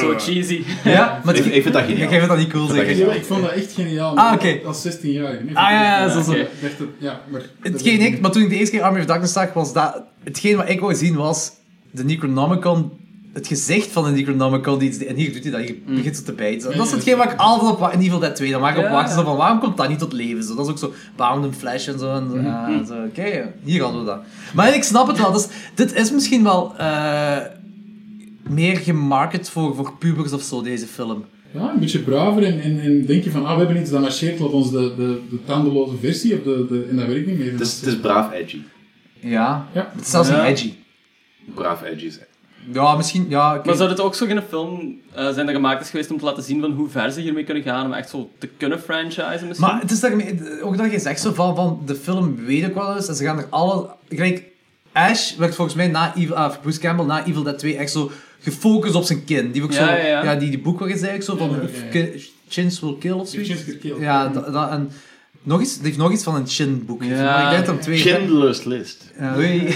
S7: Zo cheesy.
S5: *laughs* Ja, maar
S8: Ik, ik vind dat
S5: ik
S8: geniaal.
S5: vind dat niet cool,
S8: vind dat
S5: zeker.
S9: Ja, ik vond dat echt geniaal.
S5: Ah,
S9: man.
S5: oké.
S9: Als 16-jarige. Nee,
S5: Ah, ja, ja, zo, zo.
S7: oké.
S9: ik dacht dat- ja, maar...
S5: Hetgeen ik, maar toen ik de eerste keer Army of Darkness zag, was dat... Hetgeen wat ik wou zien was de Necronomicon... Het gezicht van de Necronomicon, die, iets- en hier doet hij dat, je begint ze te bijten. Dat is hetgeen waar ik altijd op wa- in Evil Dead 2, dan waar ik op
S7: Mm. Ja.
S5: wacht, zo van waarom komt dat niet tot leven? Zo, dat is ook zo, bound and flesh en zo, en
S7: Mm.
S5: zo, ja, en zo. oké, hier hadden we dat. Maar ik snap het wel, dus, dit is misschien wel eh, meer gemarket voor, voor pubers of zo, deze film.
S9: Ja, een beetje braver en, en, en denk je van, ah, we hebben iets dat marcheert, laat ons de, de, de tandeloze versie, of de, de, en dat werkt niet meer.
S8: Het is, het is braaf edgy.
S5: Ja,
S9: Ja.
S5: het is zelfs
S7: Ja.
S5: niet edgy.
S8: Braaf edgy zijn.
S5: Ja, misschien, ja, oké.
S7: Maar zou dit ook zo geen film eh, zijn dat gemaakt is geweest om te laten zien van hoe ver ze hiermee kunnen gaan, om echt zo te kunnen franchisen misschien?
S5: Maar het is dat, je- ook dat je zegt zo van, van de film weet ik wel eens en ze gaan er alle... Kijk, Ash werd volgens mij na Evil, ah, Bruce Campbell na Evil Dead 2 echt zo gefocust op zijn kind. Die, heb ik
S7: Ja,
S5: zo,
S7: ja, ja.
S5: die, die boek waar je zei, ik zo van
S9: Ja, ja,
S5: of
S9: ja.
S5: ki- Chins Will Kill of zoiets.
S9: Chins Will Kill.
S5: Ja, dat, dat- en nog iets, die heeft nog iets van een Chin boek.
S7: Ja.
S5: Maar ik denk dat hem twee...
S8: Kindless list.
S5: Ja, oei. *laughs*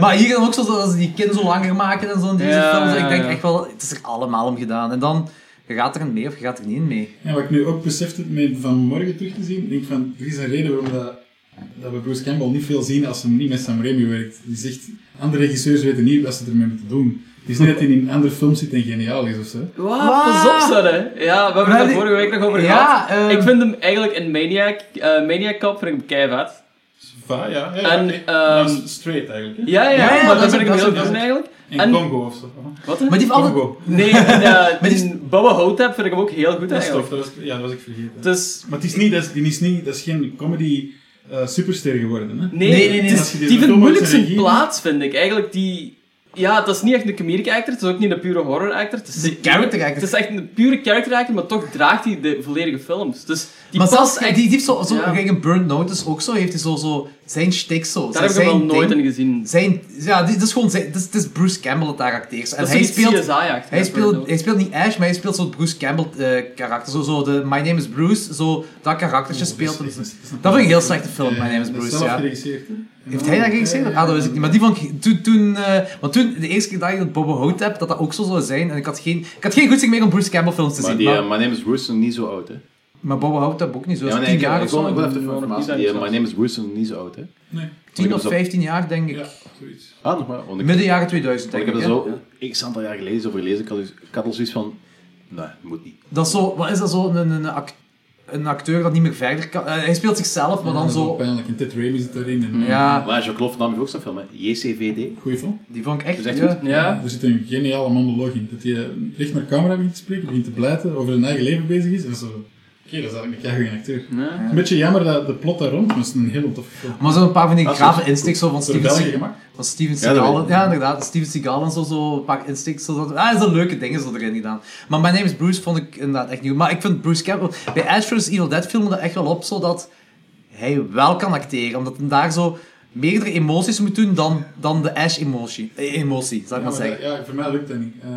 S5: maar hier dan ook zo dat ze die kin zo langer maken en zo in deze
S7: Ja,
S5: films. Ik denk
S7: ja, ja.
S5: echt wel, het is er allemaal om gedaan. En dan, je gaat er mee of je gaat er niet in mee.
S9: En wat ik nu ook beseft heb, met vanmorgen terug te zien, denk ik van, er is een reden waarom dat, dat we Bruce Campbell niet veel zien als hij niet met Sam Raimi werkt. Die zegt, andere regisseurs weten niet wat ze ermee moeten doen. Het is niet dat hij in andere films zit en geniaal is of zo.
S7: Wauw,
S5: Wauw.
S7: pas op, Sarah. Ja, we hebben
S5: Maar
S7: het daar
S5: die-
S7: vorige week nog over
S5: Ja,
S7: gehad.
S5: ehm.
S7: Ik vind hem eigenlijk in Maniac, eh Maniac Cop vind ik hem keivet.
S9: Va, ja. ja,
S7: En,
S9: ja,
S7: ehm,
S9: dat is straight eigenlijk. hè.
S7: Ja, ja,
S5: Ja, ja,
S7: maar
S5: dat
S7: dat
S5: is
S7: vind ik
S5: ook-
S7: hem heel
S5: dat is ook-
S7: goed eigenlijk.
S9: In
S7: en-
S9: Congo of zo. Aha.
S7: Wat? hè?
S5: Maar die heeft altijd...
S9: Congo.
S7: Nee, in,
S5: *laughs*
S7: eh
S5: die is-
S7: in Bubba Hotep vind ik hem ook heel goed
S9: Dat is tof,
S7: eigenlijk.
S9: dat was, ja, dat was ik vergeten.
S7: Dus,
S9: Maar het is niet, dat is, die is niet, dat is geen comedy eh, superster geworden, hè?
S7: nee,
S5: Nee, nee, nee,
S7: het is-
S9: als je die
S7: die vindt
S9: film
S7: moeilijk
S9: uit zijn
S7: zijn
S9: regie-
S7: plaats, vind ik. Eigenlijk die... Ja, het is niet echt een comedic actor, het is ook niet een pure horror actor. Het is
S5: een character actor.
S7: Het is echt een pure character actor, maar toch draagt hij de volledige films. Dus die
S5: maar
S7: past
S5: zelfs,
S7: echt...
S5: die, die heeft zo, zo
S7: ja.
S5: kijk, een Burnt Notice ook zo, heeft hij zo, zo zijn shtick zo.
S7: Daar heb ik hem
S5: zijn
S7: wel nooit
S5: ding-
S7: in gezien.
S5: Zijn, ja, dit is gewoon, zijn, dit is, dit is Bruce Campbell dat daar acteert. En
S7: Dat is
S5: hij
S7: zoiets
S5: speelt,
S7: CSI-achtig,
S5: hij,
S7: hè,
S5: speelt,
S7: Burnt
S5: hij speelt niet Ash, maar hij speelt zo'n Bruce Campbell eh, karakter. Zo, zo de My Name is Bruce, zo dat karaktertje speelt hem. Dat vind ik een heel slechte film, My Name is Bruce,
S9: Zelf
S5: ja.
S9: geregisseerd, hè?
S5: Heeft hij dat geregisseerd? Ah, dat wist ik niet. Maar die vond ik toen... toen eh want toen, de eerste keer dat ik dat Bobo Hout heb, dat dat ook zo zou zijn. En ik had geen, ik had geen goesting meer om Bruce Campbell films te
S8: Maar
S5: zien.
S8: die, eh,
S5: maar,
S8: My Name is Bruce is nog niet zo oud, hè?
S5: maar Bobo Hout heb ook niet zo.
S8: Ja,
S5: Ja,
S8: maar nee,
S5: tien
S8: ik,
S5: jaar
S8: ik
S5: of
S8: wil
S5: zo.
S8: ik wil even
S7: Ja,
S8: voor
S7: nog
S8: informatie.
S7: niet
S8: Die, eh, My
S7: zelfs.
S8: Name is Bruce is nog niet zo oud, hè?
S5: 10
S8: Ik
S5: of
S8: heb zo-
S5: 15 jaar, denk ik.
S9: Ja, zoiets.
S8: Ah, nog maar. want ik-
S5: Midden jaren 2000,
S8: Want
S5: denk
S8: ik
S5: ik.
S8: heb er
S5: hè.
S8: zo x aantal jaar geleden over gelezen. Ik had, dus- ik had al zoiets van. Nee, moet niet.
S5: Dat is zo... Wat is dat zo? Een, een, act- een acteur dat niet meer verder kan... eh, hij speelt zichzelf, maar dan
S9: Dat is wel
S5: zo...
S9: pijnlijk. En Ted Raimi zit daarin. En,
S5: Ja,
S8: Maar Jacques Lof nam je ook zo'n film, hè? JCVD.
S9: Goeie film.
S5: die vond ik echt...
S8: Dat is echt
S5: ja.
S8: goed.
S7: Ja.
S9: Er zit een geniale monoloog in. Dat hij eh, recht naar de camera begint te spreken, begint te blijten, over zijn eigen leven bezig is. En zo. Oké, dat is eigenlijk een keigoed acteur.
S7: Ja.
S9: Een beetje jammer dat de plot daar rond, maar het is een heel toffe film.
S5: Maar zo'n paar van die
S8: Dat is
S5: grave
S8: goed.
S5: instincts zo van
S9: Door
S5: Steven,
S9: België
S5: Se-
S9: gemaakt.
S5: van Steven
S8: Ja, dat
S5: Seagal.
S8: weet
S5: Ja,
S8: ik.
S5: inderdaad. Steven Seagal en zo, zo een paar instincts. Zo, dat, ah, zo leuke dingen zo erin gedaan. Maar My Name is Bruce vond ik inderdaad echt nieuw. Maar ik vind Bruce Campbell... Bij Ash vs. Evil Dead viel me dat echt wel op, zodat hij wel kan acteren. Omdat hij daar zo meerdere emoties moet doen dan, dan de Ash-emotie. eh, emotie, zou ik maar
S9: Ja, maar
S5: zeggen.
S9: dat- ja, voor mij lukt dat niet. Eh,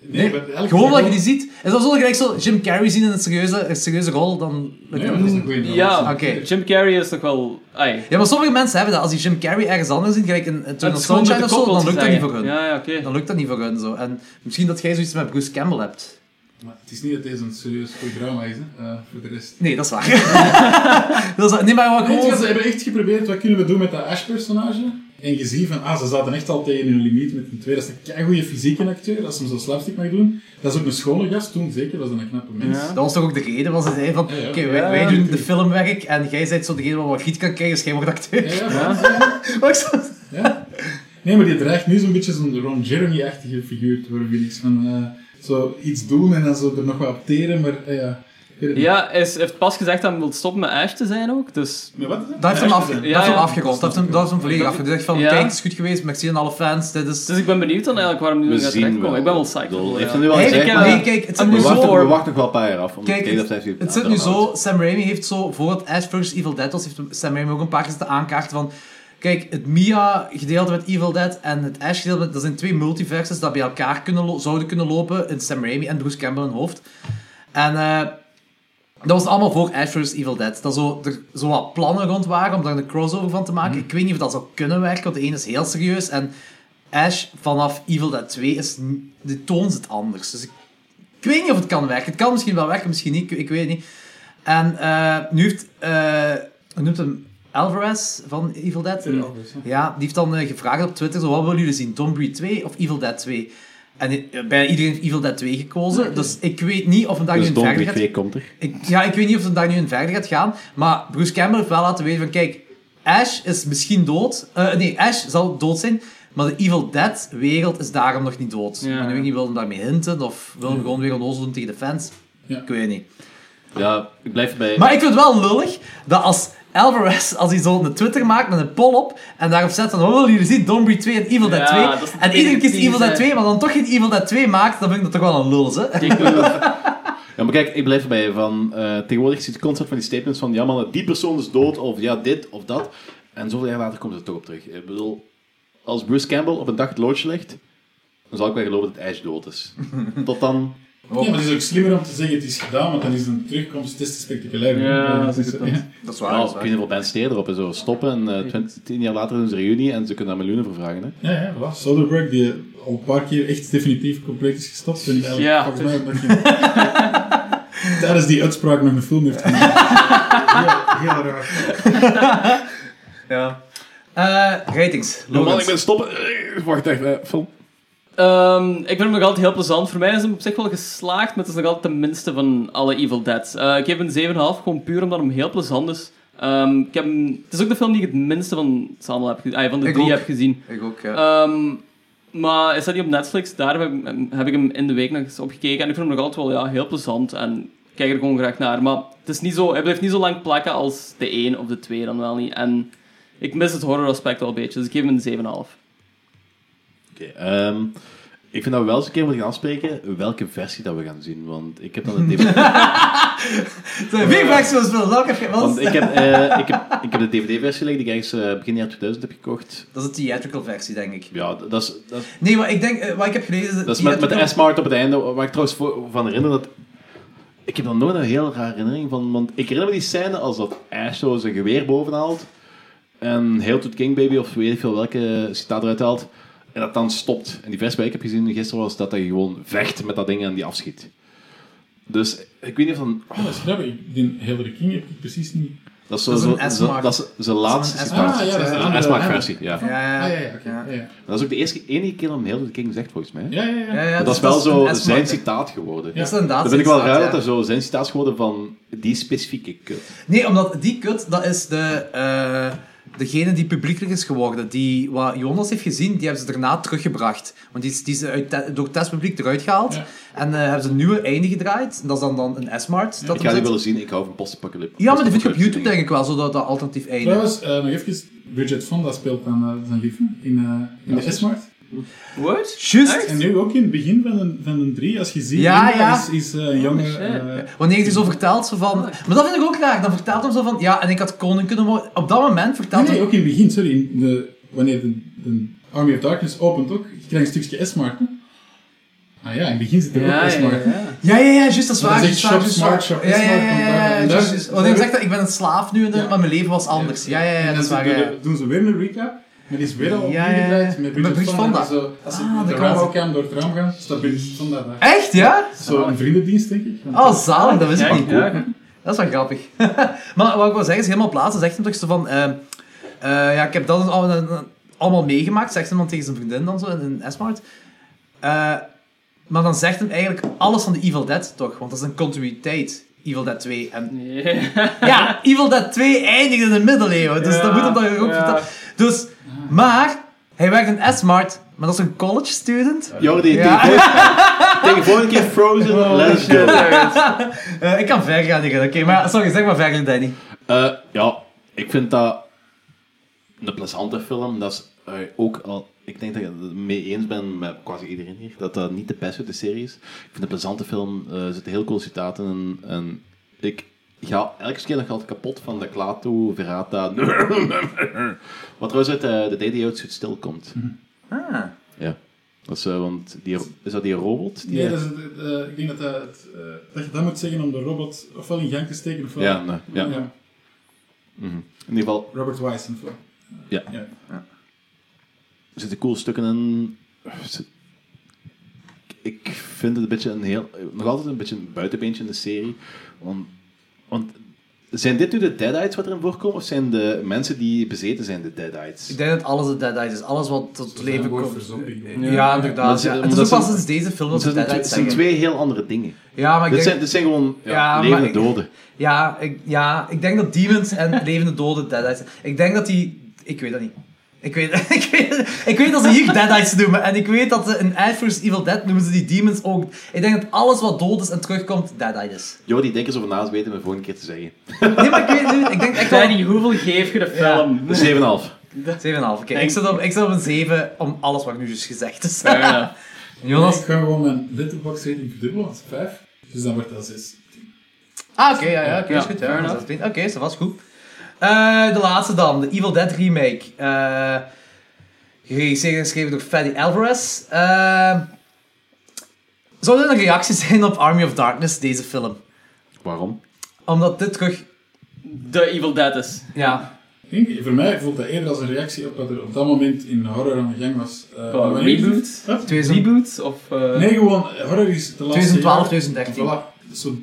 S9: nee,
S5: Nee,
S9: maar elke
S5: gewoon
S9: keer
S5: dat je die ziet. En dan zullen gelijk zo Jim Carrey zien in een serieuze, een serieuze rol, dan...
S9: Nee, maar dat is een goeie film.
S7: Ja,
S5: Oké.
S7: Jim Carrey is toch wel... Ai.
S5: Ja, maar sommige mensen hebben dat. Als die Jim Carrey ergens anders zien, gelijk in Eternal
S7: is gewoon met
S5: Sunshine
S7: de
S5: of zo,
S7: koppels
S5: dan
S7: te
S5: lukt dat niet
S7: zeggen.
S5: voor hun.
S7: Ja, ja, oké.
S5: Dan lukt dat niet voor hun, zo. En misschien dat jij zoiets met Bruce Campbell hebt.
S9: Maar het is niet dat deze een serieus goed drama is, hè, eh, voor de rest.
S5: Nee, dat is
S9: *laughs*
S5: waar. *laughs* dat is, nee, maar wat
S9: Weet je wat,
S5: gewoon...
S9: ze hebben echt geprobeerd, wat kunnen we doen met dat Ash-personage? En je ziet van, ah, ze zaten echt al tegen hun limiet met een twee. Dat is een keigoeie fysieke acteur, als ze hem zo slapstick mag doen. Dat is ook een schone gast toen, zeker. Dat is een knappe mens.
S5: Dat was toch ook de reden waar ze zei van, oké,
S9: ja.
S5: wij,
S9: Ja,
S5: wij doen de
S9: natuurlijk.
S5: filmwerk en jij bent zo degene waar wat fiets kan krijgen, dus jij wordt acteur.
S9: Ja, ja, ja.
S5: *laughs* Maar ik zou-
S9: Ja. Nee, maar die dreigt nu zo'n beetje zo'n Ron Jeremy-achtige figuur te worden, vind ik. Van, eh, zo iets doen en dan zo er nog wat op teren, maar eh, ja. Ik weet het niet.
S7: Ja, hij is- heeft pas gezegd dat hij wil stoppen met Ash te zijn ook. Dus
S9: Maar wat is dat?
S5: Dat heeft hem,
S9: Ja,
S5: af, dat heeft hem
S7: ja.
S5: afgerond, dat heeft hem, dat heeft hem volledig afgerond. Hij zegt van,
S7: Ja.
S5: kijk, het is goed geweest, maar ik zie een alle fans, dit is...
S7: Dus ik ben benieuwd dan eigenlijk waarom hij nu
S8: We
S7: gaat
S8: zien
S7: terechtkomen.
S8: wel.
S7: Ik ben wel psyched.
S8: Bedoel,
S7: voor,
S8: heeft
S7: ja.
S8: hij nu al
S5: Nee,
S8: gezegd?
S5: kijk,
S8: maar-
S5: nee, kijk, het zit
S8: We
S5: nu
S8: wachten,
S5: zo...
S8: we wachten nog wel een paar jaar af. Om
S5: Kijk,
S8: te kijken
S5: het,
S8: of hij
S5: het zit nu zo. Sam Raimi heeft zo voor het Ash vs. Evil Dead was, heeft Sam Raimi ook een paar keer te aankaarten van. Kijk, het Mia-gedeelte met Evil Dead en het Ash-gedeelte, dat zijn twee multiverses dat bij elkaar kunnen lo- zouden kunnen lopen. In Sam Raimi en Bruce Campbell in hoofd. En eh, dat was allemaal voor Ash vs. Evil Dead. Dat zo, er zo wat plannen rond waren om daar een crossover van te maken. Ik weet niet of dat zou kunnen werken, want de ene is heel serieus. En Ash vanaf Evil Dead 2 is... n- De toon zit anders. Dus ik ik weet niet of het kan werken. Het kan misschien wel werken, misschien niet. Ik, ik weet het niet. En eh, nu heeft... eh, hoe noemt hem? Alvarez van Evil Dead? Ja, die heeft dan eh, gevraagd op Twitter... Zo, wat willen jullie zien? Don't Breed 2 of Evil Dead 2? En eh, bijna iedereen heeft Evil Dead 2 gekozen. Dus ik weet niet of een dag nu
S8: Dus
S5: een verder
S8: Donkey
S5: gaat...
S8: 2 komt er.
S5: Ik, ja, ik weet niet of het daar nu in verder gaat gaan. Maar Bruce Campbell heeft wel laten weten van... Kijk, Ash is misschien dood. Eh, nee, Ash zal dood zijn. Maar de Evil Dead wereld is daarom nog niet dood.
S7: Ja.
S5: Maar nu weet ik niet, wil hem daarmee hinten? Of wil hem gewoon weer onnozel doen tegen de fans?
S9: Ja.
S5: Ik weet niet.
S8: Ja, ik blijf bij.
S5: Maar ik vind het wel lullig dat als... Alvarez, als hij zo een Twitter maakt met een poll op en daarop zet van, wat willen jullie zien? Dombry 2 en
S7: Ja,
S5: Evil Dead
S7: dat is
S5: 2.
S7: de
S5: En iedereen kiest
S7: enige
S5: Evil Dead
S7: die
S5: 2, maar dan toch geen Evil Dead 2 maakt, dan vind ik dat toch wel een lul, hè?
S7: Ik wil-
S8: Ja, maar kijk, ik blijf erbij van... eh, tegenwoordig zit het concept van die statements van... Ja, man, die persoon is dood, of ja, dit, of dat. En zoveel jaar later komt het er toch op terug. Ik bedoel, als Bruce Campbell op een dag het loodje legt... Dan zal ik wel geloven dat Ash dood is. *laughs* Tot dan...
S9: Ja, maar het is ook slimmer om te zeggen het is gedaan, want dan is een terugkomst des te spectaculair.
S7: Ja,
S9: Eh,
S7: dat is
S9: dus,
S7: het.
S9: eh,
S5: Dat is
S8: Wow, ik weet niet hoeveel bands steden erop en zo stoppen. En eh, twint- tien jaar later doen ze een reunie en ze kunnen daar miljoenen voor vragen. Hè.
S9: *laughs* Ja, ja, voilà. Dus Soderbergh, die eh, al een paar keer echt definitief compleet is gestopt. En die eigenlijk,
S7: Ja,
S9: volgens mij, ook nog geen- *laughs* tijdens die uitspraak nog een film heeft gemaakt. Heel, heel raar.
S5: Ja. Eh, ratings.
S8: Normaal,
S5: Logans.
S8: ik ben stoppen. Eh, wacht even, eh, film.
S7: Ehm, ik vind hem nog altijd heel plezant. Voor mij is hem op zich wel geslaagd, maar het is nog altijd de minste van alle Evil Deads. Eh, ik geef hem een 7,5, gewoon puur omdat hem heel plezant is. Ehm, ik heb hem- het is ook de film die ik het minste van het allemaal heb gezien. Ah, van de
S5: Ik
S7: drie
S5: ook.
S7: heb gezien.
S5: Ik ook, ja.
S7: Ehm, maar is dat niet op Netflix? Daar heb, ik- heb ik hem in de week nog eens op gekeken. En ik vind hem nog altijd wel ja, heel plezant. En ik kijk er gewoon graag naar. Maar het is niet zo, hij blijft niet zo lang plakken als de 1 of de 2 dan wel niet. En ik mis het horror aspect wel een beetje. Dus ik geef hem een 7,5.
S8: Oké, ehm, ik vind dat we wel eens een keer moeten gaan afspreken welke versie dat we gaan zien. Want ik heb dan de *laughs* DVD.
S5: Zijn vier flexibels spelen, welke heb je wel
S8: want
S5: eens-
S8: ik heb,
S5: *laughs*
S8: eh, ik heb, ik heb de DVD-versie liggen die ik ergens eh, begin jaar 2000 heb gekocht.
S5: Dat is de theatrical versie, denk ik.
S8: Ja, dat is, dat is,
S5: Nee, maar ik denk, eh, wat ik heb gelezen...
S8: dat is met, met de
S5: theatrical-
S8: S-Mart op het einde. Waar ik trouwens voor, van herinner dat. Ik heb dan nooit een heel raar herinnering van. Want ik herinner me die scène als dat Ash zo zijn geweer bovenhaalt. En heel tot King Baby of weet ik veel welke citaat eruit haalt. En dat dan stopt. En die vers waar ik heb gezien gisteren was dat hij gewoon vecht met dat ding en die afschiet. Dus ik weet niet of dan.
S9: Ja, dat is grappig. Ik denk, Hillary King heb ik precies niet.
S8: Dat is, zo,
S5: Dat is een
S8: zo-
S5: S-mark.
S8: dat is zijn laatste
S5: Dat is een
S8: citaat.
S9: S-mark. Ah, ja, dat is een
S8: een
S9: andere-
S8: S-mark versie. Ja.
S5: Ja, ja,
S9: Ah,
S5: ja.
S9: ja, ja, oké.
S5: Ja.
S9: Ja,
S8: Dat is ook de eerste, enige keer dat hem heel de King zegt volgens mij.
S9: ja, ja. ja,
S5: Ja,
S9: ja.
S5: ja,
S8: dat is
S5: dus
S8: wel zo
S5: een
S8: zijn
S5: S-mark.
S8: citaat geworden.
S5: Dat is inderdaad
S8: Dat vind ik wel
S5: zijn
S8: raar dat
S5: citaat,
S8: er
S5: ja.
S8: zo zijn citaat is geworden van die specifieke kut.
S5: Nee, omdat die kut, dat is de, eh, degene die publiekelijk is geworden. Die, wat Jonas heeft gezien, die hebben ze daarna teruggebracht. Want die is, die is uit te- door het testpubliek eruit gehaald.
S9: Ja.
S5: En eh, hebben ze een nieuwe einde gedraaid. En dat is dan, dan een S-Mart. dat
S8: Ik
S5: hem
S8: ga die
S5: zit.
S8: willen zien, ik hou van postapocalypse.
S5: Ja, maar die vind je op YouTube
S8: dingen.
S5: denk ik wel, zo dat, dat alternatief einde.
S9: Trouwens, eh, nog even. Bridget Fonda speelt aan eh, zijn liefde in, eh, in de S-Mart.
S7: What?
S5: Juist.
S9: En nu ook in het begin van een, van een drie, als je ziet,
S5: Ja,
S9: Linda
S5: ja.
S9: is, is eh, een jonge...
S7: shit.
S9: eh,
S5: Wanneer hij zo vertelt, zo van... Maar dat vind ik ook raar. Dan vertelt hij zo van... Ja, en ik had koning kunnen worden. Op dat moment vertelt
S9: nee,
S5: hij...
S9: nee, Ah, ook in het begin, sorry. in de, wanneer de, de Army of Darkness opent ook, je krijgt een stukje S-Mart. hè? Ah ja, in het begin zit er ook S-Mart.
S5: Ja, ja, ja, juist, dat is
S9: Dat
S5: waar.
S9: is
S5: juist
S9: echt
S5: waar,
S9: shop
S5: juist
S9: smart,
S5: waar.
S9: shop
S5: Ja, ja,
S9: smart,
S5: ja,
S9: want
S5: ja,
S9: daar-
S5: ja,
S9: en daar
S5: juist,
S9: is-
S5: juist. Want ik zeg dat ik ben een slaaf nu, en dat-
S9: Ja.
S5: maar mijn leven was anders. Ja, ja, ja,
S9: En
S5: dat is
S9: dan
S5: waar.
S9: doen,
S5: ja.
S9: we- doen ze weer een recap, maar die is weer al
S5: Ja,
S9: ja,
S5: ja, ja.
S9: omgedraaid
S5: Met
S9: met Bridget
S5: Bridget
S9: Fonda.
S5: Fonda.
S9: die Zo, als ze
S5: Ah,
S9: met de
S5: dat kan ook.
S9: ravelcam door het raam gaan, staat Bridget Fonda daar.
S5: Echt, ja?
S9: Zo'n vriendendienst, denk ik.
S5: Oh, zalig, dat wist ik
S7: Kijk,
S5: niet.
S7: ja.
S5: Dat is wel grappig. *laughs* ehm, maar wat ik wil zeggen is, helemaal op laatst zegt hem toch zo van... eh, eh, ja, ik heb dat en al... en- en- allemaal meegemaakt, zegt iemand tegen zijn vriendin dan zo in een S-Mart. Eh, maar dan zegt hem eigenlijk alles van de Evil Dead toch, want dat is een continuïteit. Evil Dead 2 en ja, Evil Dead 2 eindigt in de middeleeuwen. Dus
S7: Ja,
S5: dat moet hem dan ook
S7: ja.
S5: vertellen. Dus, maar, hij werkt in S-Mart, maar dat is een college student.
S8: Jordi, tegen tegen volgende keer Frozen, let us go.
S5: Eh, ik kan ver gaan, Nick, oké. maar sorry, zeg maar verder, Danny.
S8: Eh, ja, ik vind dat een plezante film. Dat is eh, ook al. Ik denk dat ik het mee eens ben met quasi iedereen hier. Dat dat niet de beste uit de serie is. Ik vind het een plezante film. eh, er zitten heel cool citaten in. En ik ga elke keer nog altijd kapot van de Klato, Verata. Wat trouwens uit eh, de Day The Outsuit stil komt.
S9: Mhm.
S5: Ah.
S8: Ja. Dat is, eh, want die, is dat die robot? Die
S9: Nee, dat is het, eh, ik denk dat, dat, het, eh, dat je dat moet zeggen om de robot ofwel in gang te steken ofwel...
S8: Ja, nee, ja. In ieder geval,
S9: Robert Wise en zo.
S8: Ja.
S9: ja.
S8: Er zitten cool stukken in. Er zit- Ik vind het een beetje een heel... Nog altijd een beetje een buitenbeentje in de serie. Want, want zijn dit nu de Deadites wat erin voorkomen? Of zijn de mensen die bezeten zijn de Deadites?
S5: Ik denk dat alles de Dead Eyes is. Alles wat tot leven
S9: Gewoon
S5: komt.
S9: verzomping.
S5: Ja,
S8: Maar
S5: inderdaad.
S8: ze-
S5: Ja. Het
S8: omdat
S5: is ook
S8: ze-
S5: pas sinds deze film dat
S8: Want
S5: de
S8: het zijn,
S5: Dead
S8: twee,
S5: Eyes
S8: het zijn
S5: zeggen.
S8: twee heel andere dingen.
S5: Ja, maar
S8: Dit
S5: ik denk...
S8: zijn, dit zijn gewoon ja,
S5: Ja, maar
S8: levende
S5: ik-
S8: doden.
S5: Ja ik, ja, ik denk dat demons en *laughs* levende doden Dead Eyes zijn. Ik denk dat die... Ik weet dat niet. Ik weet, *laughs* ik, weet, ik weet dat ze hier Dead Eyes noemen. En ik weet dat ze in Adverse Evil Dead noemen ze die demons ook. Ik denk dat alles wat dood is en terugkomt, Dead Eyes is.
S8: Jo, die denken ze over na eens weten om de volgende keer te zeggen.
S5: Nee, maar ik weet het niet. Ik denk echt wel...
S7: Danny, hoeveel geef je de
S5: Ja.
S7: film?
S5: *laughs*
S8: 7,5.
S5: 7,5. Oké, ik, zit op, ik zit op een 7 om alles wat nu is gezegd is.
S7: Fair enough.
S5: Jonas?
S9: Ik ga gewoon mijn letterbox rating verdubbelen, want 5. Dus dan wordt dat 6.
S5: Ah, oké, ja, ja, oké,
S7: Ja,
S5: is goed. ja,
S7: fair
S5: dat is
S7: enough.
S5: het. Oké, dus dat was goed. Eh, de laatste dan, de Evil Dead remake. Eh geregisseerd en geschreven door Freddy Alvarez. Eh, zou dit een reactie *laughs* zijn op Army of Darkness, deze film?
S8: Waarom?
S5: Omdat dit terug...
S7: De Evil Dead is.
S5: Ja.
S9: Ik denk, voor mij voelt dat eerder als een reactie op wat er op dat moment in horror aan de gang was. Eh,
S7: Qua
S9: wanneer is het?
S7: reboot?
S9: Huh?
S5: Reboot?
S7: Reboot of... eh,
S9: Nee, gewoon, eh, horror is de laatste
S5: 2012,
S9: jaren-
S5: 2013.
S9: Voilà, zo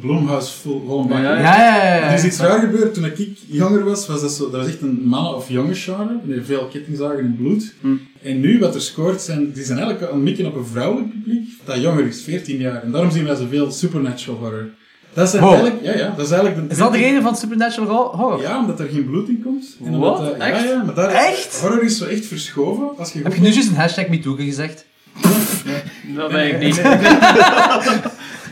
S9: Blomhuis vol, vol een bak.
S7: Ja,
S5: Ja, ja, ja, ja.
S9: Er is iets raar gebeurd. Toen ik jonger was, was dat, zo, dat was echt een mannen- of jongensgenre, met veel kettingzagen en bloed.
S5: Hmm.
S9: En nu, wat er scoort, zijn, die zijn eigenlijk aan het mikken op een vrouwelijk publiek, dat jonger is, 14 jaar. En daarom zien wij zoveel supernatural horror. Dat is
S5: Wow.
S9: eigenlijk, ja, ja, dat is eigenlijk de
S5: Is dat de reden van Supernatural Hor- Horror?
S9: Ja, omdat er geen bloed in komt. En
S5: Wat?
S9: omdat, eh,
S5: Echt?
S9: Ja, ja, maar daar,
S5: Echt?
S9: horror is zo echt verschoven. Als je
S5: Heb
S9: goed
S5: je nu juist een hashtag MeToo gezegd?
S7: dat ben ik niet.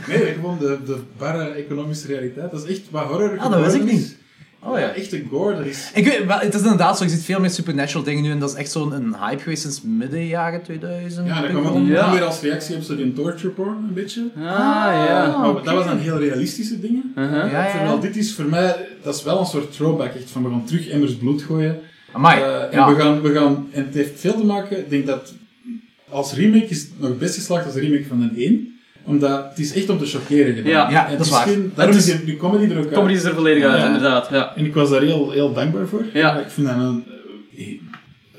S9: Nee, gewoon de, de barre economische realiteit. Dat is echt waar horror
S5: Ah, dat wist ik
S9: geworden is.
S5: niet. Oh ja.
S9: Ja, echt een gore, dat is...
S5: Ik weet, wel, het is inderdaad zo, je ziet veel meer supernatural dingen nu en dat is echt zo'n een hype geweest sinds midden jaren 2000.
S9: Ja, dat
S5: denk
S9: kwam
S5: ik
S9: ook
S7: Ja.
S9: weer als reactie op zo'n torture porn, een beetje.
S7: Ah, ja.
S9: Maar Oh, Dat was dan heel realistische dingen.
S5: wel. Ja, ja, ja.
S9: Terwijl dit is voor mij, dat is wel een soort throwback, echt van we gaan terug emmers bloed gooien.
S5: Amai,
S9: Eh, en,
S5: ja.
S9: we gaan, we gaan, en het heeft veel te maken, ik denk dat als remake is het nog best geslaagd als remake van een 1. Omdat het is echt om te chockeren gedaan.
S7: Ja,
S5: ja,
S9: En het
S5: dat is waar.
S9: geen- daarom is die, die comedy er ook uit.
S7: Comedy is er volledig uit, inderdaad. Ja.
S9: En ik was daar heel, heel dankbaar voor.
S7: Ja.
S9: Ik vind dat een... eh,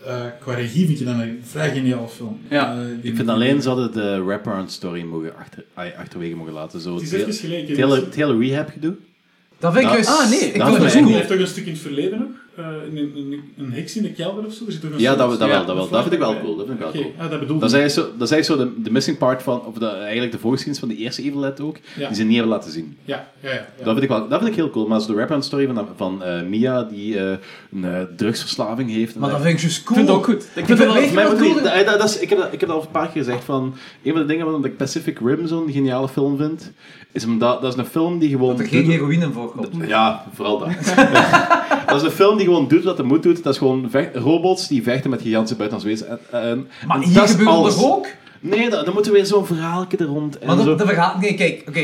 S9: eh, qua regie vind je dat een vrij geniale film.
S7: Ja.
S9: Eh, die-
S8: Ik vind alleen ze hadden de wraparound story mogen achter, ai, achterwege mogen laten. Zo
S9: Het is
S8: het
S9: even
S8: hele-
S9: geleken. dus-
S8: het hele- het hele rehab gedoe.
S5: Dat vind ik
S8: Ja.
S5: juist...
S7: Ah, nee,
S5: ik
S8: dat
S5: wil
S8: vind
S5: het
S8: ik
S9: Die
S8: cool.
S5: doen.
S9: heeft toch een stuk in het verleden nog? Eh, in een, een, een heks in de kelder of zo? Er zit toch een
S8: Ja,
S9: soort-
S8: dat, dat
S7: Ja,
S8: wel, dat wel. Dat vind ik wel cool. Dat vind ik wel
S9: Oké,
S8: cool.
S9: ah, dat bedoel ik.
S8: Dat is eigenlijk zo, dat is eigenlijk zo de, de missing part van, of de, eigenlijk de voorgeschiedenis van de eerste Evil Dead ook,
S9: Ja.
S8: die ze niet hebben laten zien.
S9: Ja, ja, ja. ja.
S8: Dat, vind ik wel, dat vind ik heel cool. Maar als de rap story van, van eh, Mia, die eh, een eh, drugsverslaving heeft. en
S5: Maar
S8: dat-
S5: dat vind ik juist
S7: Ik
S5: cool.
S7: vind het ook goed.
S5: Ik vind het weet je
S8: Maar
S5: wat
S8: goed,
S5: cool is?
S8: nee, dat- dat is- ik heb dat- ik heb dat al een paar keer gezegd. Van, een van de dingen waarom ik Pacific Rim zo'n geniale film vind, is omdat dat is een film die gewoon...
S5: Dat er geen
S8: doet-
S5: heroïne in voorkomt.
S8: Ja, vooral dat. *laughs* dat is een film die gewoon doet wat hij moet doen. Dat is gewoon vecht- robots die vechten met gigantische buitenlandse wezens. En, en,
S5: Maar
S8: en
S5: hier
S8: dat is
S5: gebeurt
S8: alles.
S5: er ook.
S8: Nee, dan, dan moeten we weer zo'n verhaaltje er rond. En
S5: Maar
S8: zo.
S5: dat, dat verhaal... Nee, kijk, oké.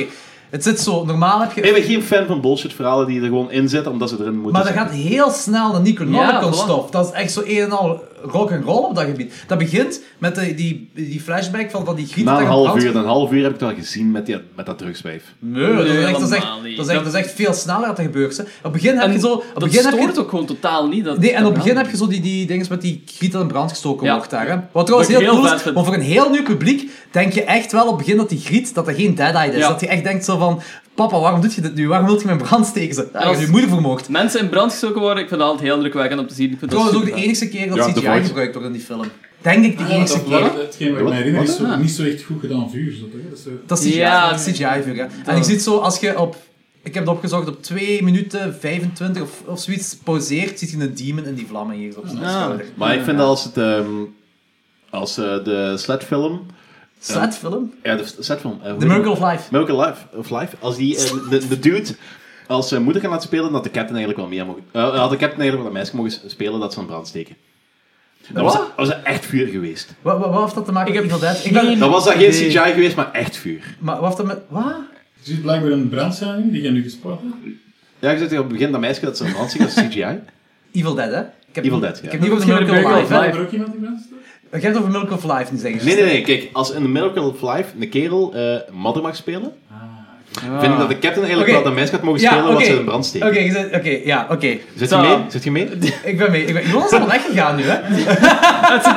S5: Het zit zo, normaal heb je...
S8: Ik ben geen fan van bullshit verhalen die er gewoon in zitten omdat ze erin moeten
S5: Maar dat
S8: zitten.
S5: gaat heel snel naar Necronomicon
S7: Ja, voilà.
S5: stof. Dat is echt zo een en al rock'n'roll op dat gebied. Dat begint met de, die, die flashback van, van die griet
S8: Na
S5: dat
S8: een
S5: er
S8: half
S5: brandt.
S8: uur, een half uur heb ik het al gezien met, die, met dat drugswijf.
S5: Nee, dat, is
S7: Nee,
S5: echt, dat, is echt,
S7: helemaal niet.
S5: dat, is echt, dat is echt veel sneller dat er gebeurt. hè. Op het begin heb je zo... Op het
S7: dat
S5: begin heb
S7: stoort
S5: je,
S7: ook gewoon totaal niet. Dat,
S5: Nee, en op
S7: dat
S5: het begin
S7: wel.
S5: heb je zo die, die dingen met die griet dat in brand gestoken
S7: Ja.
S5: wordt daar. Hè? Wat trouwens
S7: Wat ik
S5: heel
S7: heel
S5: cool
S7: vet
S5: is,
S7: vind.
S5: want voor een heel nieuw publiek denk je echt wel op het begin dat die griet, dat er geen dead-eye is.
S7: Ja.
S5: Dat je echt denkt zo van, Papa, waarom doet je dit nu? Waarom wilt je mijn brand steken? Ze Daar is
S7: als-
S5: je moeder vermoord.
S7: Mensen in brand gestoken worden, ik vind dat altijd heel drukwekkend om te zien. Ik vind dat
S5: Trouwens, ook de
S7: super-
S5: enige keer dat
S8: Ja, The
S5: CGI
S8: Voice.
S5: gebruikt wordt in die film. Denk ik de enige
S7: Ah, dat-
S5: keer.
S7: wat?
S9: Hetgeen wat ik me herinner is zo,
S8: Ah.
S7: Ja.
S9: niet zo echt goed gedaan vuur. Zo, toch? Dat is zo-
S5: Dat is CGI.
S7: Ja,
S5: dat is CGI vuur, hè. En je ziet zo, als je op... Ik heb het opgezocht, op 2 minuten 25 of, of zoiets pauzeert, ziet je een demon in die vlammen hier op zijn
S7: Ah.
S5: schouder.
S8: Maar ik vind dat als het... ehm, als eh, de sledfilm...
S5: Sledfilm?
S8: Ja, de sledfilm. eh, hoe
S5: The
S8: heet
S5: Miracle
S8: dat?
S5: of Life.
S8: Miracle Life, of Life. Als die eh, de, de dude als zijn moeder kan laten spelen, dat de captain eigenlijk wel mee mogen... eh, had de captain eigenlijk wel een meisje mogen spelen dat ze een brand steken. Dat was,
S5: Wat?
S8: dat was echt vuur geweest.
S5: Wat, wat, wat heeft dat te maken
S7: Ik
S5: met
S7: heb
S5: Evil Dead? Ik
S7: geen-
S5: ben...
S8: Dat was dan geen
S7: Nee.
S8: CGI geweest, maar echt vuur.
S5: Maar wat heeft dat met... Wat?
S9: Er zit blijkbaar een brandzaal in, die jij nu gespaard hebt.
S8: Ja, ik zei tegen op het begin dat meisje dat ze een brand steekt, dat is CGI.
S5: Evil Dead, hè? Ik heb,
S8: Evil Dead, ja.
S5: Ik heb niet over The
S7: Misschien
S5: Miracle of
S7: Miracle
S5: Life,
S7: of
S5: hè?
S9: Heb er ook iemand in brand gestoken?
S5: Ik heb het over Miracle of Life, niet zeggen.
S8: Nee, nee, nee. Kijk, als in The Miracle of Life een kerel eh mother mag spelen, Ah, vind ik dat de captain eigenlijk
S5: Oké.
S8: wel dat meisje had mogen spelen
S5: Ja,
S8: wat
S5: oké.
S8: ze in brand steken.
S5: Oké, je zit- oké, ja, oké.
S8: Zit je mee? Zit je *laughs* mee?
S5: Ik ben mee. Ik ben... Jonas is al weggegaan
S7: *laughs*
S5: nu, hè?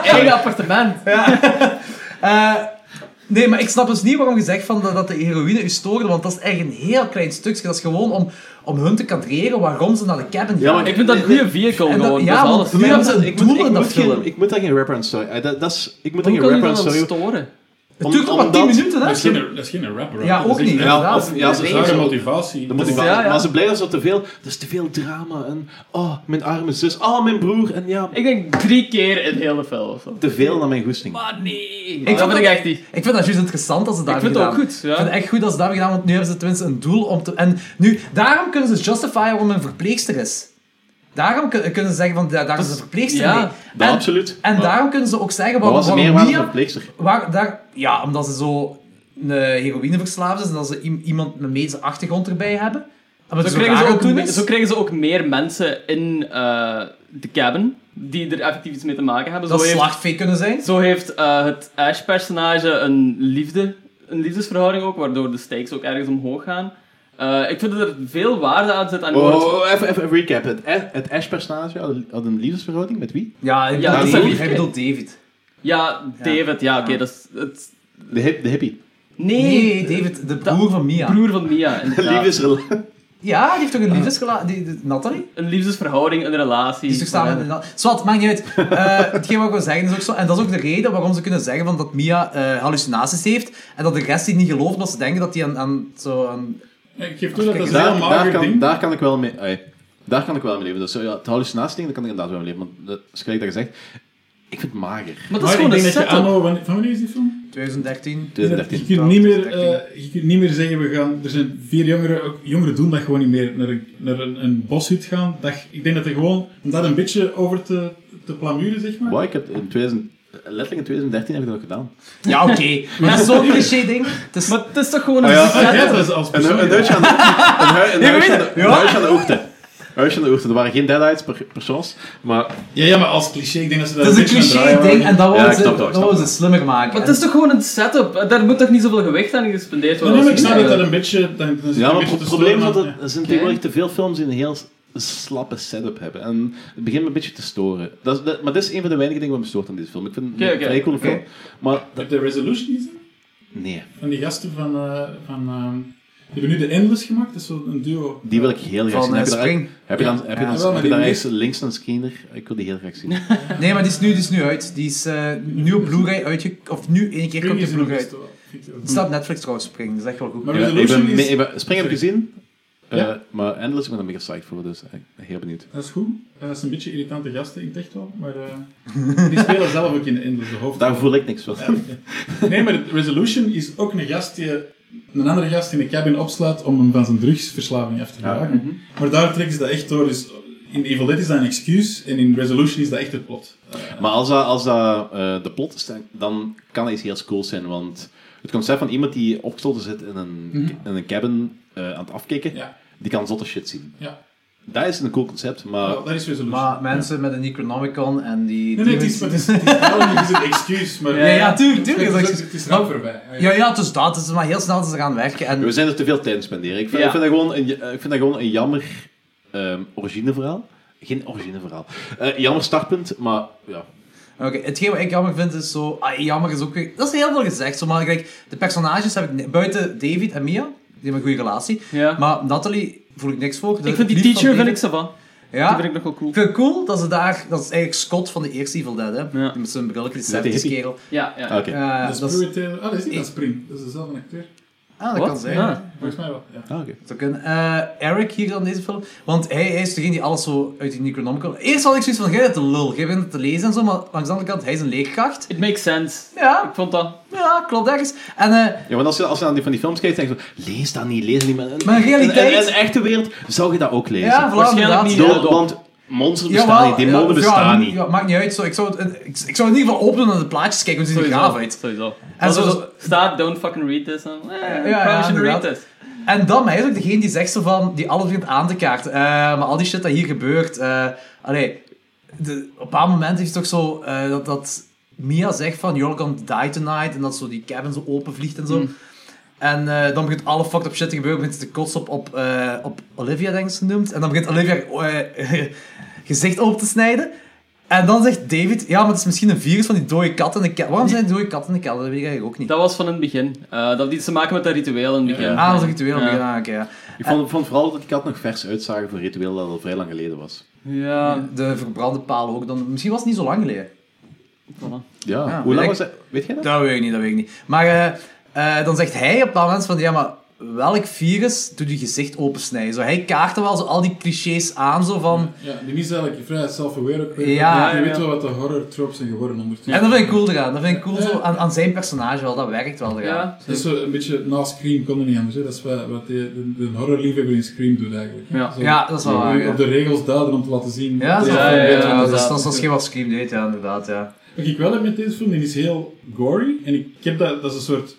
S7: Eigen appartement.
S5: *laughs* Eh, nee, maar ik snap dus niet waarom je zegt van dat, dat de heroïne u stoorde, want dat is echt een heel klein stukje. Dat is gewoon om, om hun te kadreren waarom ze naar de cabin gaan.
S8: Ja, maar
S7: Ik vind dat een goede vehicle
S5: En dat-
S7: gewoon. dat is
S5: ja, want
S7: alles.
S5: voor mij
S7: Ja,
S5: was
S7: maar
S5: het-
S8: Ik
S5: Doe
S8: moet,
S5: maar
S8: ik,
S5: dat
S8: moet
S5: film.
S8: geen, ik moet daar geen rapper aan story. eh, Dat, dat is, ik moet daar
S7: Hoe
S8: geen
S7: kan je
S8: rapper aan
S7: dat dan
S8: story.
S7: storen?
S5: het duurt toch maar 10 minuten,
S9: Dat is
S5: hè?
S9: geen, dat is geen rapper.
S5: Ja, ook niet.
S9: Dat
S5: inderdaad.
S8: of- ja, ze-
S5: Nee,
S9: is echt- dat is
S8: zo.
S9: een motivatie.
S8: De motivatie.
S7: Ja, ja.
S8: Maar ze blijven zo te veel. Dat is te veel drama. En oh, mijn arme zus. Oh, mijn broer. En ja,
S7: Ik denk drie keer in heel de film of zo.
S8: te veel naar mijn goesting.
S7: Maar nee.
S5: Ik
S7: Ik
S5: vond
S7: dat vind ik
S5: dat-
S7: echt niet.
S5: Ik vind dat juist interessant als ze dat
S7: Ik
S5: hebben
S7: vind het ook
S5: gedaan.
S7: goed, ja.
S5: Ik vind het echt goed als ze dat hebben gedaan, want nu hebben ze tenminste een doel om te... En nu, daarom kunnen ze justifieren waarom een verpleegster is. Daarom kun- kunnen ze zeggen van, ja, daar is een verpleegster
S7: ja,
S5: mee.
S8: Dat
S5: En,
S8: absoluut.
S5: en
S8: Maar-
S5: daarom kunnen ze ook zeggen
S8: Wat
S5: waarom,
S8: was de
S5: waarom
S8: meerwaarde van
S5: Mia-
S8: verpleegster?
S5: Waar, daar, ja, omdat ze zo een eh, heroïneverslaafd is en dat ze i- iemand met medische achtergrond erbij hebben. Omdat
S7: Zo
S5: ze
S7: kregen, ze
S5: raar
S7: ook,
S5: aan het
S7: me-
S5: doen is.
S7: zo kregen ze ook meer mensen in eh, de cabin die er effectief iets mee te maken hebben. Zo
S5: dat
S7: heeft,
S5: slachtvee kunnen zijn.
S7: zo heeft eh, het Ash-personage een, liefde, een liefdesverhouding ook, waardoor de stakes ook ergens omhoog gaan. Eh, ik vind dat er veel waarde aan zit aan
S8: Oh,
S7: hoe het-
S8: oh, oh, even, even recap. Het, A- het Ash-personage had een- had een liefdesverhouding met wie?
S5: Ja, ik
S7: Ja,
S5: bedoel
S7: dat is
S5: David.
S7: lief,
S5: Hij
S7: hè.
S5: bedoelt David.
S7: Ja, David, ja, oké, dat is... Het,
S8: De, hip, de hippie.
S7: nee,
S5: Nee, David, de broer van Mia.
S7: broer van
S5: *laughs*
S7: Mia,
S8: De
S7: inderdaad.
S8: liefdesrelatie.
S5: Ja, die heeft toch een liefdesrelatie? Nathalie?
S7: Een liefdesverhouding, een relatie.
S5: Die is toch samen met Nathalie? Zwat, maakt niet uit. Eh, hetgeen wat ik wil zeggen is ook zo. En dat is ook de reden waarom ze kunnen zeggen van dat Mia eh, hallucinaties heeft. En dat de rest die niet gelooft, omdat ze denken dat die aan, aan, zo aan...
S9: Ik geef toe dat dat is een heel
S8: Daar, daar,
S9: mager
S8: kan,
S9: ding.
S8: daar kan ik wel mee... ai, daar kan ik wel mee leven. Dus, zo, ja, het hallucinatie daar kan ik inderdaad wel mee leven. Want dat is gelijk dat gezegd. Ik vind het mager.
S7: Maar dat is
S9: Maar ik
S7: gewoon een
S9: denk dat je
S7: setup.
S9: anno... wanneer- Van wanneer is die film?
S5: 2013.
S9: Je
S8: 2013.
S9: kunt, niet meer,
S5: 13.
S9: eh, je kunt niet meer zeggen, we gaan, er zijn vier jongeren, ook jongeren doen dat gewoon niet meer, naar een, naar een, een boshut gaan. Dat, ik denk dat er gewoon, om dat een beetje over te, te plamuren, zeg maar.
S8: Wow, ik heb in 2000, letterlijk in 2013 heb ik dat ook gedaan.
S5: Ja, oké. Maar dat is zo'n cliché ding. Het is-
S7: Maar het is toch gewoon een
S8: Oh ja.
S9: Ah,
S7: setup?
S9: jij dat is als
S8: Een,
S9: persoon.
S8: een
S9: ja.
S8: huisje aan de, een *laughs* hui- een huisje aan de,
S5: Ja.
S8: een huisje aan de oogte. Een huisje aan de oogte. Er waren geen deadlines per persoons, maar
S9: Ja, ja, maar als cliché, ik denk dat ze dat
S5: Dat is een
S9: beetje aan het
S5: cliché
S9: draaien
S5: ding en dat
S8: Ja,
S5: willen
S8: ik
S5: ze,
S8: snap dat, ik
S5: dat
S8: snap
S5: wou
S8: dat.
S5: ze slimmer maken.
S7: Maar het is toch gewoon een setup? Daar moet toch niet zoveel gewicht aan gespendeerd
S9: Nee,
S7: worden?
S9: nee, maar ik
S7: als je
S9: snap dat
S7: niet-
S9: dat een beetje... Dan, dan zit
S8: Ja,
S9: een
S8: maar
S9: beetje
S8: het
S9: te
S8: probleem is
S9: storen,
S8: dat er
S9: maar-
S8: er zijn tegenwoordig te veel films die een heel s- slappe setup hebben. En het begint me een beetje te storen. Dat is, dat- maar dat is een van de weinige dingen wat me stoort aan deze film. Ik vind het
S7: Oké,
S8: een
S7: oké,
S8: vrij coole
S7: oké.
S8: film. Maar
S9: ja.
S8: dat,
S9: Heb je de Resolution gezien?
S8: nee,
S9: Van die gasten van... eh, van ehm, die hebben nu de Endless gemaakt, dat is zo'n duo.
S8: die wil ik heel graag
S5: Van,
S8: zien.
S5: eh,
S8: Heb je daar-
S5: Spring.
S8: Heb je dan, heb je
S9: Ja,
S8: dan,
S9: wel, maar
S8: heb je
S9: die
S8: daar
S9: mist-
S8: eens links een scanner? Ik wil die heel graag zien.
S5: Nee, maar die is nu, die is nu uit. Die is eh, nu op Blu-ray uitge... Of nu één keer
S9: Spring
S5: komt
S9: is
S5: die
S9: een
S5: Blu-ray uit.
S9: best wel, vind ik ook.
S5: Er staat Netflix trouwens springen, dat is echt wel goed.
S9: Maar
S8: Ja, ik
S9: Resolution
S8: ben,
S9: is...
S8: nee, ik ben- Spring heb ik gezien, eh,
S9: Ja.
S8: maar Endless ik ben er mega psyched voor, dus ik ben heel benieuwd.
S9: Dat is goed. Eh, dat is een beetje irritante gasten, ik dacht wel. Maar eh, die spelen zelf ook in de Endless, de hoofd.
S8: Daar voel ik niks van.
S9: Nee, maar het Resolution is ook een gast die een andere gast in de cabin opslaat om hem van zijn drugsverslaving af te dragen. Maar daar trekken ze dat echt door. Dus in Evil Dead is dat een excuus en in Resolution is dat echt het plot.
S8: Maar als dat, als dat eh, de plot is, dan- dan kan dat iets heel cools zijn. Want het concept van iemand die opgesloten zit in een, in een cabin eh, aan het afkicken,
S9: Mhm. Ja.
S8: die kan zotte shit zien.
S9: Ja,
S8: Dat is een cool concept, maar...
S9: dat is Resolution.
S5: Maar mensen met een Necronomicon en die...
S9: nee, nee, het is, maar het is, het is, wel- het is een excuus. Maar
S5: Ja, ja, tuurlijk,
S9: het,
S5: tuurlijk.
S9: is,
S5: dat
S9: ook-
S5: is-
S9: het is rap voorbij.
S5: Ja, ja, dus dat. Het is maar heel snel dat ze gaan werken.
S8: We
S5: En
S8: zijn er te veel tijd aan spenderen. Ik vind, ik
S7: Ja.
S8: vind, dat, gewoon een, eh, ik vind dat gewoon een jammer ehm origineverhaal. Geen origineverhaal. Eh jammer startpunt, maar ja.
S5: oké, hetgeen wat ik jammer vind is zo... Ah, jammer is ook weer... Dat is heel veel gezegd, zo, maar gelijk, de personages heb ik... ni- Buiten David en Mia hebben een goede relatie.
S7: Ja.
S5: Maar Natalie voel ik niks voor. De
S7: Ik vind die
S5: lief van
S7: teacher, vind ik
S5: David-
S7: savant. Die
S5: Ja,
S7: vind ik nog wel cool.
S5: ik vind het cool dat ze daar... Dat is eigenlijk Scott van de eerste Evil Dead, hè.
S7: Ja.
S5: Die Met zijn brilletje,
S8: dat die
S5: die 70's
S8: hippie?
S5: kerel.
S7: Ja, ja.
S8: Ah, Oké.
S5: Ja,
S9: dat
S5: dat
S9: is
S5: is...
S9: Spirit Taylor. Ah, dat is niet dat Spring. Dat is dezelfde acteur.
S5: Ah, dat
S7: Wat?
S5: kan zijn.
S7: Ah.
S9: Volgens mij wel, ja.
S8: Ah, oké.
S5: Zou kunnen. Eh, Eric hier dan deze film. Want hij, hij is degene die alles zo uit die Necronomicon... Eerst had ik zoiets van, jij bent een lul. Jij bent het te lezen en zo, maar langs de andere kant, hij is een leegkracht.
S7: It makes sense.
S5: Ja,
S7: Ik vond dat...
S5: ja, klopt ergens. En eh,
S8: Ja, want als je, als je aan die, van die films kijkt, denk je zo, lees dat niet, lees dat niet. Maar,
S5: Maar in realiteit-
S8: In, in de echte wereld zou je dat ook lezen.
S5: ja, voilà,
S7: waarschijnlijk
S5: inderdaad.
S7: niet.
S8: Dood,
S7: Ja, dat-
S8: want monsters
S5: Jawel,
S8: bestaan niet, demonen
S5: ja, ja,
S8: bestaan niet.
S5: Ja, maakt niet uit. Zo, ik, zou het, ik, ik zou het in ieder geval opdoen en de plaatjes kijken, want ze zien er gaaf uit.
S7: Sowieso.
S5: En
S7: En
S5: zo-
S7: zo staat, don't fucking read this. En, eh, probably
S5: ja,
S7: should
S5: inderdaad.
S7: read this.
S5: En dan, maar hij is ook degene die zegt zo van, die alles begint aan te kaarten. Eh, maar al die shit dat hier gebeurt. eh allee, de, op een bepaald moment is het toch zo eh, dat, dat Mia zegt van, you're gonna die tonight. En dat zo die cabin zo open vliegt en zo.
S7: Mm.
S5: En eh, dan begint alle fucked up shit te gebeuren. Begint ze te kotsen op, op, eh, op Olivia, denk ik ze noemt. En dan begint Olivia eh, *laughs* gezicht open te snijden. En dan zegt David, ja, maar het is misschien een virus van die dode kat in de kelder. Waarom zijn die dode katten in de kelder? Dat weet ik eigenlijk ook niet.
S7: Dat was van in het begin. Eh, dat had iets te maken met dat ritueel in het begin.
S5: Ah, dat is een ritueel.
S7: Ja.
S5: Ja, oké, ja.
S8: Ik vond, vond vooral dat die kat nog vers uitzagen voor een ritueel dat al vrij lang geleden was.
S7: Ja.
S5: De verbrande palen ook dan. Misschien was het niet zo lang geleden.
S8: Ja,
S5: Ja,
S8: hoe lang
S5: weet
S8: was dat? Weet jij dat?
S5: Dat weet ik niet, dat weet ik niet. Maar eh, eh, dan zegt hij op dat moment van, ja, maar welk virus doet je gezicht opensnijden? Zo, hij kaartte wel zo al die clichés aan, zo van...
S9: Ja, die is eigenlijk vrij self-aware ook. weer.
S5: Ja,
S9: je
S7: ja,
S9: weet
S7: ja.
S9: wel wat de horror tropes zijn geworden ondertussen.
S5: En dat vind ik cool eraan. Dat vind ik cool zo aan, aan zijn personage wel. Dat werkt wel eraan.
S7: Ja.
S9: Dat is zo een beetje na Scream kon er niet anders. Hè. Dat is wat, wat de, de, de horrorliefhebber in Scream doet eigenlijk.
S7: Ja.
S9: Zo
S5: Ja, dat is wel waar, ja.
S9: Op de regels duiden om te laten zien.
S5: Ja, dat is wel
S7: Ja,
S5: een
S7: ja,
S5: beetje-
S7: ja,
S5: dat is-
S7: inderdaad.
S5: dat is misschien wat Scream deed, ja, inderdaad, ja.
S9: Wat ik wel heb met deze film, die is heel gory. En ik, ik heb dat, dat is een soort...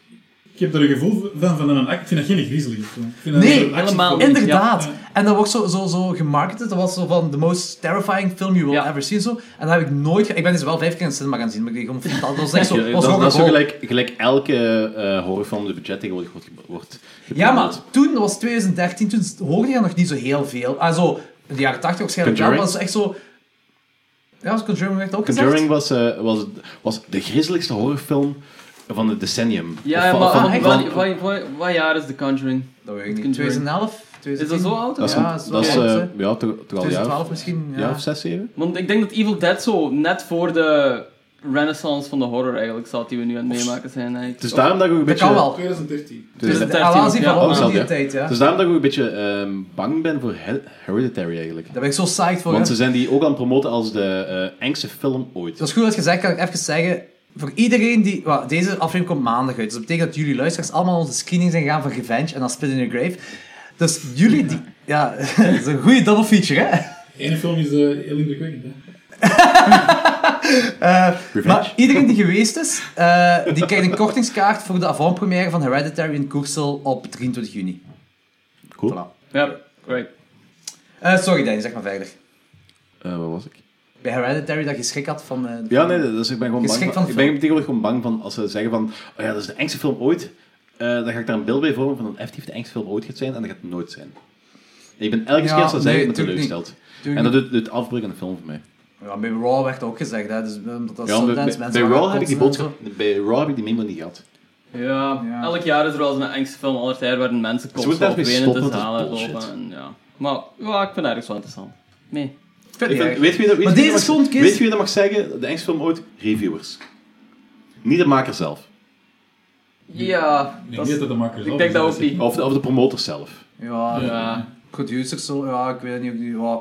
S9: Ik heb daar een gevoel van, van een actie. Ik vind dat geen griezelige film. Ik vind dat
S5: Nee,
S9: een soort actiefilm.
S7: helemaal niet.
S5: Inderdaad. En dat wordt zo, zo, zo gemarketed. Dat was zo van the most terrifying film you will
S7: Ja.
S5: ever see. Zo. En dat heb ik nooit... ge- Ik ben dus wel vijf keer in de cinema gaan zien, maar ik dacht, gewoon, dat was echt zo...
S8: *laughs* Ja,
S5: was
S8: dat,
S5: rock
S8: dat is
S5: and
S8: zo
S5: roll.
S8: gelijk, gelijk elke eh horrorfilm de budget tegenwoordig wordt, ge- wordt
S5: Ja,
S8: gepland.
S5: maar toen, dat was 2013, toen hoorde je dat nog niet zo heel veel. Ah, zo, in de jaren 80 waarschijnlijk wel, maar
S8: Conjuring?
S5: dat is echt zo... Ja, was Conjuring werd ook
S8: Conjuring
S5: gezegd?
S8: was, eh, was, was de griezelijkste horrorfilm van het decennium.
S7: Ja,
S8: Of van-
S7: maar
S8: van-
S5: ah,
S7: wat-
S8: van-
S7: wat- wat- wat- wat jaar is The Conjuring?
S5: Dat weet ik niet.
S7: Conjuring.
S5: 2011? 2010?
S7: Is dat zo oud?
S8: Dat is,
S5: Ja,
S8: ja,
S5: zo
S8: dat is
S5: oud,
S8: eh,
S5: hè.
S8: ja, toch, toch al een jaar,
S5: 2012 misschien,
S8: ja.
S5: ja.
S8: of zes, zeven.
S7: Want ik denk dat Evil Dead zo net voor de renaissance van de horror eigenlijk zat die we nu aan het meemaken zijn. eigenlijk.
S8: Het is Dus daarom dat ik ook een
S5: Dat
S8: beetje...
S5: kan wel.
S9: 2013.
S5: Dus
S8: Dus-
S5: de
S7: 2013,
S5: relatie
S7: ja.
S5: van ook
S8: Oh,
S5: in die
S8: zelf, ja.
S5: tijd, ja.
S8: Het is daarom dat ik ook een beetje ehm, bang ben voor He- Hereditary eigenlijk.
S5: Daar ben ik zo psyched voor,
S8: Want
S5: hè.
S8: ze zijn die ook aan het promoten als de eh, engste film ooit.
S5: Dat is goed dat gezegd, kan ik even zeggen... Voor iedereen die... wel, deze aflevering komt maandag uit. Dus dat betekent dat jullie luisteraars allemaal onze screening zijn gegaan van Revenge en dan Spit in Your Grave. Dus jullie die... Ja, *laughs* dat is een goede double feature, hè?
S9: Eén film is eh, heel indrukwekkend. Hè.
S8: Revenge.
S5: Maar iedereen die geweest is, eh, die krijgt een kortingskaart voor de avant-première van Hereditary in Koersel op 23 juni.
S8: Cool.
S5: Voilà.
S7: Ja, great.
S5: Eh, sorry Danny, zeg maar verder.
S8: Eh, wat was ik?
S5: Bij Hereditary dat je schrik had van... eh,
S8: Ja, nee, dus ik ben gewoon
S5: Je
S8: bang.
S5: schrikt
S8: van-
S5: van
S8: ik
S5: film.
S8: ben tegenwoordig gewoon bang van als ze zeggen van, oh ja, dat is de engste film ooit. eh, dan ga ik daar een beeld bij vormen van dat het effectief de engste film ooit gaat zijn en dat gaat het nooit zijn. En ik ben elke
S5: Ja,
S8: keer als ze zeggen,
S5: nee,
S8: ik ben
S5: tuurlijk
S8: teleurgesteld.
S5: Tuurlijk
S8: En dat doet, doet afbreuk aan de film voor mij.
S5: Ja, bij Raw werd dat ook gezegd, hè. Dus, eh, omdat dat
S8: Ja, bij,
S5: Sundance
S8: bij,
S5: mensen... waren
S8: Raw heb ik die
S5: kotsen en
S8: boodschap, bij Raw heb ik die memo niet gehad.
S7: Ja,
S5: Ja.
S7: elk jaar is er wel eens een engste film aller tijden waarin mensen
S8: moeten
S7: constant op
S8: daarmee
S7: benen te
S8: stoppen, dat is
S7: halen lopen.
S8: bullshit.
S7: En, ja. Maar ja, ik vind ergens wel interessant. Nee.
S5: zo. Ik
S8: Ik
S5: vind het niet
S8: vind-
S5: erg.
S8: weet je wie dat- weet
S5: Maar
S8: je wie
S5: deze
S8: dat
S5: is
S8: mag-
S5: gewoon kist.
S8: Weet je wie dat mag zeggen? De engste film ooit? Reviewers. Niet de maker zelf.
S7: Ja, dat
S9: Ik denk
S7: is-
S9: niet dat de makkelijk
S7: ik denk dat ook niet.
S8: Of de, of de promotor zelf.
S5: Ja,
S7: Ja.
S5: producers, zo, ja, ik weet niet of die... Ja.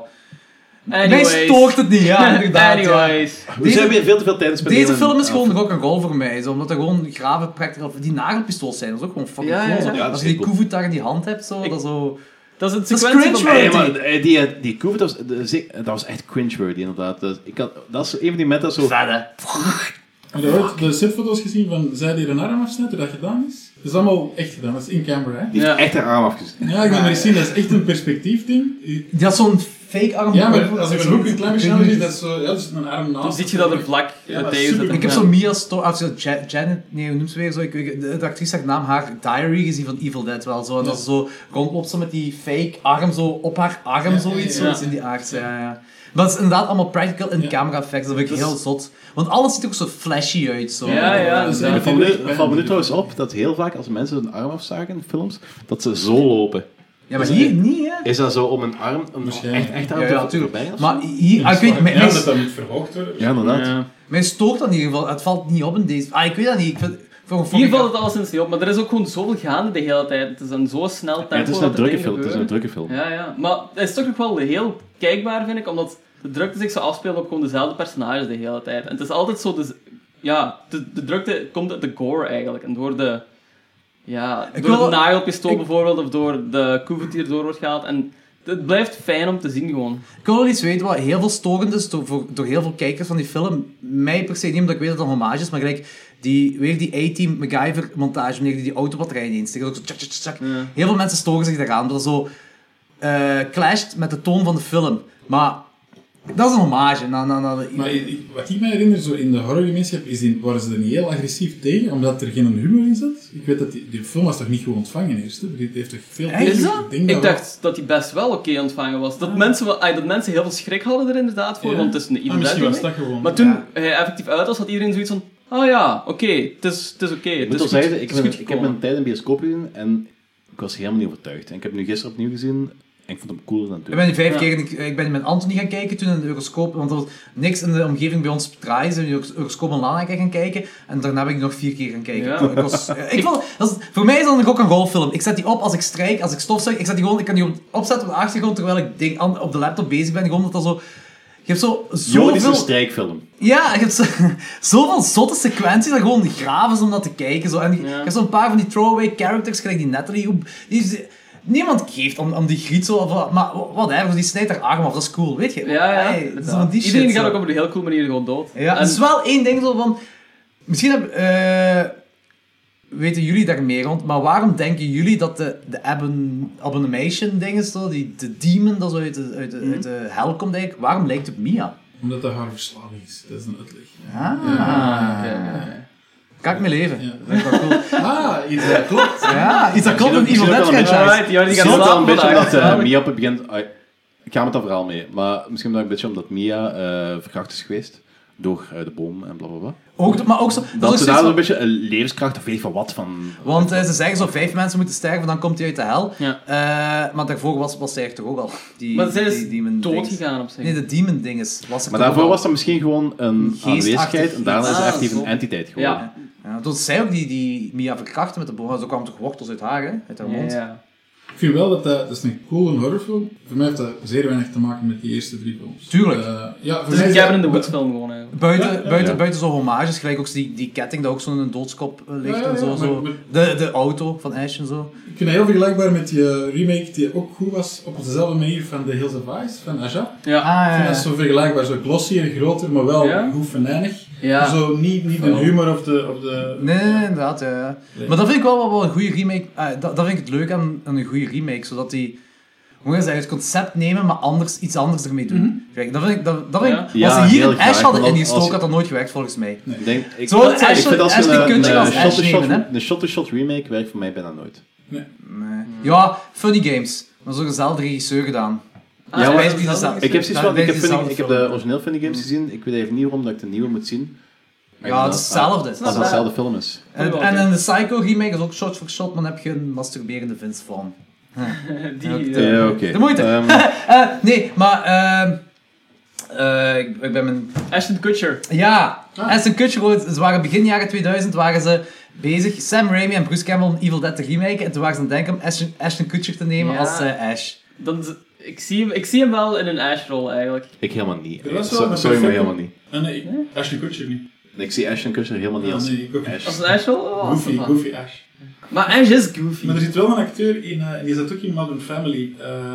S5: Mij
S7: Anyways.
S5: stoort het niet,
S8: *laughs*
S7: *laughs*
S5: ja, inderdaad. ja.
S7: Anyways.
S8: We
S5: Deze-
S8: zijn weer veel te veel tijd spenderen.
S5: Deze film is
S8: aan-
S5: gewoon rock and roll voor mij, zo, omdat er gewoon grave practical... Die nagelpistols zijn, dat is ook gewoon fucking
S7: Ja, ja,
S5: cool. zo.
S7: ja.
S8: Ja, dat
S5: Als
S8: is
S5: je die
S8: heel cool.
S5: koevoet in die hand hebt, zo,
S7: Ik-
S5: dat zo...
S7: Dat is een
S5: is
S7: sequentie van...
S5: cringe,
S8: Nee, maar eh, die, eh, die COVID was, de- ze- dat was echt cringeworthy inderdaad. Dat, ik had, dat is een van die momenten dat zo...
S9: Heb je ooit de setfoto's gezien van zij die een arm afsnijdt, hoe dat gedaan is? Dat is allemaal echt gedaan, dat is in camera. Hè?
S8: Die heeft echt haar arm afgezien.
S9: Ja, ik wil maar eens zien, dat is echt een perspectiefding.
S5: Die had zo'n fake arm.
S9: Ja, maar als je een hoek een klein beetje anders ziet, dat is zo, ja, dat is een arm naast.
S7: Dan zie je dat er vlak eh,
S9: maar
S7: tegen zit.
S9: super-
S5: Ik heb zo'n Mia Storm, of zo Ja- Janet, nee, hoe noemt ze weer zo? Ik weet, de, de actrice haar naam, haar diary gezien van Evil Dead wel zo. En dat ze zo rondloopt zo met die fake arm zo op haar arm,
S9: Ja,
S5: zoiets,
S9: ja, ja.
S5: zoiets in die aard. Ja, ja. Maar dat is inderdaad allemaal practical in camera effects. Dat vind ik heel zot. Want alles ziet er ook zo flashy uit. Zo.
S7: Ja, ja,
S9: Dus
S7: inderdaad.
S9: ik-
S8: Valt me, nu- valt me nu trouwens op dat heel vaak als mensen hun arm afzagen in films, dat ze zo lopen.
S5: Ja, maar hier niet, hè?
S8: Is dat zo om een arm, om een
S9: Waarschijnlijk.
S8: echt, echt arm
S5: Ja,
S8: te
S5: ja,
S8: voorbij
S5: tuurlijk.
S8: of
S5: Maar
S8: zo?
S5: hier, ah, ik weet, mij,
S9: Ja, dat
S5: mij,
S9: dat moet verhoogd worden.
S8: Ja, inderdaad.
S7: Ja.
S5: mij stoort dat in ieder geval. Het valt niet op in deze. Ah, ik weet dat niet. Ik vind, voor een
S7: Hier
S5: fucking-
S7: valt het alleszins niet op, maar er is ook gewoon zoveel gaande de hele tijd. Het is een zo snel tempo.
S8: Ja, het is
S7: dat
S8: een
S7: er
S8: drukke
S7: dingen
S8: film. Het is een
S7: gebeuren.
S8: drukke film.
S7: Ja, ja. Maar het is toch nog wel heel kijkbaar, vind ik, omdat de drukte zich zo afspeelt op gewoon dezelfde personages de hele tijd. En het is altijd zo... Dus, ja, de, de drukte komt uit de gore eigenlijk. En door de... Ja,
S5: Ik
S7: door
S5: wil-
S7: het nagelpistool
S5: ik-
S7: bijvoorbeeld, of door de koevoet die erdoor wordt gehaald. En het blijft fijn om te zien gewoon.
S5: Ik wil wel iets weten wat heel veel storend is door, voor, door heel veel kijkers van die film. Mij per se niet, omdat ik weet dat het een hommage is, maar gelijk die, weer die A-Team MacGyver montage, wanneer die die autobatterij ineens steekt. dat is ook zo tjak, tjak, tjak, tjak. Heel veel mensen storen zich daaraan, dat dat zo eh clasht met de toon van de film. Maar dat is een hommage. Na, na, na, de-
S9: Maar ik- ik- wat ik me herinner zo in de horrorgemeenschap is, in, waren ze er niet heel agressief tegen, omdat er geen humor in zat? Ik weet dat die, die film was toch niet goed ontvangen eerst? hè? Die heeft toch veel
S5: Echt? Is
S9: Ik denk
S7: Dus Ik
S9: wel-
S7: dacht dat die best wel oké ontvangen was. Dat, mensen, wel- ah, dat mensen heel veel schrik hadden er inderdaad voor,
S9: Ja.
S7: want het is een
S9: Ah, misschien was
S7: identity.
S9: dat gewoon.
S7: Maar toen hij effectief uit was, had iedereen zoiets van... Oh ja, oké, het is, het is oké.
S8: Ik
S7: het
S8: moet
S7: is
S8: al
S7: goed-
S8: zeggen, ik,
S7: het is
S8: ben-
S7: goed
S8: ik heb
S7: gekomen."
S8: mijn tijd in bioscoop gezien en ik was helemaal niet overtuigd. En ik heb hem nu gisteren opnieuw gezien en ik vond hem cooler dan
S5: Ik
S8: toen.
S5: ben, die vijf
S7: Ja.
S5: keer, ik, ik ben die met Anthony gaan kijken toen in de Euroscope, want er was niks in de omgeving bij ons draaien. Zijn we in de Euroscope online gaan kijken en daarna ben ik nog vier keer gaan kijken.
S7: Ja.
S5: Ik was, eh, ik vond, dat is, voor mij is dat ook een rolfilm. Ik zet die op als ik strijk, als ik stofzuig. Ik, zet die gewoon, ik kan die op- opzetten op de achtergrond terwijl ik ding, aan- op de laptop bezig ben. Gewoon dat dat zo. Je hebt zo,
S8: Jo, dit is een
S5: zoveel,
S8: strijkfilm.
S5: ja, je hebt zo, *laughs* zoveel zotte sequenties dat gewoon graven is om dat te kijken. Zo. En je,
S7: Ja.
S5: je hebt zo'n paar van die throwaway characters, gelijk die Natalie. hoe- die is- niemand geeft om, om die griet zo. of wat- Maar wat erg, die snijdt haar arm af, dat is cool, weet je.
S7: Ja, ja.
S5: Hey,
S7: inderdaad.
S5: zo van die shit,
S7: Iedereen
S5: zo.
S7: gaat ook op een heel cool manier gewoon dood.
S5: Ja,
S7: en,
S5: het is wel één ding zo van... Misschien heb, eh, weten jullie daar meer rond, maar waarom denken jullie dat de, de abon, abomination ding is, zo, die, de demon dat zo uit de, uit de,
S7: Mhm.
S5: uit de hel komt eigenlijk, waarom lijkt het op Mia?
S9: Omdat dat haar verslaving is. Dat is een uitleg.
S7: Ah, oké, oké, oké.
S5: Kan ik mee leven.
S9: Ja.
S5: Dat is wel cool.
S9: Ah, iets dat klopt.
S5: Ja, iets dat klopt in
S8: Misschien
S5: Evil
S8: ook
S5: Dead
S8: wel een
S5: franchise.
S7: Alright, Jordi
S8: Ik
S7: gaat
S8: vind het wel een
S7: slapen
S8: beetje omdat eh,
S7: vandaag.
S8: Mia op het begin... ah, ik ga met dat verhaal mee, maar misschien ook een beetje omdat Mia eh, verkracht is geweest door eh, de boom en blablabla.
S5: Ook, maar ook zo... Dat,
S8: Dat
S5: is
S8: ze
S5: ook
S8: daar
S5: zoiets
S8: zo'n
S5: van-
S8: beetje een levenskracht of weet ik van wat van...
S5: want eh, ze zeggen zo, vijf mensen moeten sterven, dan komt hij uit de hel.
S7: Ja.
S5: Eh, maar daarvoor was, was zij er toch ook al. Die,
S7: Maar zij
S5: die
S7: is
S5: demon
S7: dood
S5: dinges.
S7: gegaan op zich.
S5: Nee, de demon ding is. Was
S8: Maar daarvoor was dat misschien gewoon een
S5: Geestachtig
S8: aanwezigheid en daarna is er
S7: iets.
S8: effectief
S7: Ah,
S8: een
S7: zo.
S8: entiteit geworden.
S7: ja.
S5: Ja, toen zij ook die, die Mia verkrachtte met de boom, zo kwamen toch wortels uit haar, hè? Uit haar
S7: Ja,
S5: mond.
S7: ja.
S9: Ik vind wel dat dat... Dat is een coole horrorfilm. Voor mij heeft dat zeer weinig te maken met die eerste drie films.
S5: Tuurlijk.
S9: Eh, ja, voor
S7: Het is
S9: mij
S7: een
S9: is
S7: Cabin Dus in
S9: dat-
S7: the Woods film gewoon eigenlijk.
S5: Buiten,
S9: Ja, ja,
S5: buiten,
S8: ja.
S5: buiten zo'n hommages, gelijk ook zo die, die ketting dat ook zo'n doodskop eh, ligt
S9: Ja, ja,
S5: en zo.
S9: ja,
S5: zo.
S9: maar-
S5: De, de auto van Ash en zo.
S9: Ik vind dat heel vergelijkbaar met die eh, remake die ook goed was op dezelfde manier van The Hills of Ice, van Aja.
S7: Ja.
S5: Ah,
S9: Ik vind dat zo vergelijkbaar, zo glossier, groter, maar wel
S7: Ja?
S9: goed venijnig.
S7: Ja.
S9: Zo niet, niet de
S7: Wel.
S9: humor of de... Of de
S5: Nee, nee, nee, inderdaad, ja, ja.
S9: Nee.
S5: Maar dat vind ik wel, wel, wel een goede remake. eh, dat, dat vind ik het leuk aan, aan een goede remake, zodat die... Hoe ga je zeggen, het concept nemen, maar anders, iets anders ermee doen. Kijk, dat vind ik... Dat, dat vind ik
S8: Ja.
S5: als ze hier
S8: Ja,
S5: een
S8: heel
S5: Ash
S8: graag,
S5: hadden
S8: want als-
S5: ingestoken,
S8: als-
S5: had dat nooit gewerkt, volgens mij.
S8: Ik denk, ik,
S5: Zo,
S8: ik
S5: Ashley-
S8: vind als je
S5: Ashley
S8: een- eh,
S5: Kutcher
S8: een
S5: als
S8: shot-to-shot
S5: Ash nemen, hè?
S8: re- Een shot-to-shot remake werkt voor mij bijna nooit.
S5: Nee. Ja, Funny Games. Dat is ook dezelfde regisseur gedaan.
S7: Ah,
S8: Ja, maar-
S7: dat is hetzelfde.
S8: Ik heb, zoiets
S5: Ja,
S8: van, ik, heb
S5: deze
S8: Funny-
S5: is
S8: ik heb
S5: dezelfde
S8: de origineel Funny Games gezien. Ik weet even niet waarom dat ik de nieuwe moet zien. Maar
S5: Ja, het is
S8: inderdaad,
S5: hetzelfde.
S8: Als het dezelfde film is.
S5: En, en in de Psycho remake is ook shot for shot, maar dan heb je een masturberende Vince Vaughn.
S7: Die, eh,
S8: Ja, oké.
S5: De moeite.
S8: Ehm,
S5: Eh, nee, maar... ehm eh, ik, ik ben mijn
S7: Ashton Kutcher.
S5: Ja,
S7: Ah.
S5: Aston Kutcher, ooit- ze waren begin jaren 2000 waren ze bezig, Sam Raimi en Bruce Campbell om Evil Dead te remaken. En toen waren ze aan het denken om Ashton, Ashton Kutcher te nemen
S7: Ja.
S5: als eh, Ash.
S7: Dan, z- ik, zie hem, ik zie hem wel in een Ash-rol eigenlijk.
S8: ik helemaal niet.
S9: Er was wel
S8: So-
S9: een
S8: sorry, maar
S9: perfecte-
S8: helemaal niet.
S9: Ah, nee, Ashley Kutcher niet.
S8: Ik zie Ashton Kutcher helemaal niet
S9: Ja,
S8: als
S9: nee, ik ook niet.
S8: Ash.
S7: Als een Ash-rol? Oh, wat is
S9: Goofy,
S7: dat?
S9: Goofy Ash.
S7: Maar Ash is goofy.
S9: Maar er zit wel een acteur in, eh, die zat ook in Modern Family. Eh,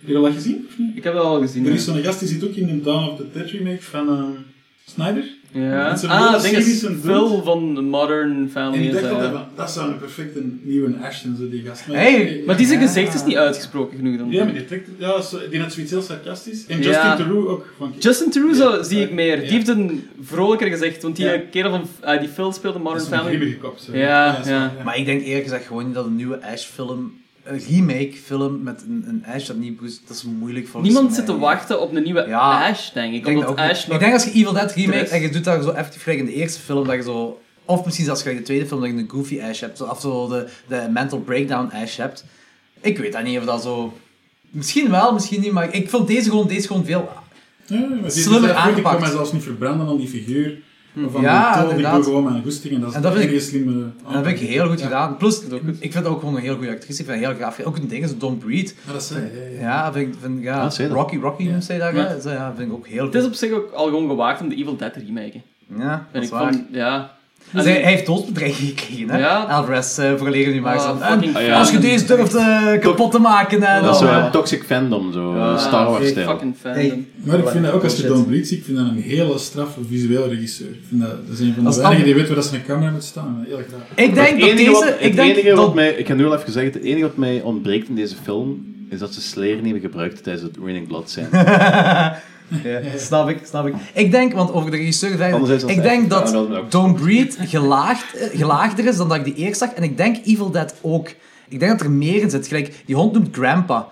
S9: heb je dat gezien? Of niet?
S7: Ik heb dat al gezien.
S9: Er
S7: ja.
S9: is zo'n gast die zit ook in de Dawn of the Dead remake van ehm, Snyder.
S7: Ja.
S9: Het is een
S7: Ah, ik denk dat
S9: series
S7: is
S9: en
S7: veel van de Modern
S9: En
S7: Family.
S9: ik
S7: Is,
S9: dacht
S7: eh.
S9: altijd, van, dat zou een perfecte nieuwe Ashton zo die gast.
S5: Hey,
S7: Maar die zijn
S5: Ja.
S7: gezicht is niet uitgesproken genoeg dan.
S9: Ja, maar die, trekt, ja, zo- die had zoiets heel sarcastisch. En Justin
S7: Ja.
S9: Theroux ook. Van,
S7: Justin Teruzo
S9: Ja.
S7: zie ik meer.
S9: Ja.
S7: Die heeft een vrolijker gezicht, want die
S9: Ja.
S7: eh, kerel van ah, die Phil speelde Modern
S9: Family.
S7: Family.
S9: kop, zo.
S7: Ja,
S9: zo,
S7: ja.
S5: Maar ik denk eerlijk gezegd gewoon niet dat een nieuwe Ash-film een remake-film met een, een Ash dat niet boest, dat is moeilijk volgens
S7: Niemand
S5: mij.
S7: zit te wachten op een nieuwe
S5: Ja.
S7: Ash, denk ik.
S5: Ik denk, dat
S7: omdat
S5: ook niet.
S7: Ash nog-
S5: ik denk als je Evil Dead remake
S7: Chris.
S5: en je doet dat zo effectief gelijk in de eerste film, dat je zo... Of misschien zelfs gelijk in de tweede film, dat je een goofy Ash hebt. zo- Of zo de, de mental breakdown Ash hebt. Ik weet dat niet of dat zo... Misschien wel, misschien niet, maar ik vond deze gewoon, deze gewoon veel...
S9: Ja, maar die- die
S5: Slimmer
S9: zei, "Goed, Ik
S5: aangepakt. Hm.
S9: kan mij zelfs niet verbranden aan die figuur. Van
S5: Ja,
S9: die tol, ik
S5: inderdaad.
S9: doe gewoon mijn goesting. En dat is
S5: En dat
S9: een
S5: vind ik-
S9: hele slimme...
S5: En dat heb ik heel goed
S9: Ja.
S5: gedaan. Plus, ik vind ook gewoon een heel goede actrice. Ik vind haar heel gaaf. Ook een ding is Don't Breed.
S9: Ja, dat zei hij, ja, ja.
S5: Ja, vind, ik- vind, ik- ja.
S8: Ah, zei dat.
S5: Rocky, Rocky noemt zij dat.
S7: Ja.
S5: hè? Zo, Ja, vind ik ook heel
S7: Het is
S5: goed.
S7: op zich ook al gewoon gewaagd om de Evil Dead te remaken.
S5: Ja, dat
S7: En
S5: is
S7: ik
S5: waar.
S7: vond, ja.
S5: Dus hij, hij heeft doodsbedreiging gekregen, hè?
S7: Ja.
S5: Alvarez, eh verlegen nu maar
S7: Ah,
S5: zo.
S7: fucking
S8: ja.
S5: Als je deze durft eh, kapot te maken, en
S8: Dat is
S5: dan,
S8: wel
S5: eh,
S8: toxic fandom, zo.
S7: Ah,
S8: Star Wars-stijl.
S7: Fucking fandom.
S5: hey,
S9: Maar ik vind dat ook, als je
S5: Bullshit.
S9: Don Breed ziet, ik vind dat een hele straffe visueel regisseur. Ik vind dat, dat is een van
S5: Dat
S9: de
S5: is
S9: weinigen
S5: al-
S9: die weet waar dat ze een camera moet staan. Heel graag.
S5: Ik
S8: Het
S5: denk dat
S8: enige
S5: deze...
S8: wat-
S5: ik
S8: het
S5: denk
S8: enige wat
S5: dat,
S8: mij, ik ga nu al even zeggen, het enige wat mij ontbreekt in deze film is dat ze Slayer niet hebben gebruikt tijdens het Raining Blood
S5: *laughs*
S8: scène.
S5: Ja, snap ik, snap ik. Ik denk, want over de regisseur
S8: Anderzijds
S5: gevraagd,
S8: was
S5: ik
S8: hij-
S5: denk dat
S8: Ja, dat ook.
S5: Don't Breed gelaagd, eh, gelaagder is dan dat ik die eerst zag. En ik denk Evil Dead ook. Ik denk dat er meer in zit. Gelijk, die hond noemt Grandpa.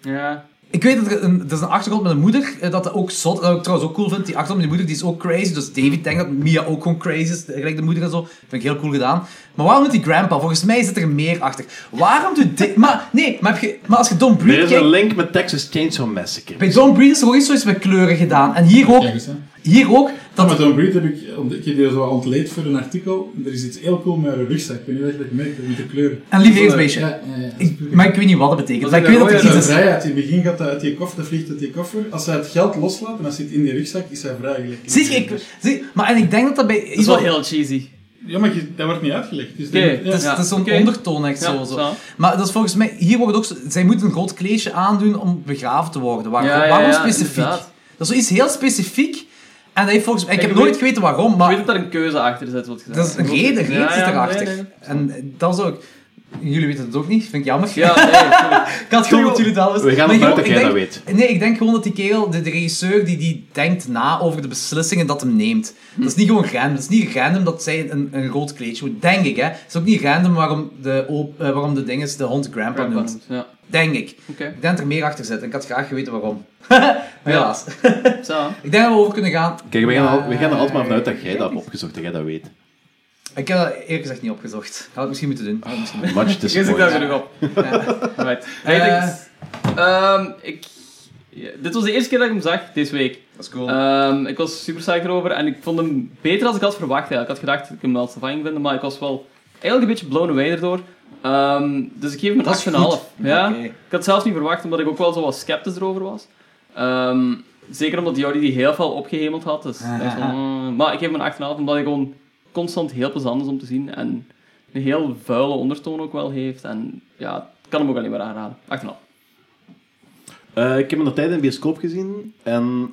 S7: Ja.
S5: Ik weet dat er een, er is een achtergrond met een moeder, eh, dat ook zot, dat ik trouwens ook cool vind. Die achtergrond met die moeder, die is ook crazy. Dus David denkt dat Mia ook gewoon crazy is, eh, gelijk de moeder en zo. Vind ik heel cool gedaan. Maar waarom doet die grandpa? Volgens mij zit er meer achter. Waarom doet dit... Maar, nee, maar, heb je, maar als je Don
S8: er
S5: Breed
S8: is een
S5: kijkt...
S8: link met Texas Chainsaw Massacre.
S5: Bij Don Breed is er ook iets zoiets met kleuren gedaan. En hier ook,
S9: Kijk eens, hè.
S5: hier ook, dat
S9: Dat met Don Breed heb ik, omdat ik heb die zo ontleed voor een artikel. Er is iets heel cool met haar rugzak. Ik weet niet of je dat merkt, met de kleuren.
S5: Een lief eendbeestje.
S9: Ja, ja, ja.
S5: Ik- maar ik weet niet wat dat betekent.
S7: Dat
S5: Maar ik
S7: is
S5: weet dat
S7: een
S5: er iets
S9: Zij
S5: is.
S9: is vrij uit. In het begin gaat dat uit die koffer, dat vliegt uit die koffer. Als zij het geld loslaat en dat zit in die rugzak, is zij vrij gelijk.
S5: Zie je, ik, zie, maar en ik denk dat dat bij...
S7: Dat is wel heel cheesy.
S9: Ja, maar je- dat wordt niet uitgelegd. Dus
S7: Oké,
S9: dat- ja.
S5: Het is,
S7: Ja,
S5: het is zo'n
S7: oké.
S5: ondertoon echt
S7: Ja,
S5: zo, zo.
S7: zo.
S5: Maar dat is volgens mij, hier wordt ook, zo- zij moeten een groot kleesje aandoen om begraven te worden. Waarom,
S7: Ja, ja,
S5: waarom
S7: ja,
S5: specifiek?
S7: inderdaad.
S5: Dat is zoiets heel specifiek. En dat heeft volgens mij, ik
S7: Ik
S5: heb
S7: weet-
S5: nooit geweten waarom,
S7: Ik
S5: maar
S7: weet dat daar een keuze achter zit, wat gezegd.
S5: dat is een reden, reden
S7: Ja,
S5: zit
S7: ja,
S5: erachter.
S7: nee, nee.
S5: En dat is ook, jullie weten het ook niet, vind ik jammer.
S7: Ja,
S5: *laughs*
S7: nee.
S5: Ik had gewoon dat jullie het wel wisten.
S8: We gaan
S5: Nee,
S8: ervan uit dat
S5: gewoon,
S8: jij dat
S5: ik denk-
S8: weet.
S5: Nee, ik denk gewoon dat die kerel, de, de regisseur, die, die denkt na over de beslissingen dat hem neemt. Dat is niet gewoon random. Dat is niet random dat zij een, een rood kleedje moet, denk ik. Hè. Het is ook niet random waarom de, op, eh, waarom de ding is de hond grandpa, noemt.
S7: Ja,
S5: Denk ik.
S7: oké.
S5: Ik denk dat er meer achter zit. en Ik had graag geweten waarom. Maar
S7: Ja.
S5: Helaas.
S7: Zo.
S5: Ik denk dat we over kunnen gaan.
S8: Kijk, we gaan, al- we gaan er altijd maar vanuit dat jij dat hebt opgezocht, dat jij dat weet.
S5: Ik heb dat eerlijk gezegd niet opgezocht. Ik had het misschien moeten doen. Had het misschien moeten *laughs*
S8: Much
S7: Geef ik daar
S8: disappointed.
S7: weer nog op.
S5: doen. Ja.
S7: Right.
S5: Eh.
S7: Ratings. Ehm, ik... ja, dit was de eerste keer dat ik hem zag, deze week.
S5: Dat is cool.
S7: Ehm, ik was super psyched erover en ik vond hem beter als ik had verwacht. Eigenlijk. Ik had gedacht dat ik hem als te vang vinden, maar ik was wel eigenlijk een beetje blown away erdoor. Ehm, dus ik geef hem
S5: Dat is
S7: een 8,5.
S5: Ah, goed.
S7: Ja?
S5: Oké.
S7: Ik had het zelfs niet verwacht, omdat ik ook wel zo wat sceptisch erover was. Ehm, zeker omdat Jordi die heel veel opgehemeld had. Dus ik dacht van,
S5: *laughs*
S7: mm. maar ik geef hem een 8,5 omdat hij gewoon constant heel plezant is om te zien. En een heel vuile ondertoon ook wel heeft. En ja, ik kan hem ook alleen maar aanraden. 8,5.
S8: Eh, ik heb hem de tijd in de bioscoop gezien en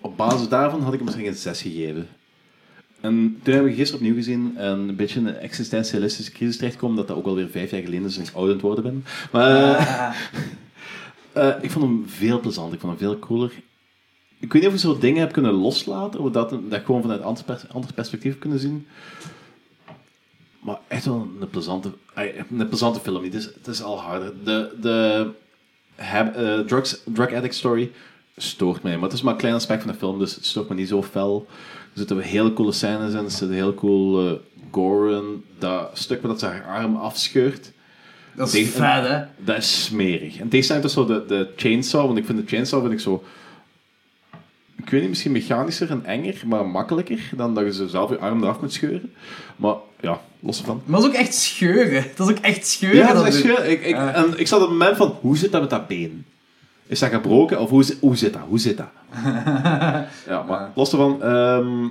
S8: op basis daarvan had ik hem misschien een 6 gegeven. En toen hebben we gisteren opnieuw gezien en een beetje in een existentialistische crisis terechtkomen, dat dat ook alweer vijf jaar geleden is en ik oud aan het worden ben. Maar eh, *laughs* eh, ik vond hem veel plezant, ik vond hem veel cooler. Ik weet niet of ik zo dingen heb kunnen loslaten, of dat, dat gewoon vanuit ander, pers- ander perspectief heb kunnen zien. Maar echt wel een plezante, eh, een plezante film. Het is, het is al harder. De, de, heb, eh, drugs, drug addict story stoort mij. Maar het is maar een klein aspect van de film, dus het stoort me niet zo fel. Er zitten hele coole scènes in, er zit een heel cool eh, gore in. Dat stuk waar dat ze haar arm afscheurt,
S5: Dat is
S8: Tegen-
S5: vet, hè?
S8: dat is smerig. En deze zijn dus zo de, de chainsaw, want ik vind de chainsaw vind ik zo... Ik weet niet, misschien mechanischer en enger, maar makkelijker dan dat je zo zelf je arm eraf moet scheuren. Maar ja, los van.
S5: Maar dat is ook echt scheuren. Dat is ook echt scheuren.
S8: Ja, dat
S5: dat
S8: is echt
S5: doet.
S8: scheur. Ik, ik, en ik zat op het moment van, hoe zit dat met dat been? Is dat gebroken? Of hoe, zi- hoe zit dat? Hoe zit *laughs* dat? ja, maar los daarvan, ehm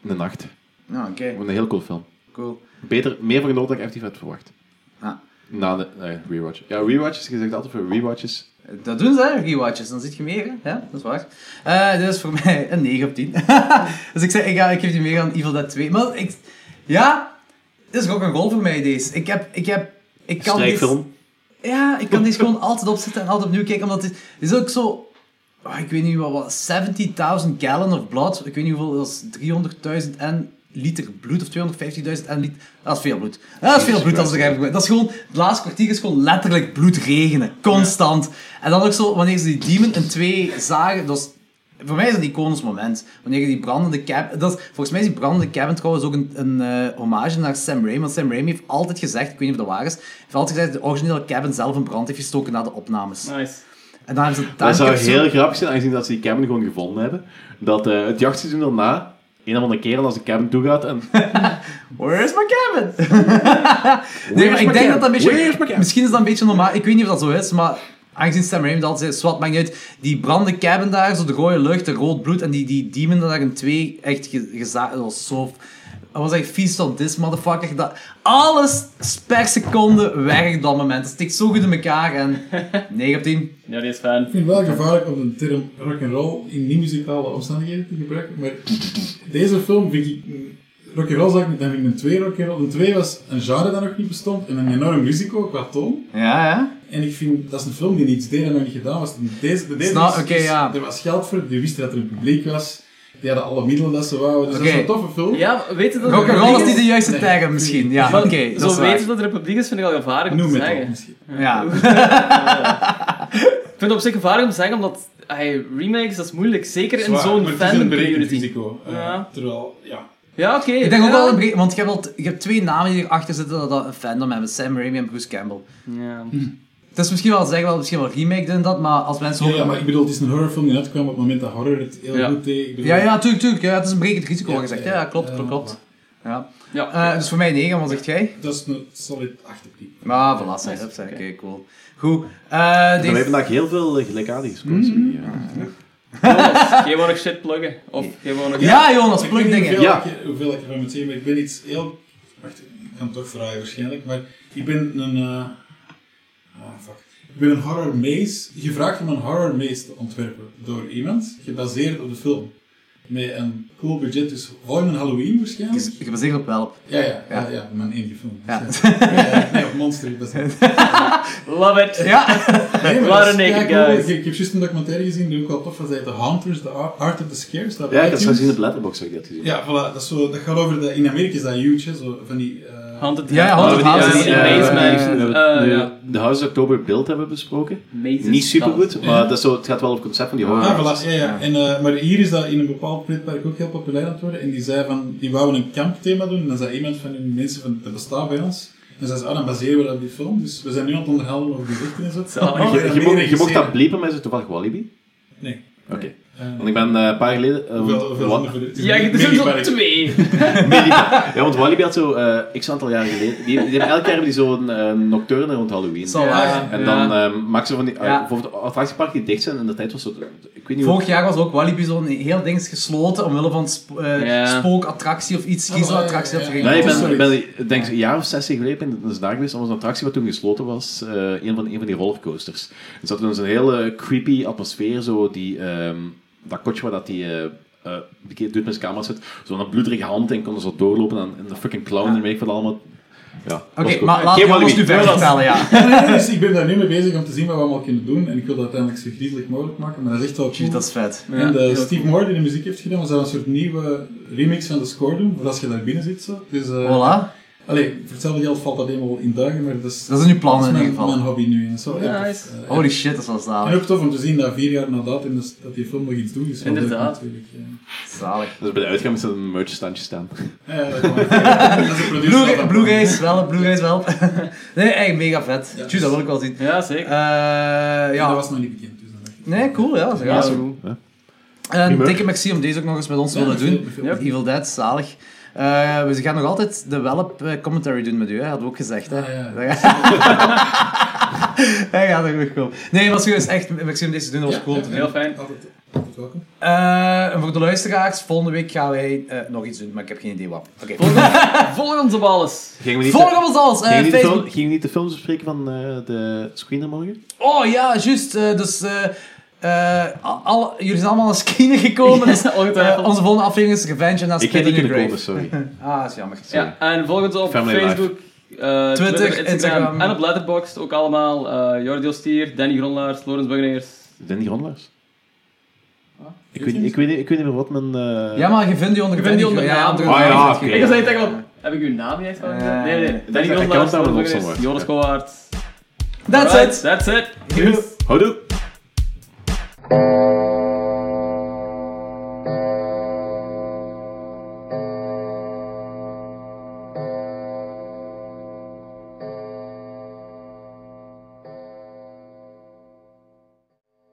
S8: De Nacht.
S5: Ja, Ah, Oké,
S8: Een heel cool film.
S5: cool.
S8: Beter, meer van genoten dan ik effectief had verwacht.
S5: Ah.
S8: Na de nee, rewatch. Ja, rewatches, je zegt altijd voor rewatches.
S5: Dat doen ze, hè, rewatches. Dan zit je meer, hè? Ja, dat is waar. Eh, dit is voor mij *laughs* een 9 op 10. dus ik, zeg, ik, ga, ik geef die meer aan Evil Dead 2. Maar ik, ja, dit is ook een rol voor mij, deze. Ik heb, ik heb, ik kan deze-
S8: Strijkfilm.
S5: ja, ik kan deze gewoon altijd opzetten en altijd opnieuw kijken, omdat dit, dit is ook zo... ah, ik weet niet wat, wat 70.000 gallon of blood, ik weet niet hoeveel, dat is 300.000 en liter bloed, of 250.000 en lit- Dat is veel bloed. Dat is veel bloed, dat is begrijpelijk. Dat is gewoon, het laatste kwartier is gewoon letterlijk bloed regenen. Constant. En dan ook zo, wanneer ze die demon in twee zagen, dat is voor mij is dat een iconisch moment. Wanneer je die brandende cab... Dat is, volgens mij is die brandende cabin trouwens ook een, een eh, hommage naar Sam Raimi. Want Sam Raimi heeft altijd gezegd, ik weet niet of dat waar is, heeft altijd gezegd dat de originele cabin zelf in brand heeft gestoken na de opnames.
S7: Nice.
S5: En daar hebben ze daar
S8: Dat zou
S5: heb ik zo-
S8: heel grappig zijn, aangezien dat ze die cabin gewoon gevonden hebben. Dat eh, het jachtseizoen daarna, een of andere kerel als de cabin toe gaat en...
S5: Where's my *laughs* cabin? nee, maar ik denk dat dat een beetje... Misschien is dat een beetje normaal. Ik weet niet of dat zo is, maar... Aangezien Sam Raimi dat altijd zei, zwart, maakt niet uit. Die brandende cabin daar, zo de rode lucht, de rood bloed en die, die demon daar in twee, echt ge- gezaagd. Dat was zo... Dat was echt feast on this motherfucker. Dat, alles per seconde werkt op dat moment. Het stikt zo goed in elkaar *laughs* en... 9 op 10.
S7: Ja, die is fan.
S9: Ik vind het wel gevaarlijk om de term rock'n'roll in niet-muzikale omstandigheden te gebruiken, maar deze film vind ik... Rock'n'roll zag ik niet, dan vind ik een 2 rock'n'roll. Een 2 was een genre dat nog niet bestond en een enorm risico qua toon.
S5: Ja, ja.
S9: En ik vind, dat is een film die iets deed en nog niet gedaan was. Deze, de deze
S5: Snap-
S9: is-
S5: oké,
S9: is-
S5: ja.
S9: Er was geld voor, die wisten dat er een publiek was. Die hadden alle middelen dat ze wouden. Dus
S5: Oké.
S9: dat is een toffe film.
S7: Ja, weet je dat...
S5: Rock'n'roll is niet de juiste
S9: Nee.
S5: term misschien. Ja,
S7: Maar
S5: oké. dat is
S7: zo
S5: waar.
S7: weten dat de republiek is, vind ik al gevaarlijk om
S9: Noem
S7: te
S9: het al,
S7: zeggen.
S9: misschien.
S7: *laughs*
S5: Ja.
S7: Ik vind het op zich gevaarlijk om te zeggen, omdat ey, remakes, dat is moeilijk. Zeker in
S9: Zwaar,
S7: zo'n
S9: maar het is een
S7: fandom
S9: berekend
S7: community.
S9: risico. Eh,
S7: Ja.
S9: Terwijl, ja.
S7: Ja, oké.
S5: Ik denk ook
S7: ja.
S5: wel, een bre- want je hebt, al t- je hebt twee namen die erachter zitten dat dat een fandom hebben. Sam Raimi en Bruce Campbell.
S7: Ja.
S5: Het is misschien wel, zeggen wel, misschien wel remake en dat, maar als mensen
S9: Ja,
S5: horen...
S9: ja, maar ik bedoel, het is een horrorfilm die uitkwam op het moment dat horror het heel
S7: Ja.
S9: goed deed. Ik bedoel,
S5: ja, ja, tuurlijk, tuurlijk. Ja, het is een brekend risico,
S9: Ja,
S5: al gezegd.
S9: ja,
S5: Ja, klopt,
S9: ja,
S5: klopt, klopt. Ja.
S7: Ja.
S5: Eh, dus voor mij 9, wat zegt jij?
S9: Dat is een solid achterpiep.
S5: Maar voilà, zij dat zijn. Oké, cool. Goed. Eh
S8: We hebben
S5: deze...
S8: vandaag heel veel eh, gelijkaardige scores. Mm-hmm.
S7: Jonas, jij wou nog shit pluggen? Of jij wou nog...
S5: Eh, Ja, Jonas,
S9: Ik weet
S5: pluk
S9: niet
S5: dingen.
S9: hoeveel,
S8: Ja.
S9: ik, hoeveel ik ervan moet zien, maar ik ben iets heel... Wacht, ik kan het toch vragen waarschijnlijk, maar ik ben een... eh, Ah, fuck. Ik ben een horror maze, gevraagd om een horror maze te ontwerpen door iemand, gebaseerd op de film. Met een cool budget, dus voor een Halloween waarschijnlijk.
S5: Ik ben zeker op welp.
S9: Ja, ja, ja,
S5: Ja.
S9: ja, mijn enige film.
S5: Ja.
S9: Ja, nee, op Monster gebaseerd.
S7: Love it.
S5: Ja, *laughs*
S9: Nee, maar
S7: What a
S9: dat is
S7: naked
S9: keicool.
S7: guys.
S9: Ik, ik heb juist een documentaire gezien, die ook wel tof was. Dat heet The Haunters, The Art of the Scare. staat op
S8: Ja, ik had
S9: iTunes.
S8: straks in de letterbox heb ik dat gezien.
S9: Ja, voilà, dat, is zo, dat gaat over de, in Amerika is dat huge, hè, zo van die. eh,
S7: Haunted
S5: Ja, ja,
S7: House.
S5: Haunted House
S7: Die,
S5: is-
S7: eh,
S5: ja,
S7: Maze
S5: ja,
S7: Mansion.
S8: we
S7: Eh,
S8: de,
S7: ja.
S8: de House Oktober Build hebben we besproken.
S7: Mazes.
S8: Niet super goed,
S7: Dat-
S8: maar dat is zo, het gaat wel over het concept van die horror.
S9: Ah, voilà, ja, ja. En, eh, maar hier is dat in een bepaald pretpark ook heel populair aan het worden. En die zei van, die wouden een kampthema doen. En dan zei iemand van die mensen van, dat bestaat bij ons. En zei ze, ah, dan baseren we dat op die film. Dus we zijn nu aan het onderhandelen over die richting en zo.
S7: Zalig.
S8: Je, je, mocht, je mocht dat
S9: Regisseren.
S8: bliepen, maar is het toevallig Walibi?
S9: Nee.
S8: Oké.
S9: Eh,
S8: Want ik ben eh, een paar jaar geleden... eh,
S9: hoeveel, hoeveel
S8: wa-
S9: handen voor dit?
S7: Ja, er zijn
S9: Minipark.
S7: zo'n twee.
S8: Ja, want Walibi had zo, eh x aantal jaren geleden, die, die hebben elk jaar hebben die zo'n eh, nocturne rond Halloween.
S5: zal
S7: Ja.
S5: waar zijn.
S8: En dan eh maken ze van die, eh,
S5: Ja.
S8: bijvoorbeeld attractieparken die dicht zijn, en de tijd was zo, ik weet niet hoe...
S5: Vorig jaar was ook Walibi zo'n heel ding gesloten omwille van sp eh,
S7: Ja.
S5: spookattractie of iets,
S9: Oh, ja,
S5: schizattractie
S9: ja,
S5: of
S9: ja.
S5: zo.
S8: Nee, ik ben,
S9: Sorry.
S8: ik ben ik denk een jaar of 60 geleden ben ik dus daar geweest. Dat was een attractie wat toen gesloten was. eh, een, van, een van die rollercoasters. Er zat dus een hele creepy atmosfeer. Zo die, ehm, dat kotje waar dat die eh eh, bekeerde dude met zijn camera zit. Zo'n bloederige hand en kon er zo doorlopen. En, en de fucking clown en weet ik wat allemaal. Ja,
S5: Oké,
S8: was goed.
S5: maar laat
S8: Geen
S5: Jonas
S8: Walibi.
S5: nu verder vertellen, ja.
S9: Dus ik ben daar nu mee bezig om te zien wat we allemaal kunnen doen. En ik wil dat uiteindelijk zo griezelig mogelijk maken, maar dat is echt wel cool.
S5: Jeez, dat is vet.
S9: en de Steve Moore die de muziek heeft gedaan, we zouden een soort nieuwe remix van de score doen, voor als je daar binnen zit zo. Dus, eh,
S5: Voilà.
S9: Allee, voor hetzelfde geld valt dat helemaal in duigen, maar dat is...
S5: Dat is nu plannen
S9: dat is
S5: in
S9: mijn-
S5: ieder geval.
S9: mijn hobby nu. En zo. Ja,
S7: Nice.
S9: dat is, eh,
S5: Holy shit, dat is wel
S9: En
S5: zalig.
S9: ook tof om te zien dat vier jaar na datum dus, dat die film nog iets doet. Is wel leuk
S7: Inderdaad.
S9: natuurlijk. ja.
S5: Zalig.
S8: Dus bij de uitgang met zo'n merchstandje staan.
S5: Eh,
S9: Ja, ja, dat kan wel. *laughs* Dat is een producer.
S5: Blu-
S9: van-
S5: Blu-rays, wel, Blu-rays wel. *laughs* nee, echt mega vet.
S9: Ja.
S5: Tjoe, dat wil ik wel zien.
S7: Ja, zeker.
S5: Eh,
S9: Dat
S5: ja.
S9: was nog niet bekend. Dus dan dacht ik-
S5: Nee, cool, ja. Ze gaan.
S7: goed.
S5: En dikke merci om deze ook nog eens met ons te
S9: Ja,
S5: willen
S9: met veel-
S5: doen.
S9: met veel
S5: Met Evil Dead, zalig. Eh, we gaan nog altijd de welp eh, commentary doen met u, hè. hadden we ook gezegd. Hè.
S9: Ah, ja.
S5: Dat gaat- *laughs* Dat gaat er goed komen. Nee, was serieus, echt, merci om deze te doen, dat was cool. om te doen.
S7: Heel fijn.
S9: Altijd, altijd welkom.
S5: Eh, en voor de luisteraars, volgende week gaan wij eh, nog iets doen, maar ik heb geen idee wat. Oké.
S7: Volg ons op alles.
S8: Gingen we niet,
S5: Volg ons alles! eh,
S8: gingen we niet de,
S5: Facebook,
S8: film, gingen we niet de films bespreken van eh, de screener morgen?
S5: Oh ja, juist. eh, dus eh, eh, al- al- jullie zijn allemaal naar screenen gekomen. dus, eh,
S7: ongetwijfeld.
S5: onze volgende aflevering is Revenge en dan
S8: Ik heb
S5: Spit
S8: niet
S5: in Your
S8: kunnen komen,
S5: Grave.
S8: sorry.
S5: *laughs* Ah, dat is jammer.
S7: Ja, en volg ons op
S8: Family Life.
S7: Facebook, eh, Twitter, Instagram,
S5: Instagram.
S7: en op Letterboxd ook allemaal. eh Jordi Ostier, Danny Gronlaars, Lorenz Buggeneers.
S8: Danny Rondlaars. Ik weet, ik, weet, niet- ik weet niet meer wat mijn... eh,
S5: Ja, maar je vindt die onder
S7: Je vindt die onder naam.
S5: onder-
S8: Ah, ja, oké.
S7: Ik was eigenlijk tegen wat... Heb ik uw naam niet echt al
S5: Eh,
S7: gezegd? Nee, nee. Danny
S8: ik kan het
S7: Grondlaars,
S8: wel
S7: Joris
S8: opzommen.
S7: Koolwaard, Joris
S8: Ja.
S7: Koolwaard.
S5: That's
S7: Right,
S5: it.
S7: That's it.
S8: Houdoe!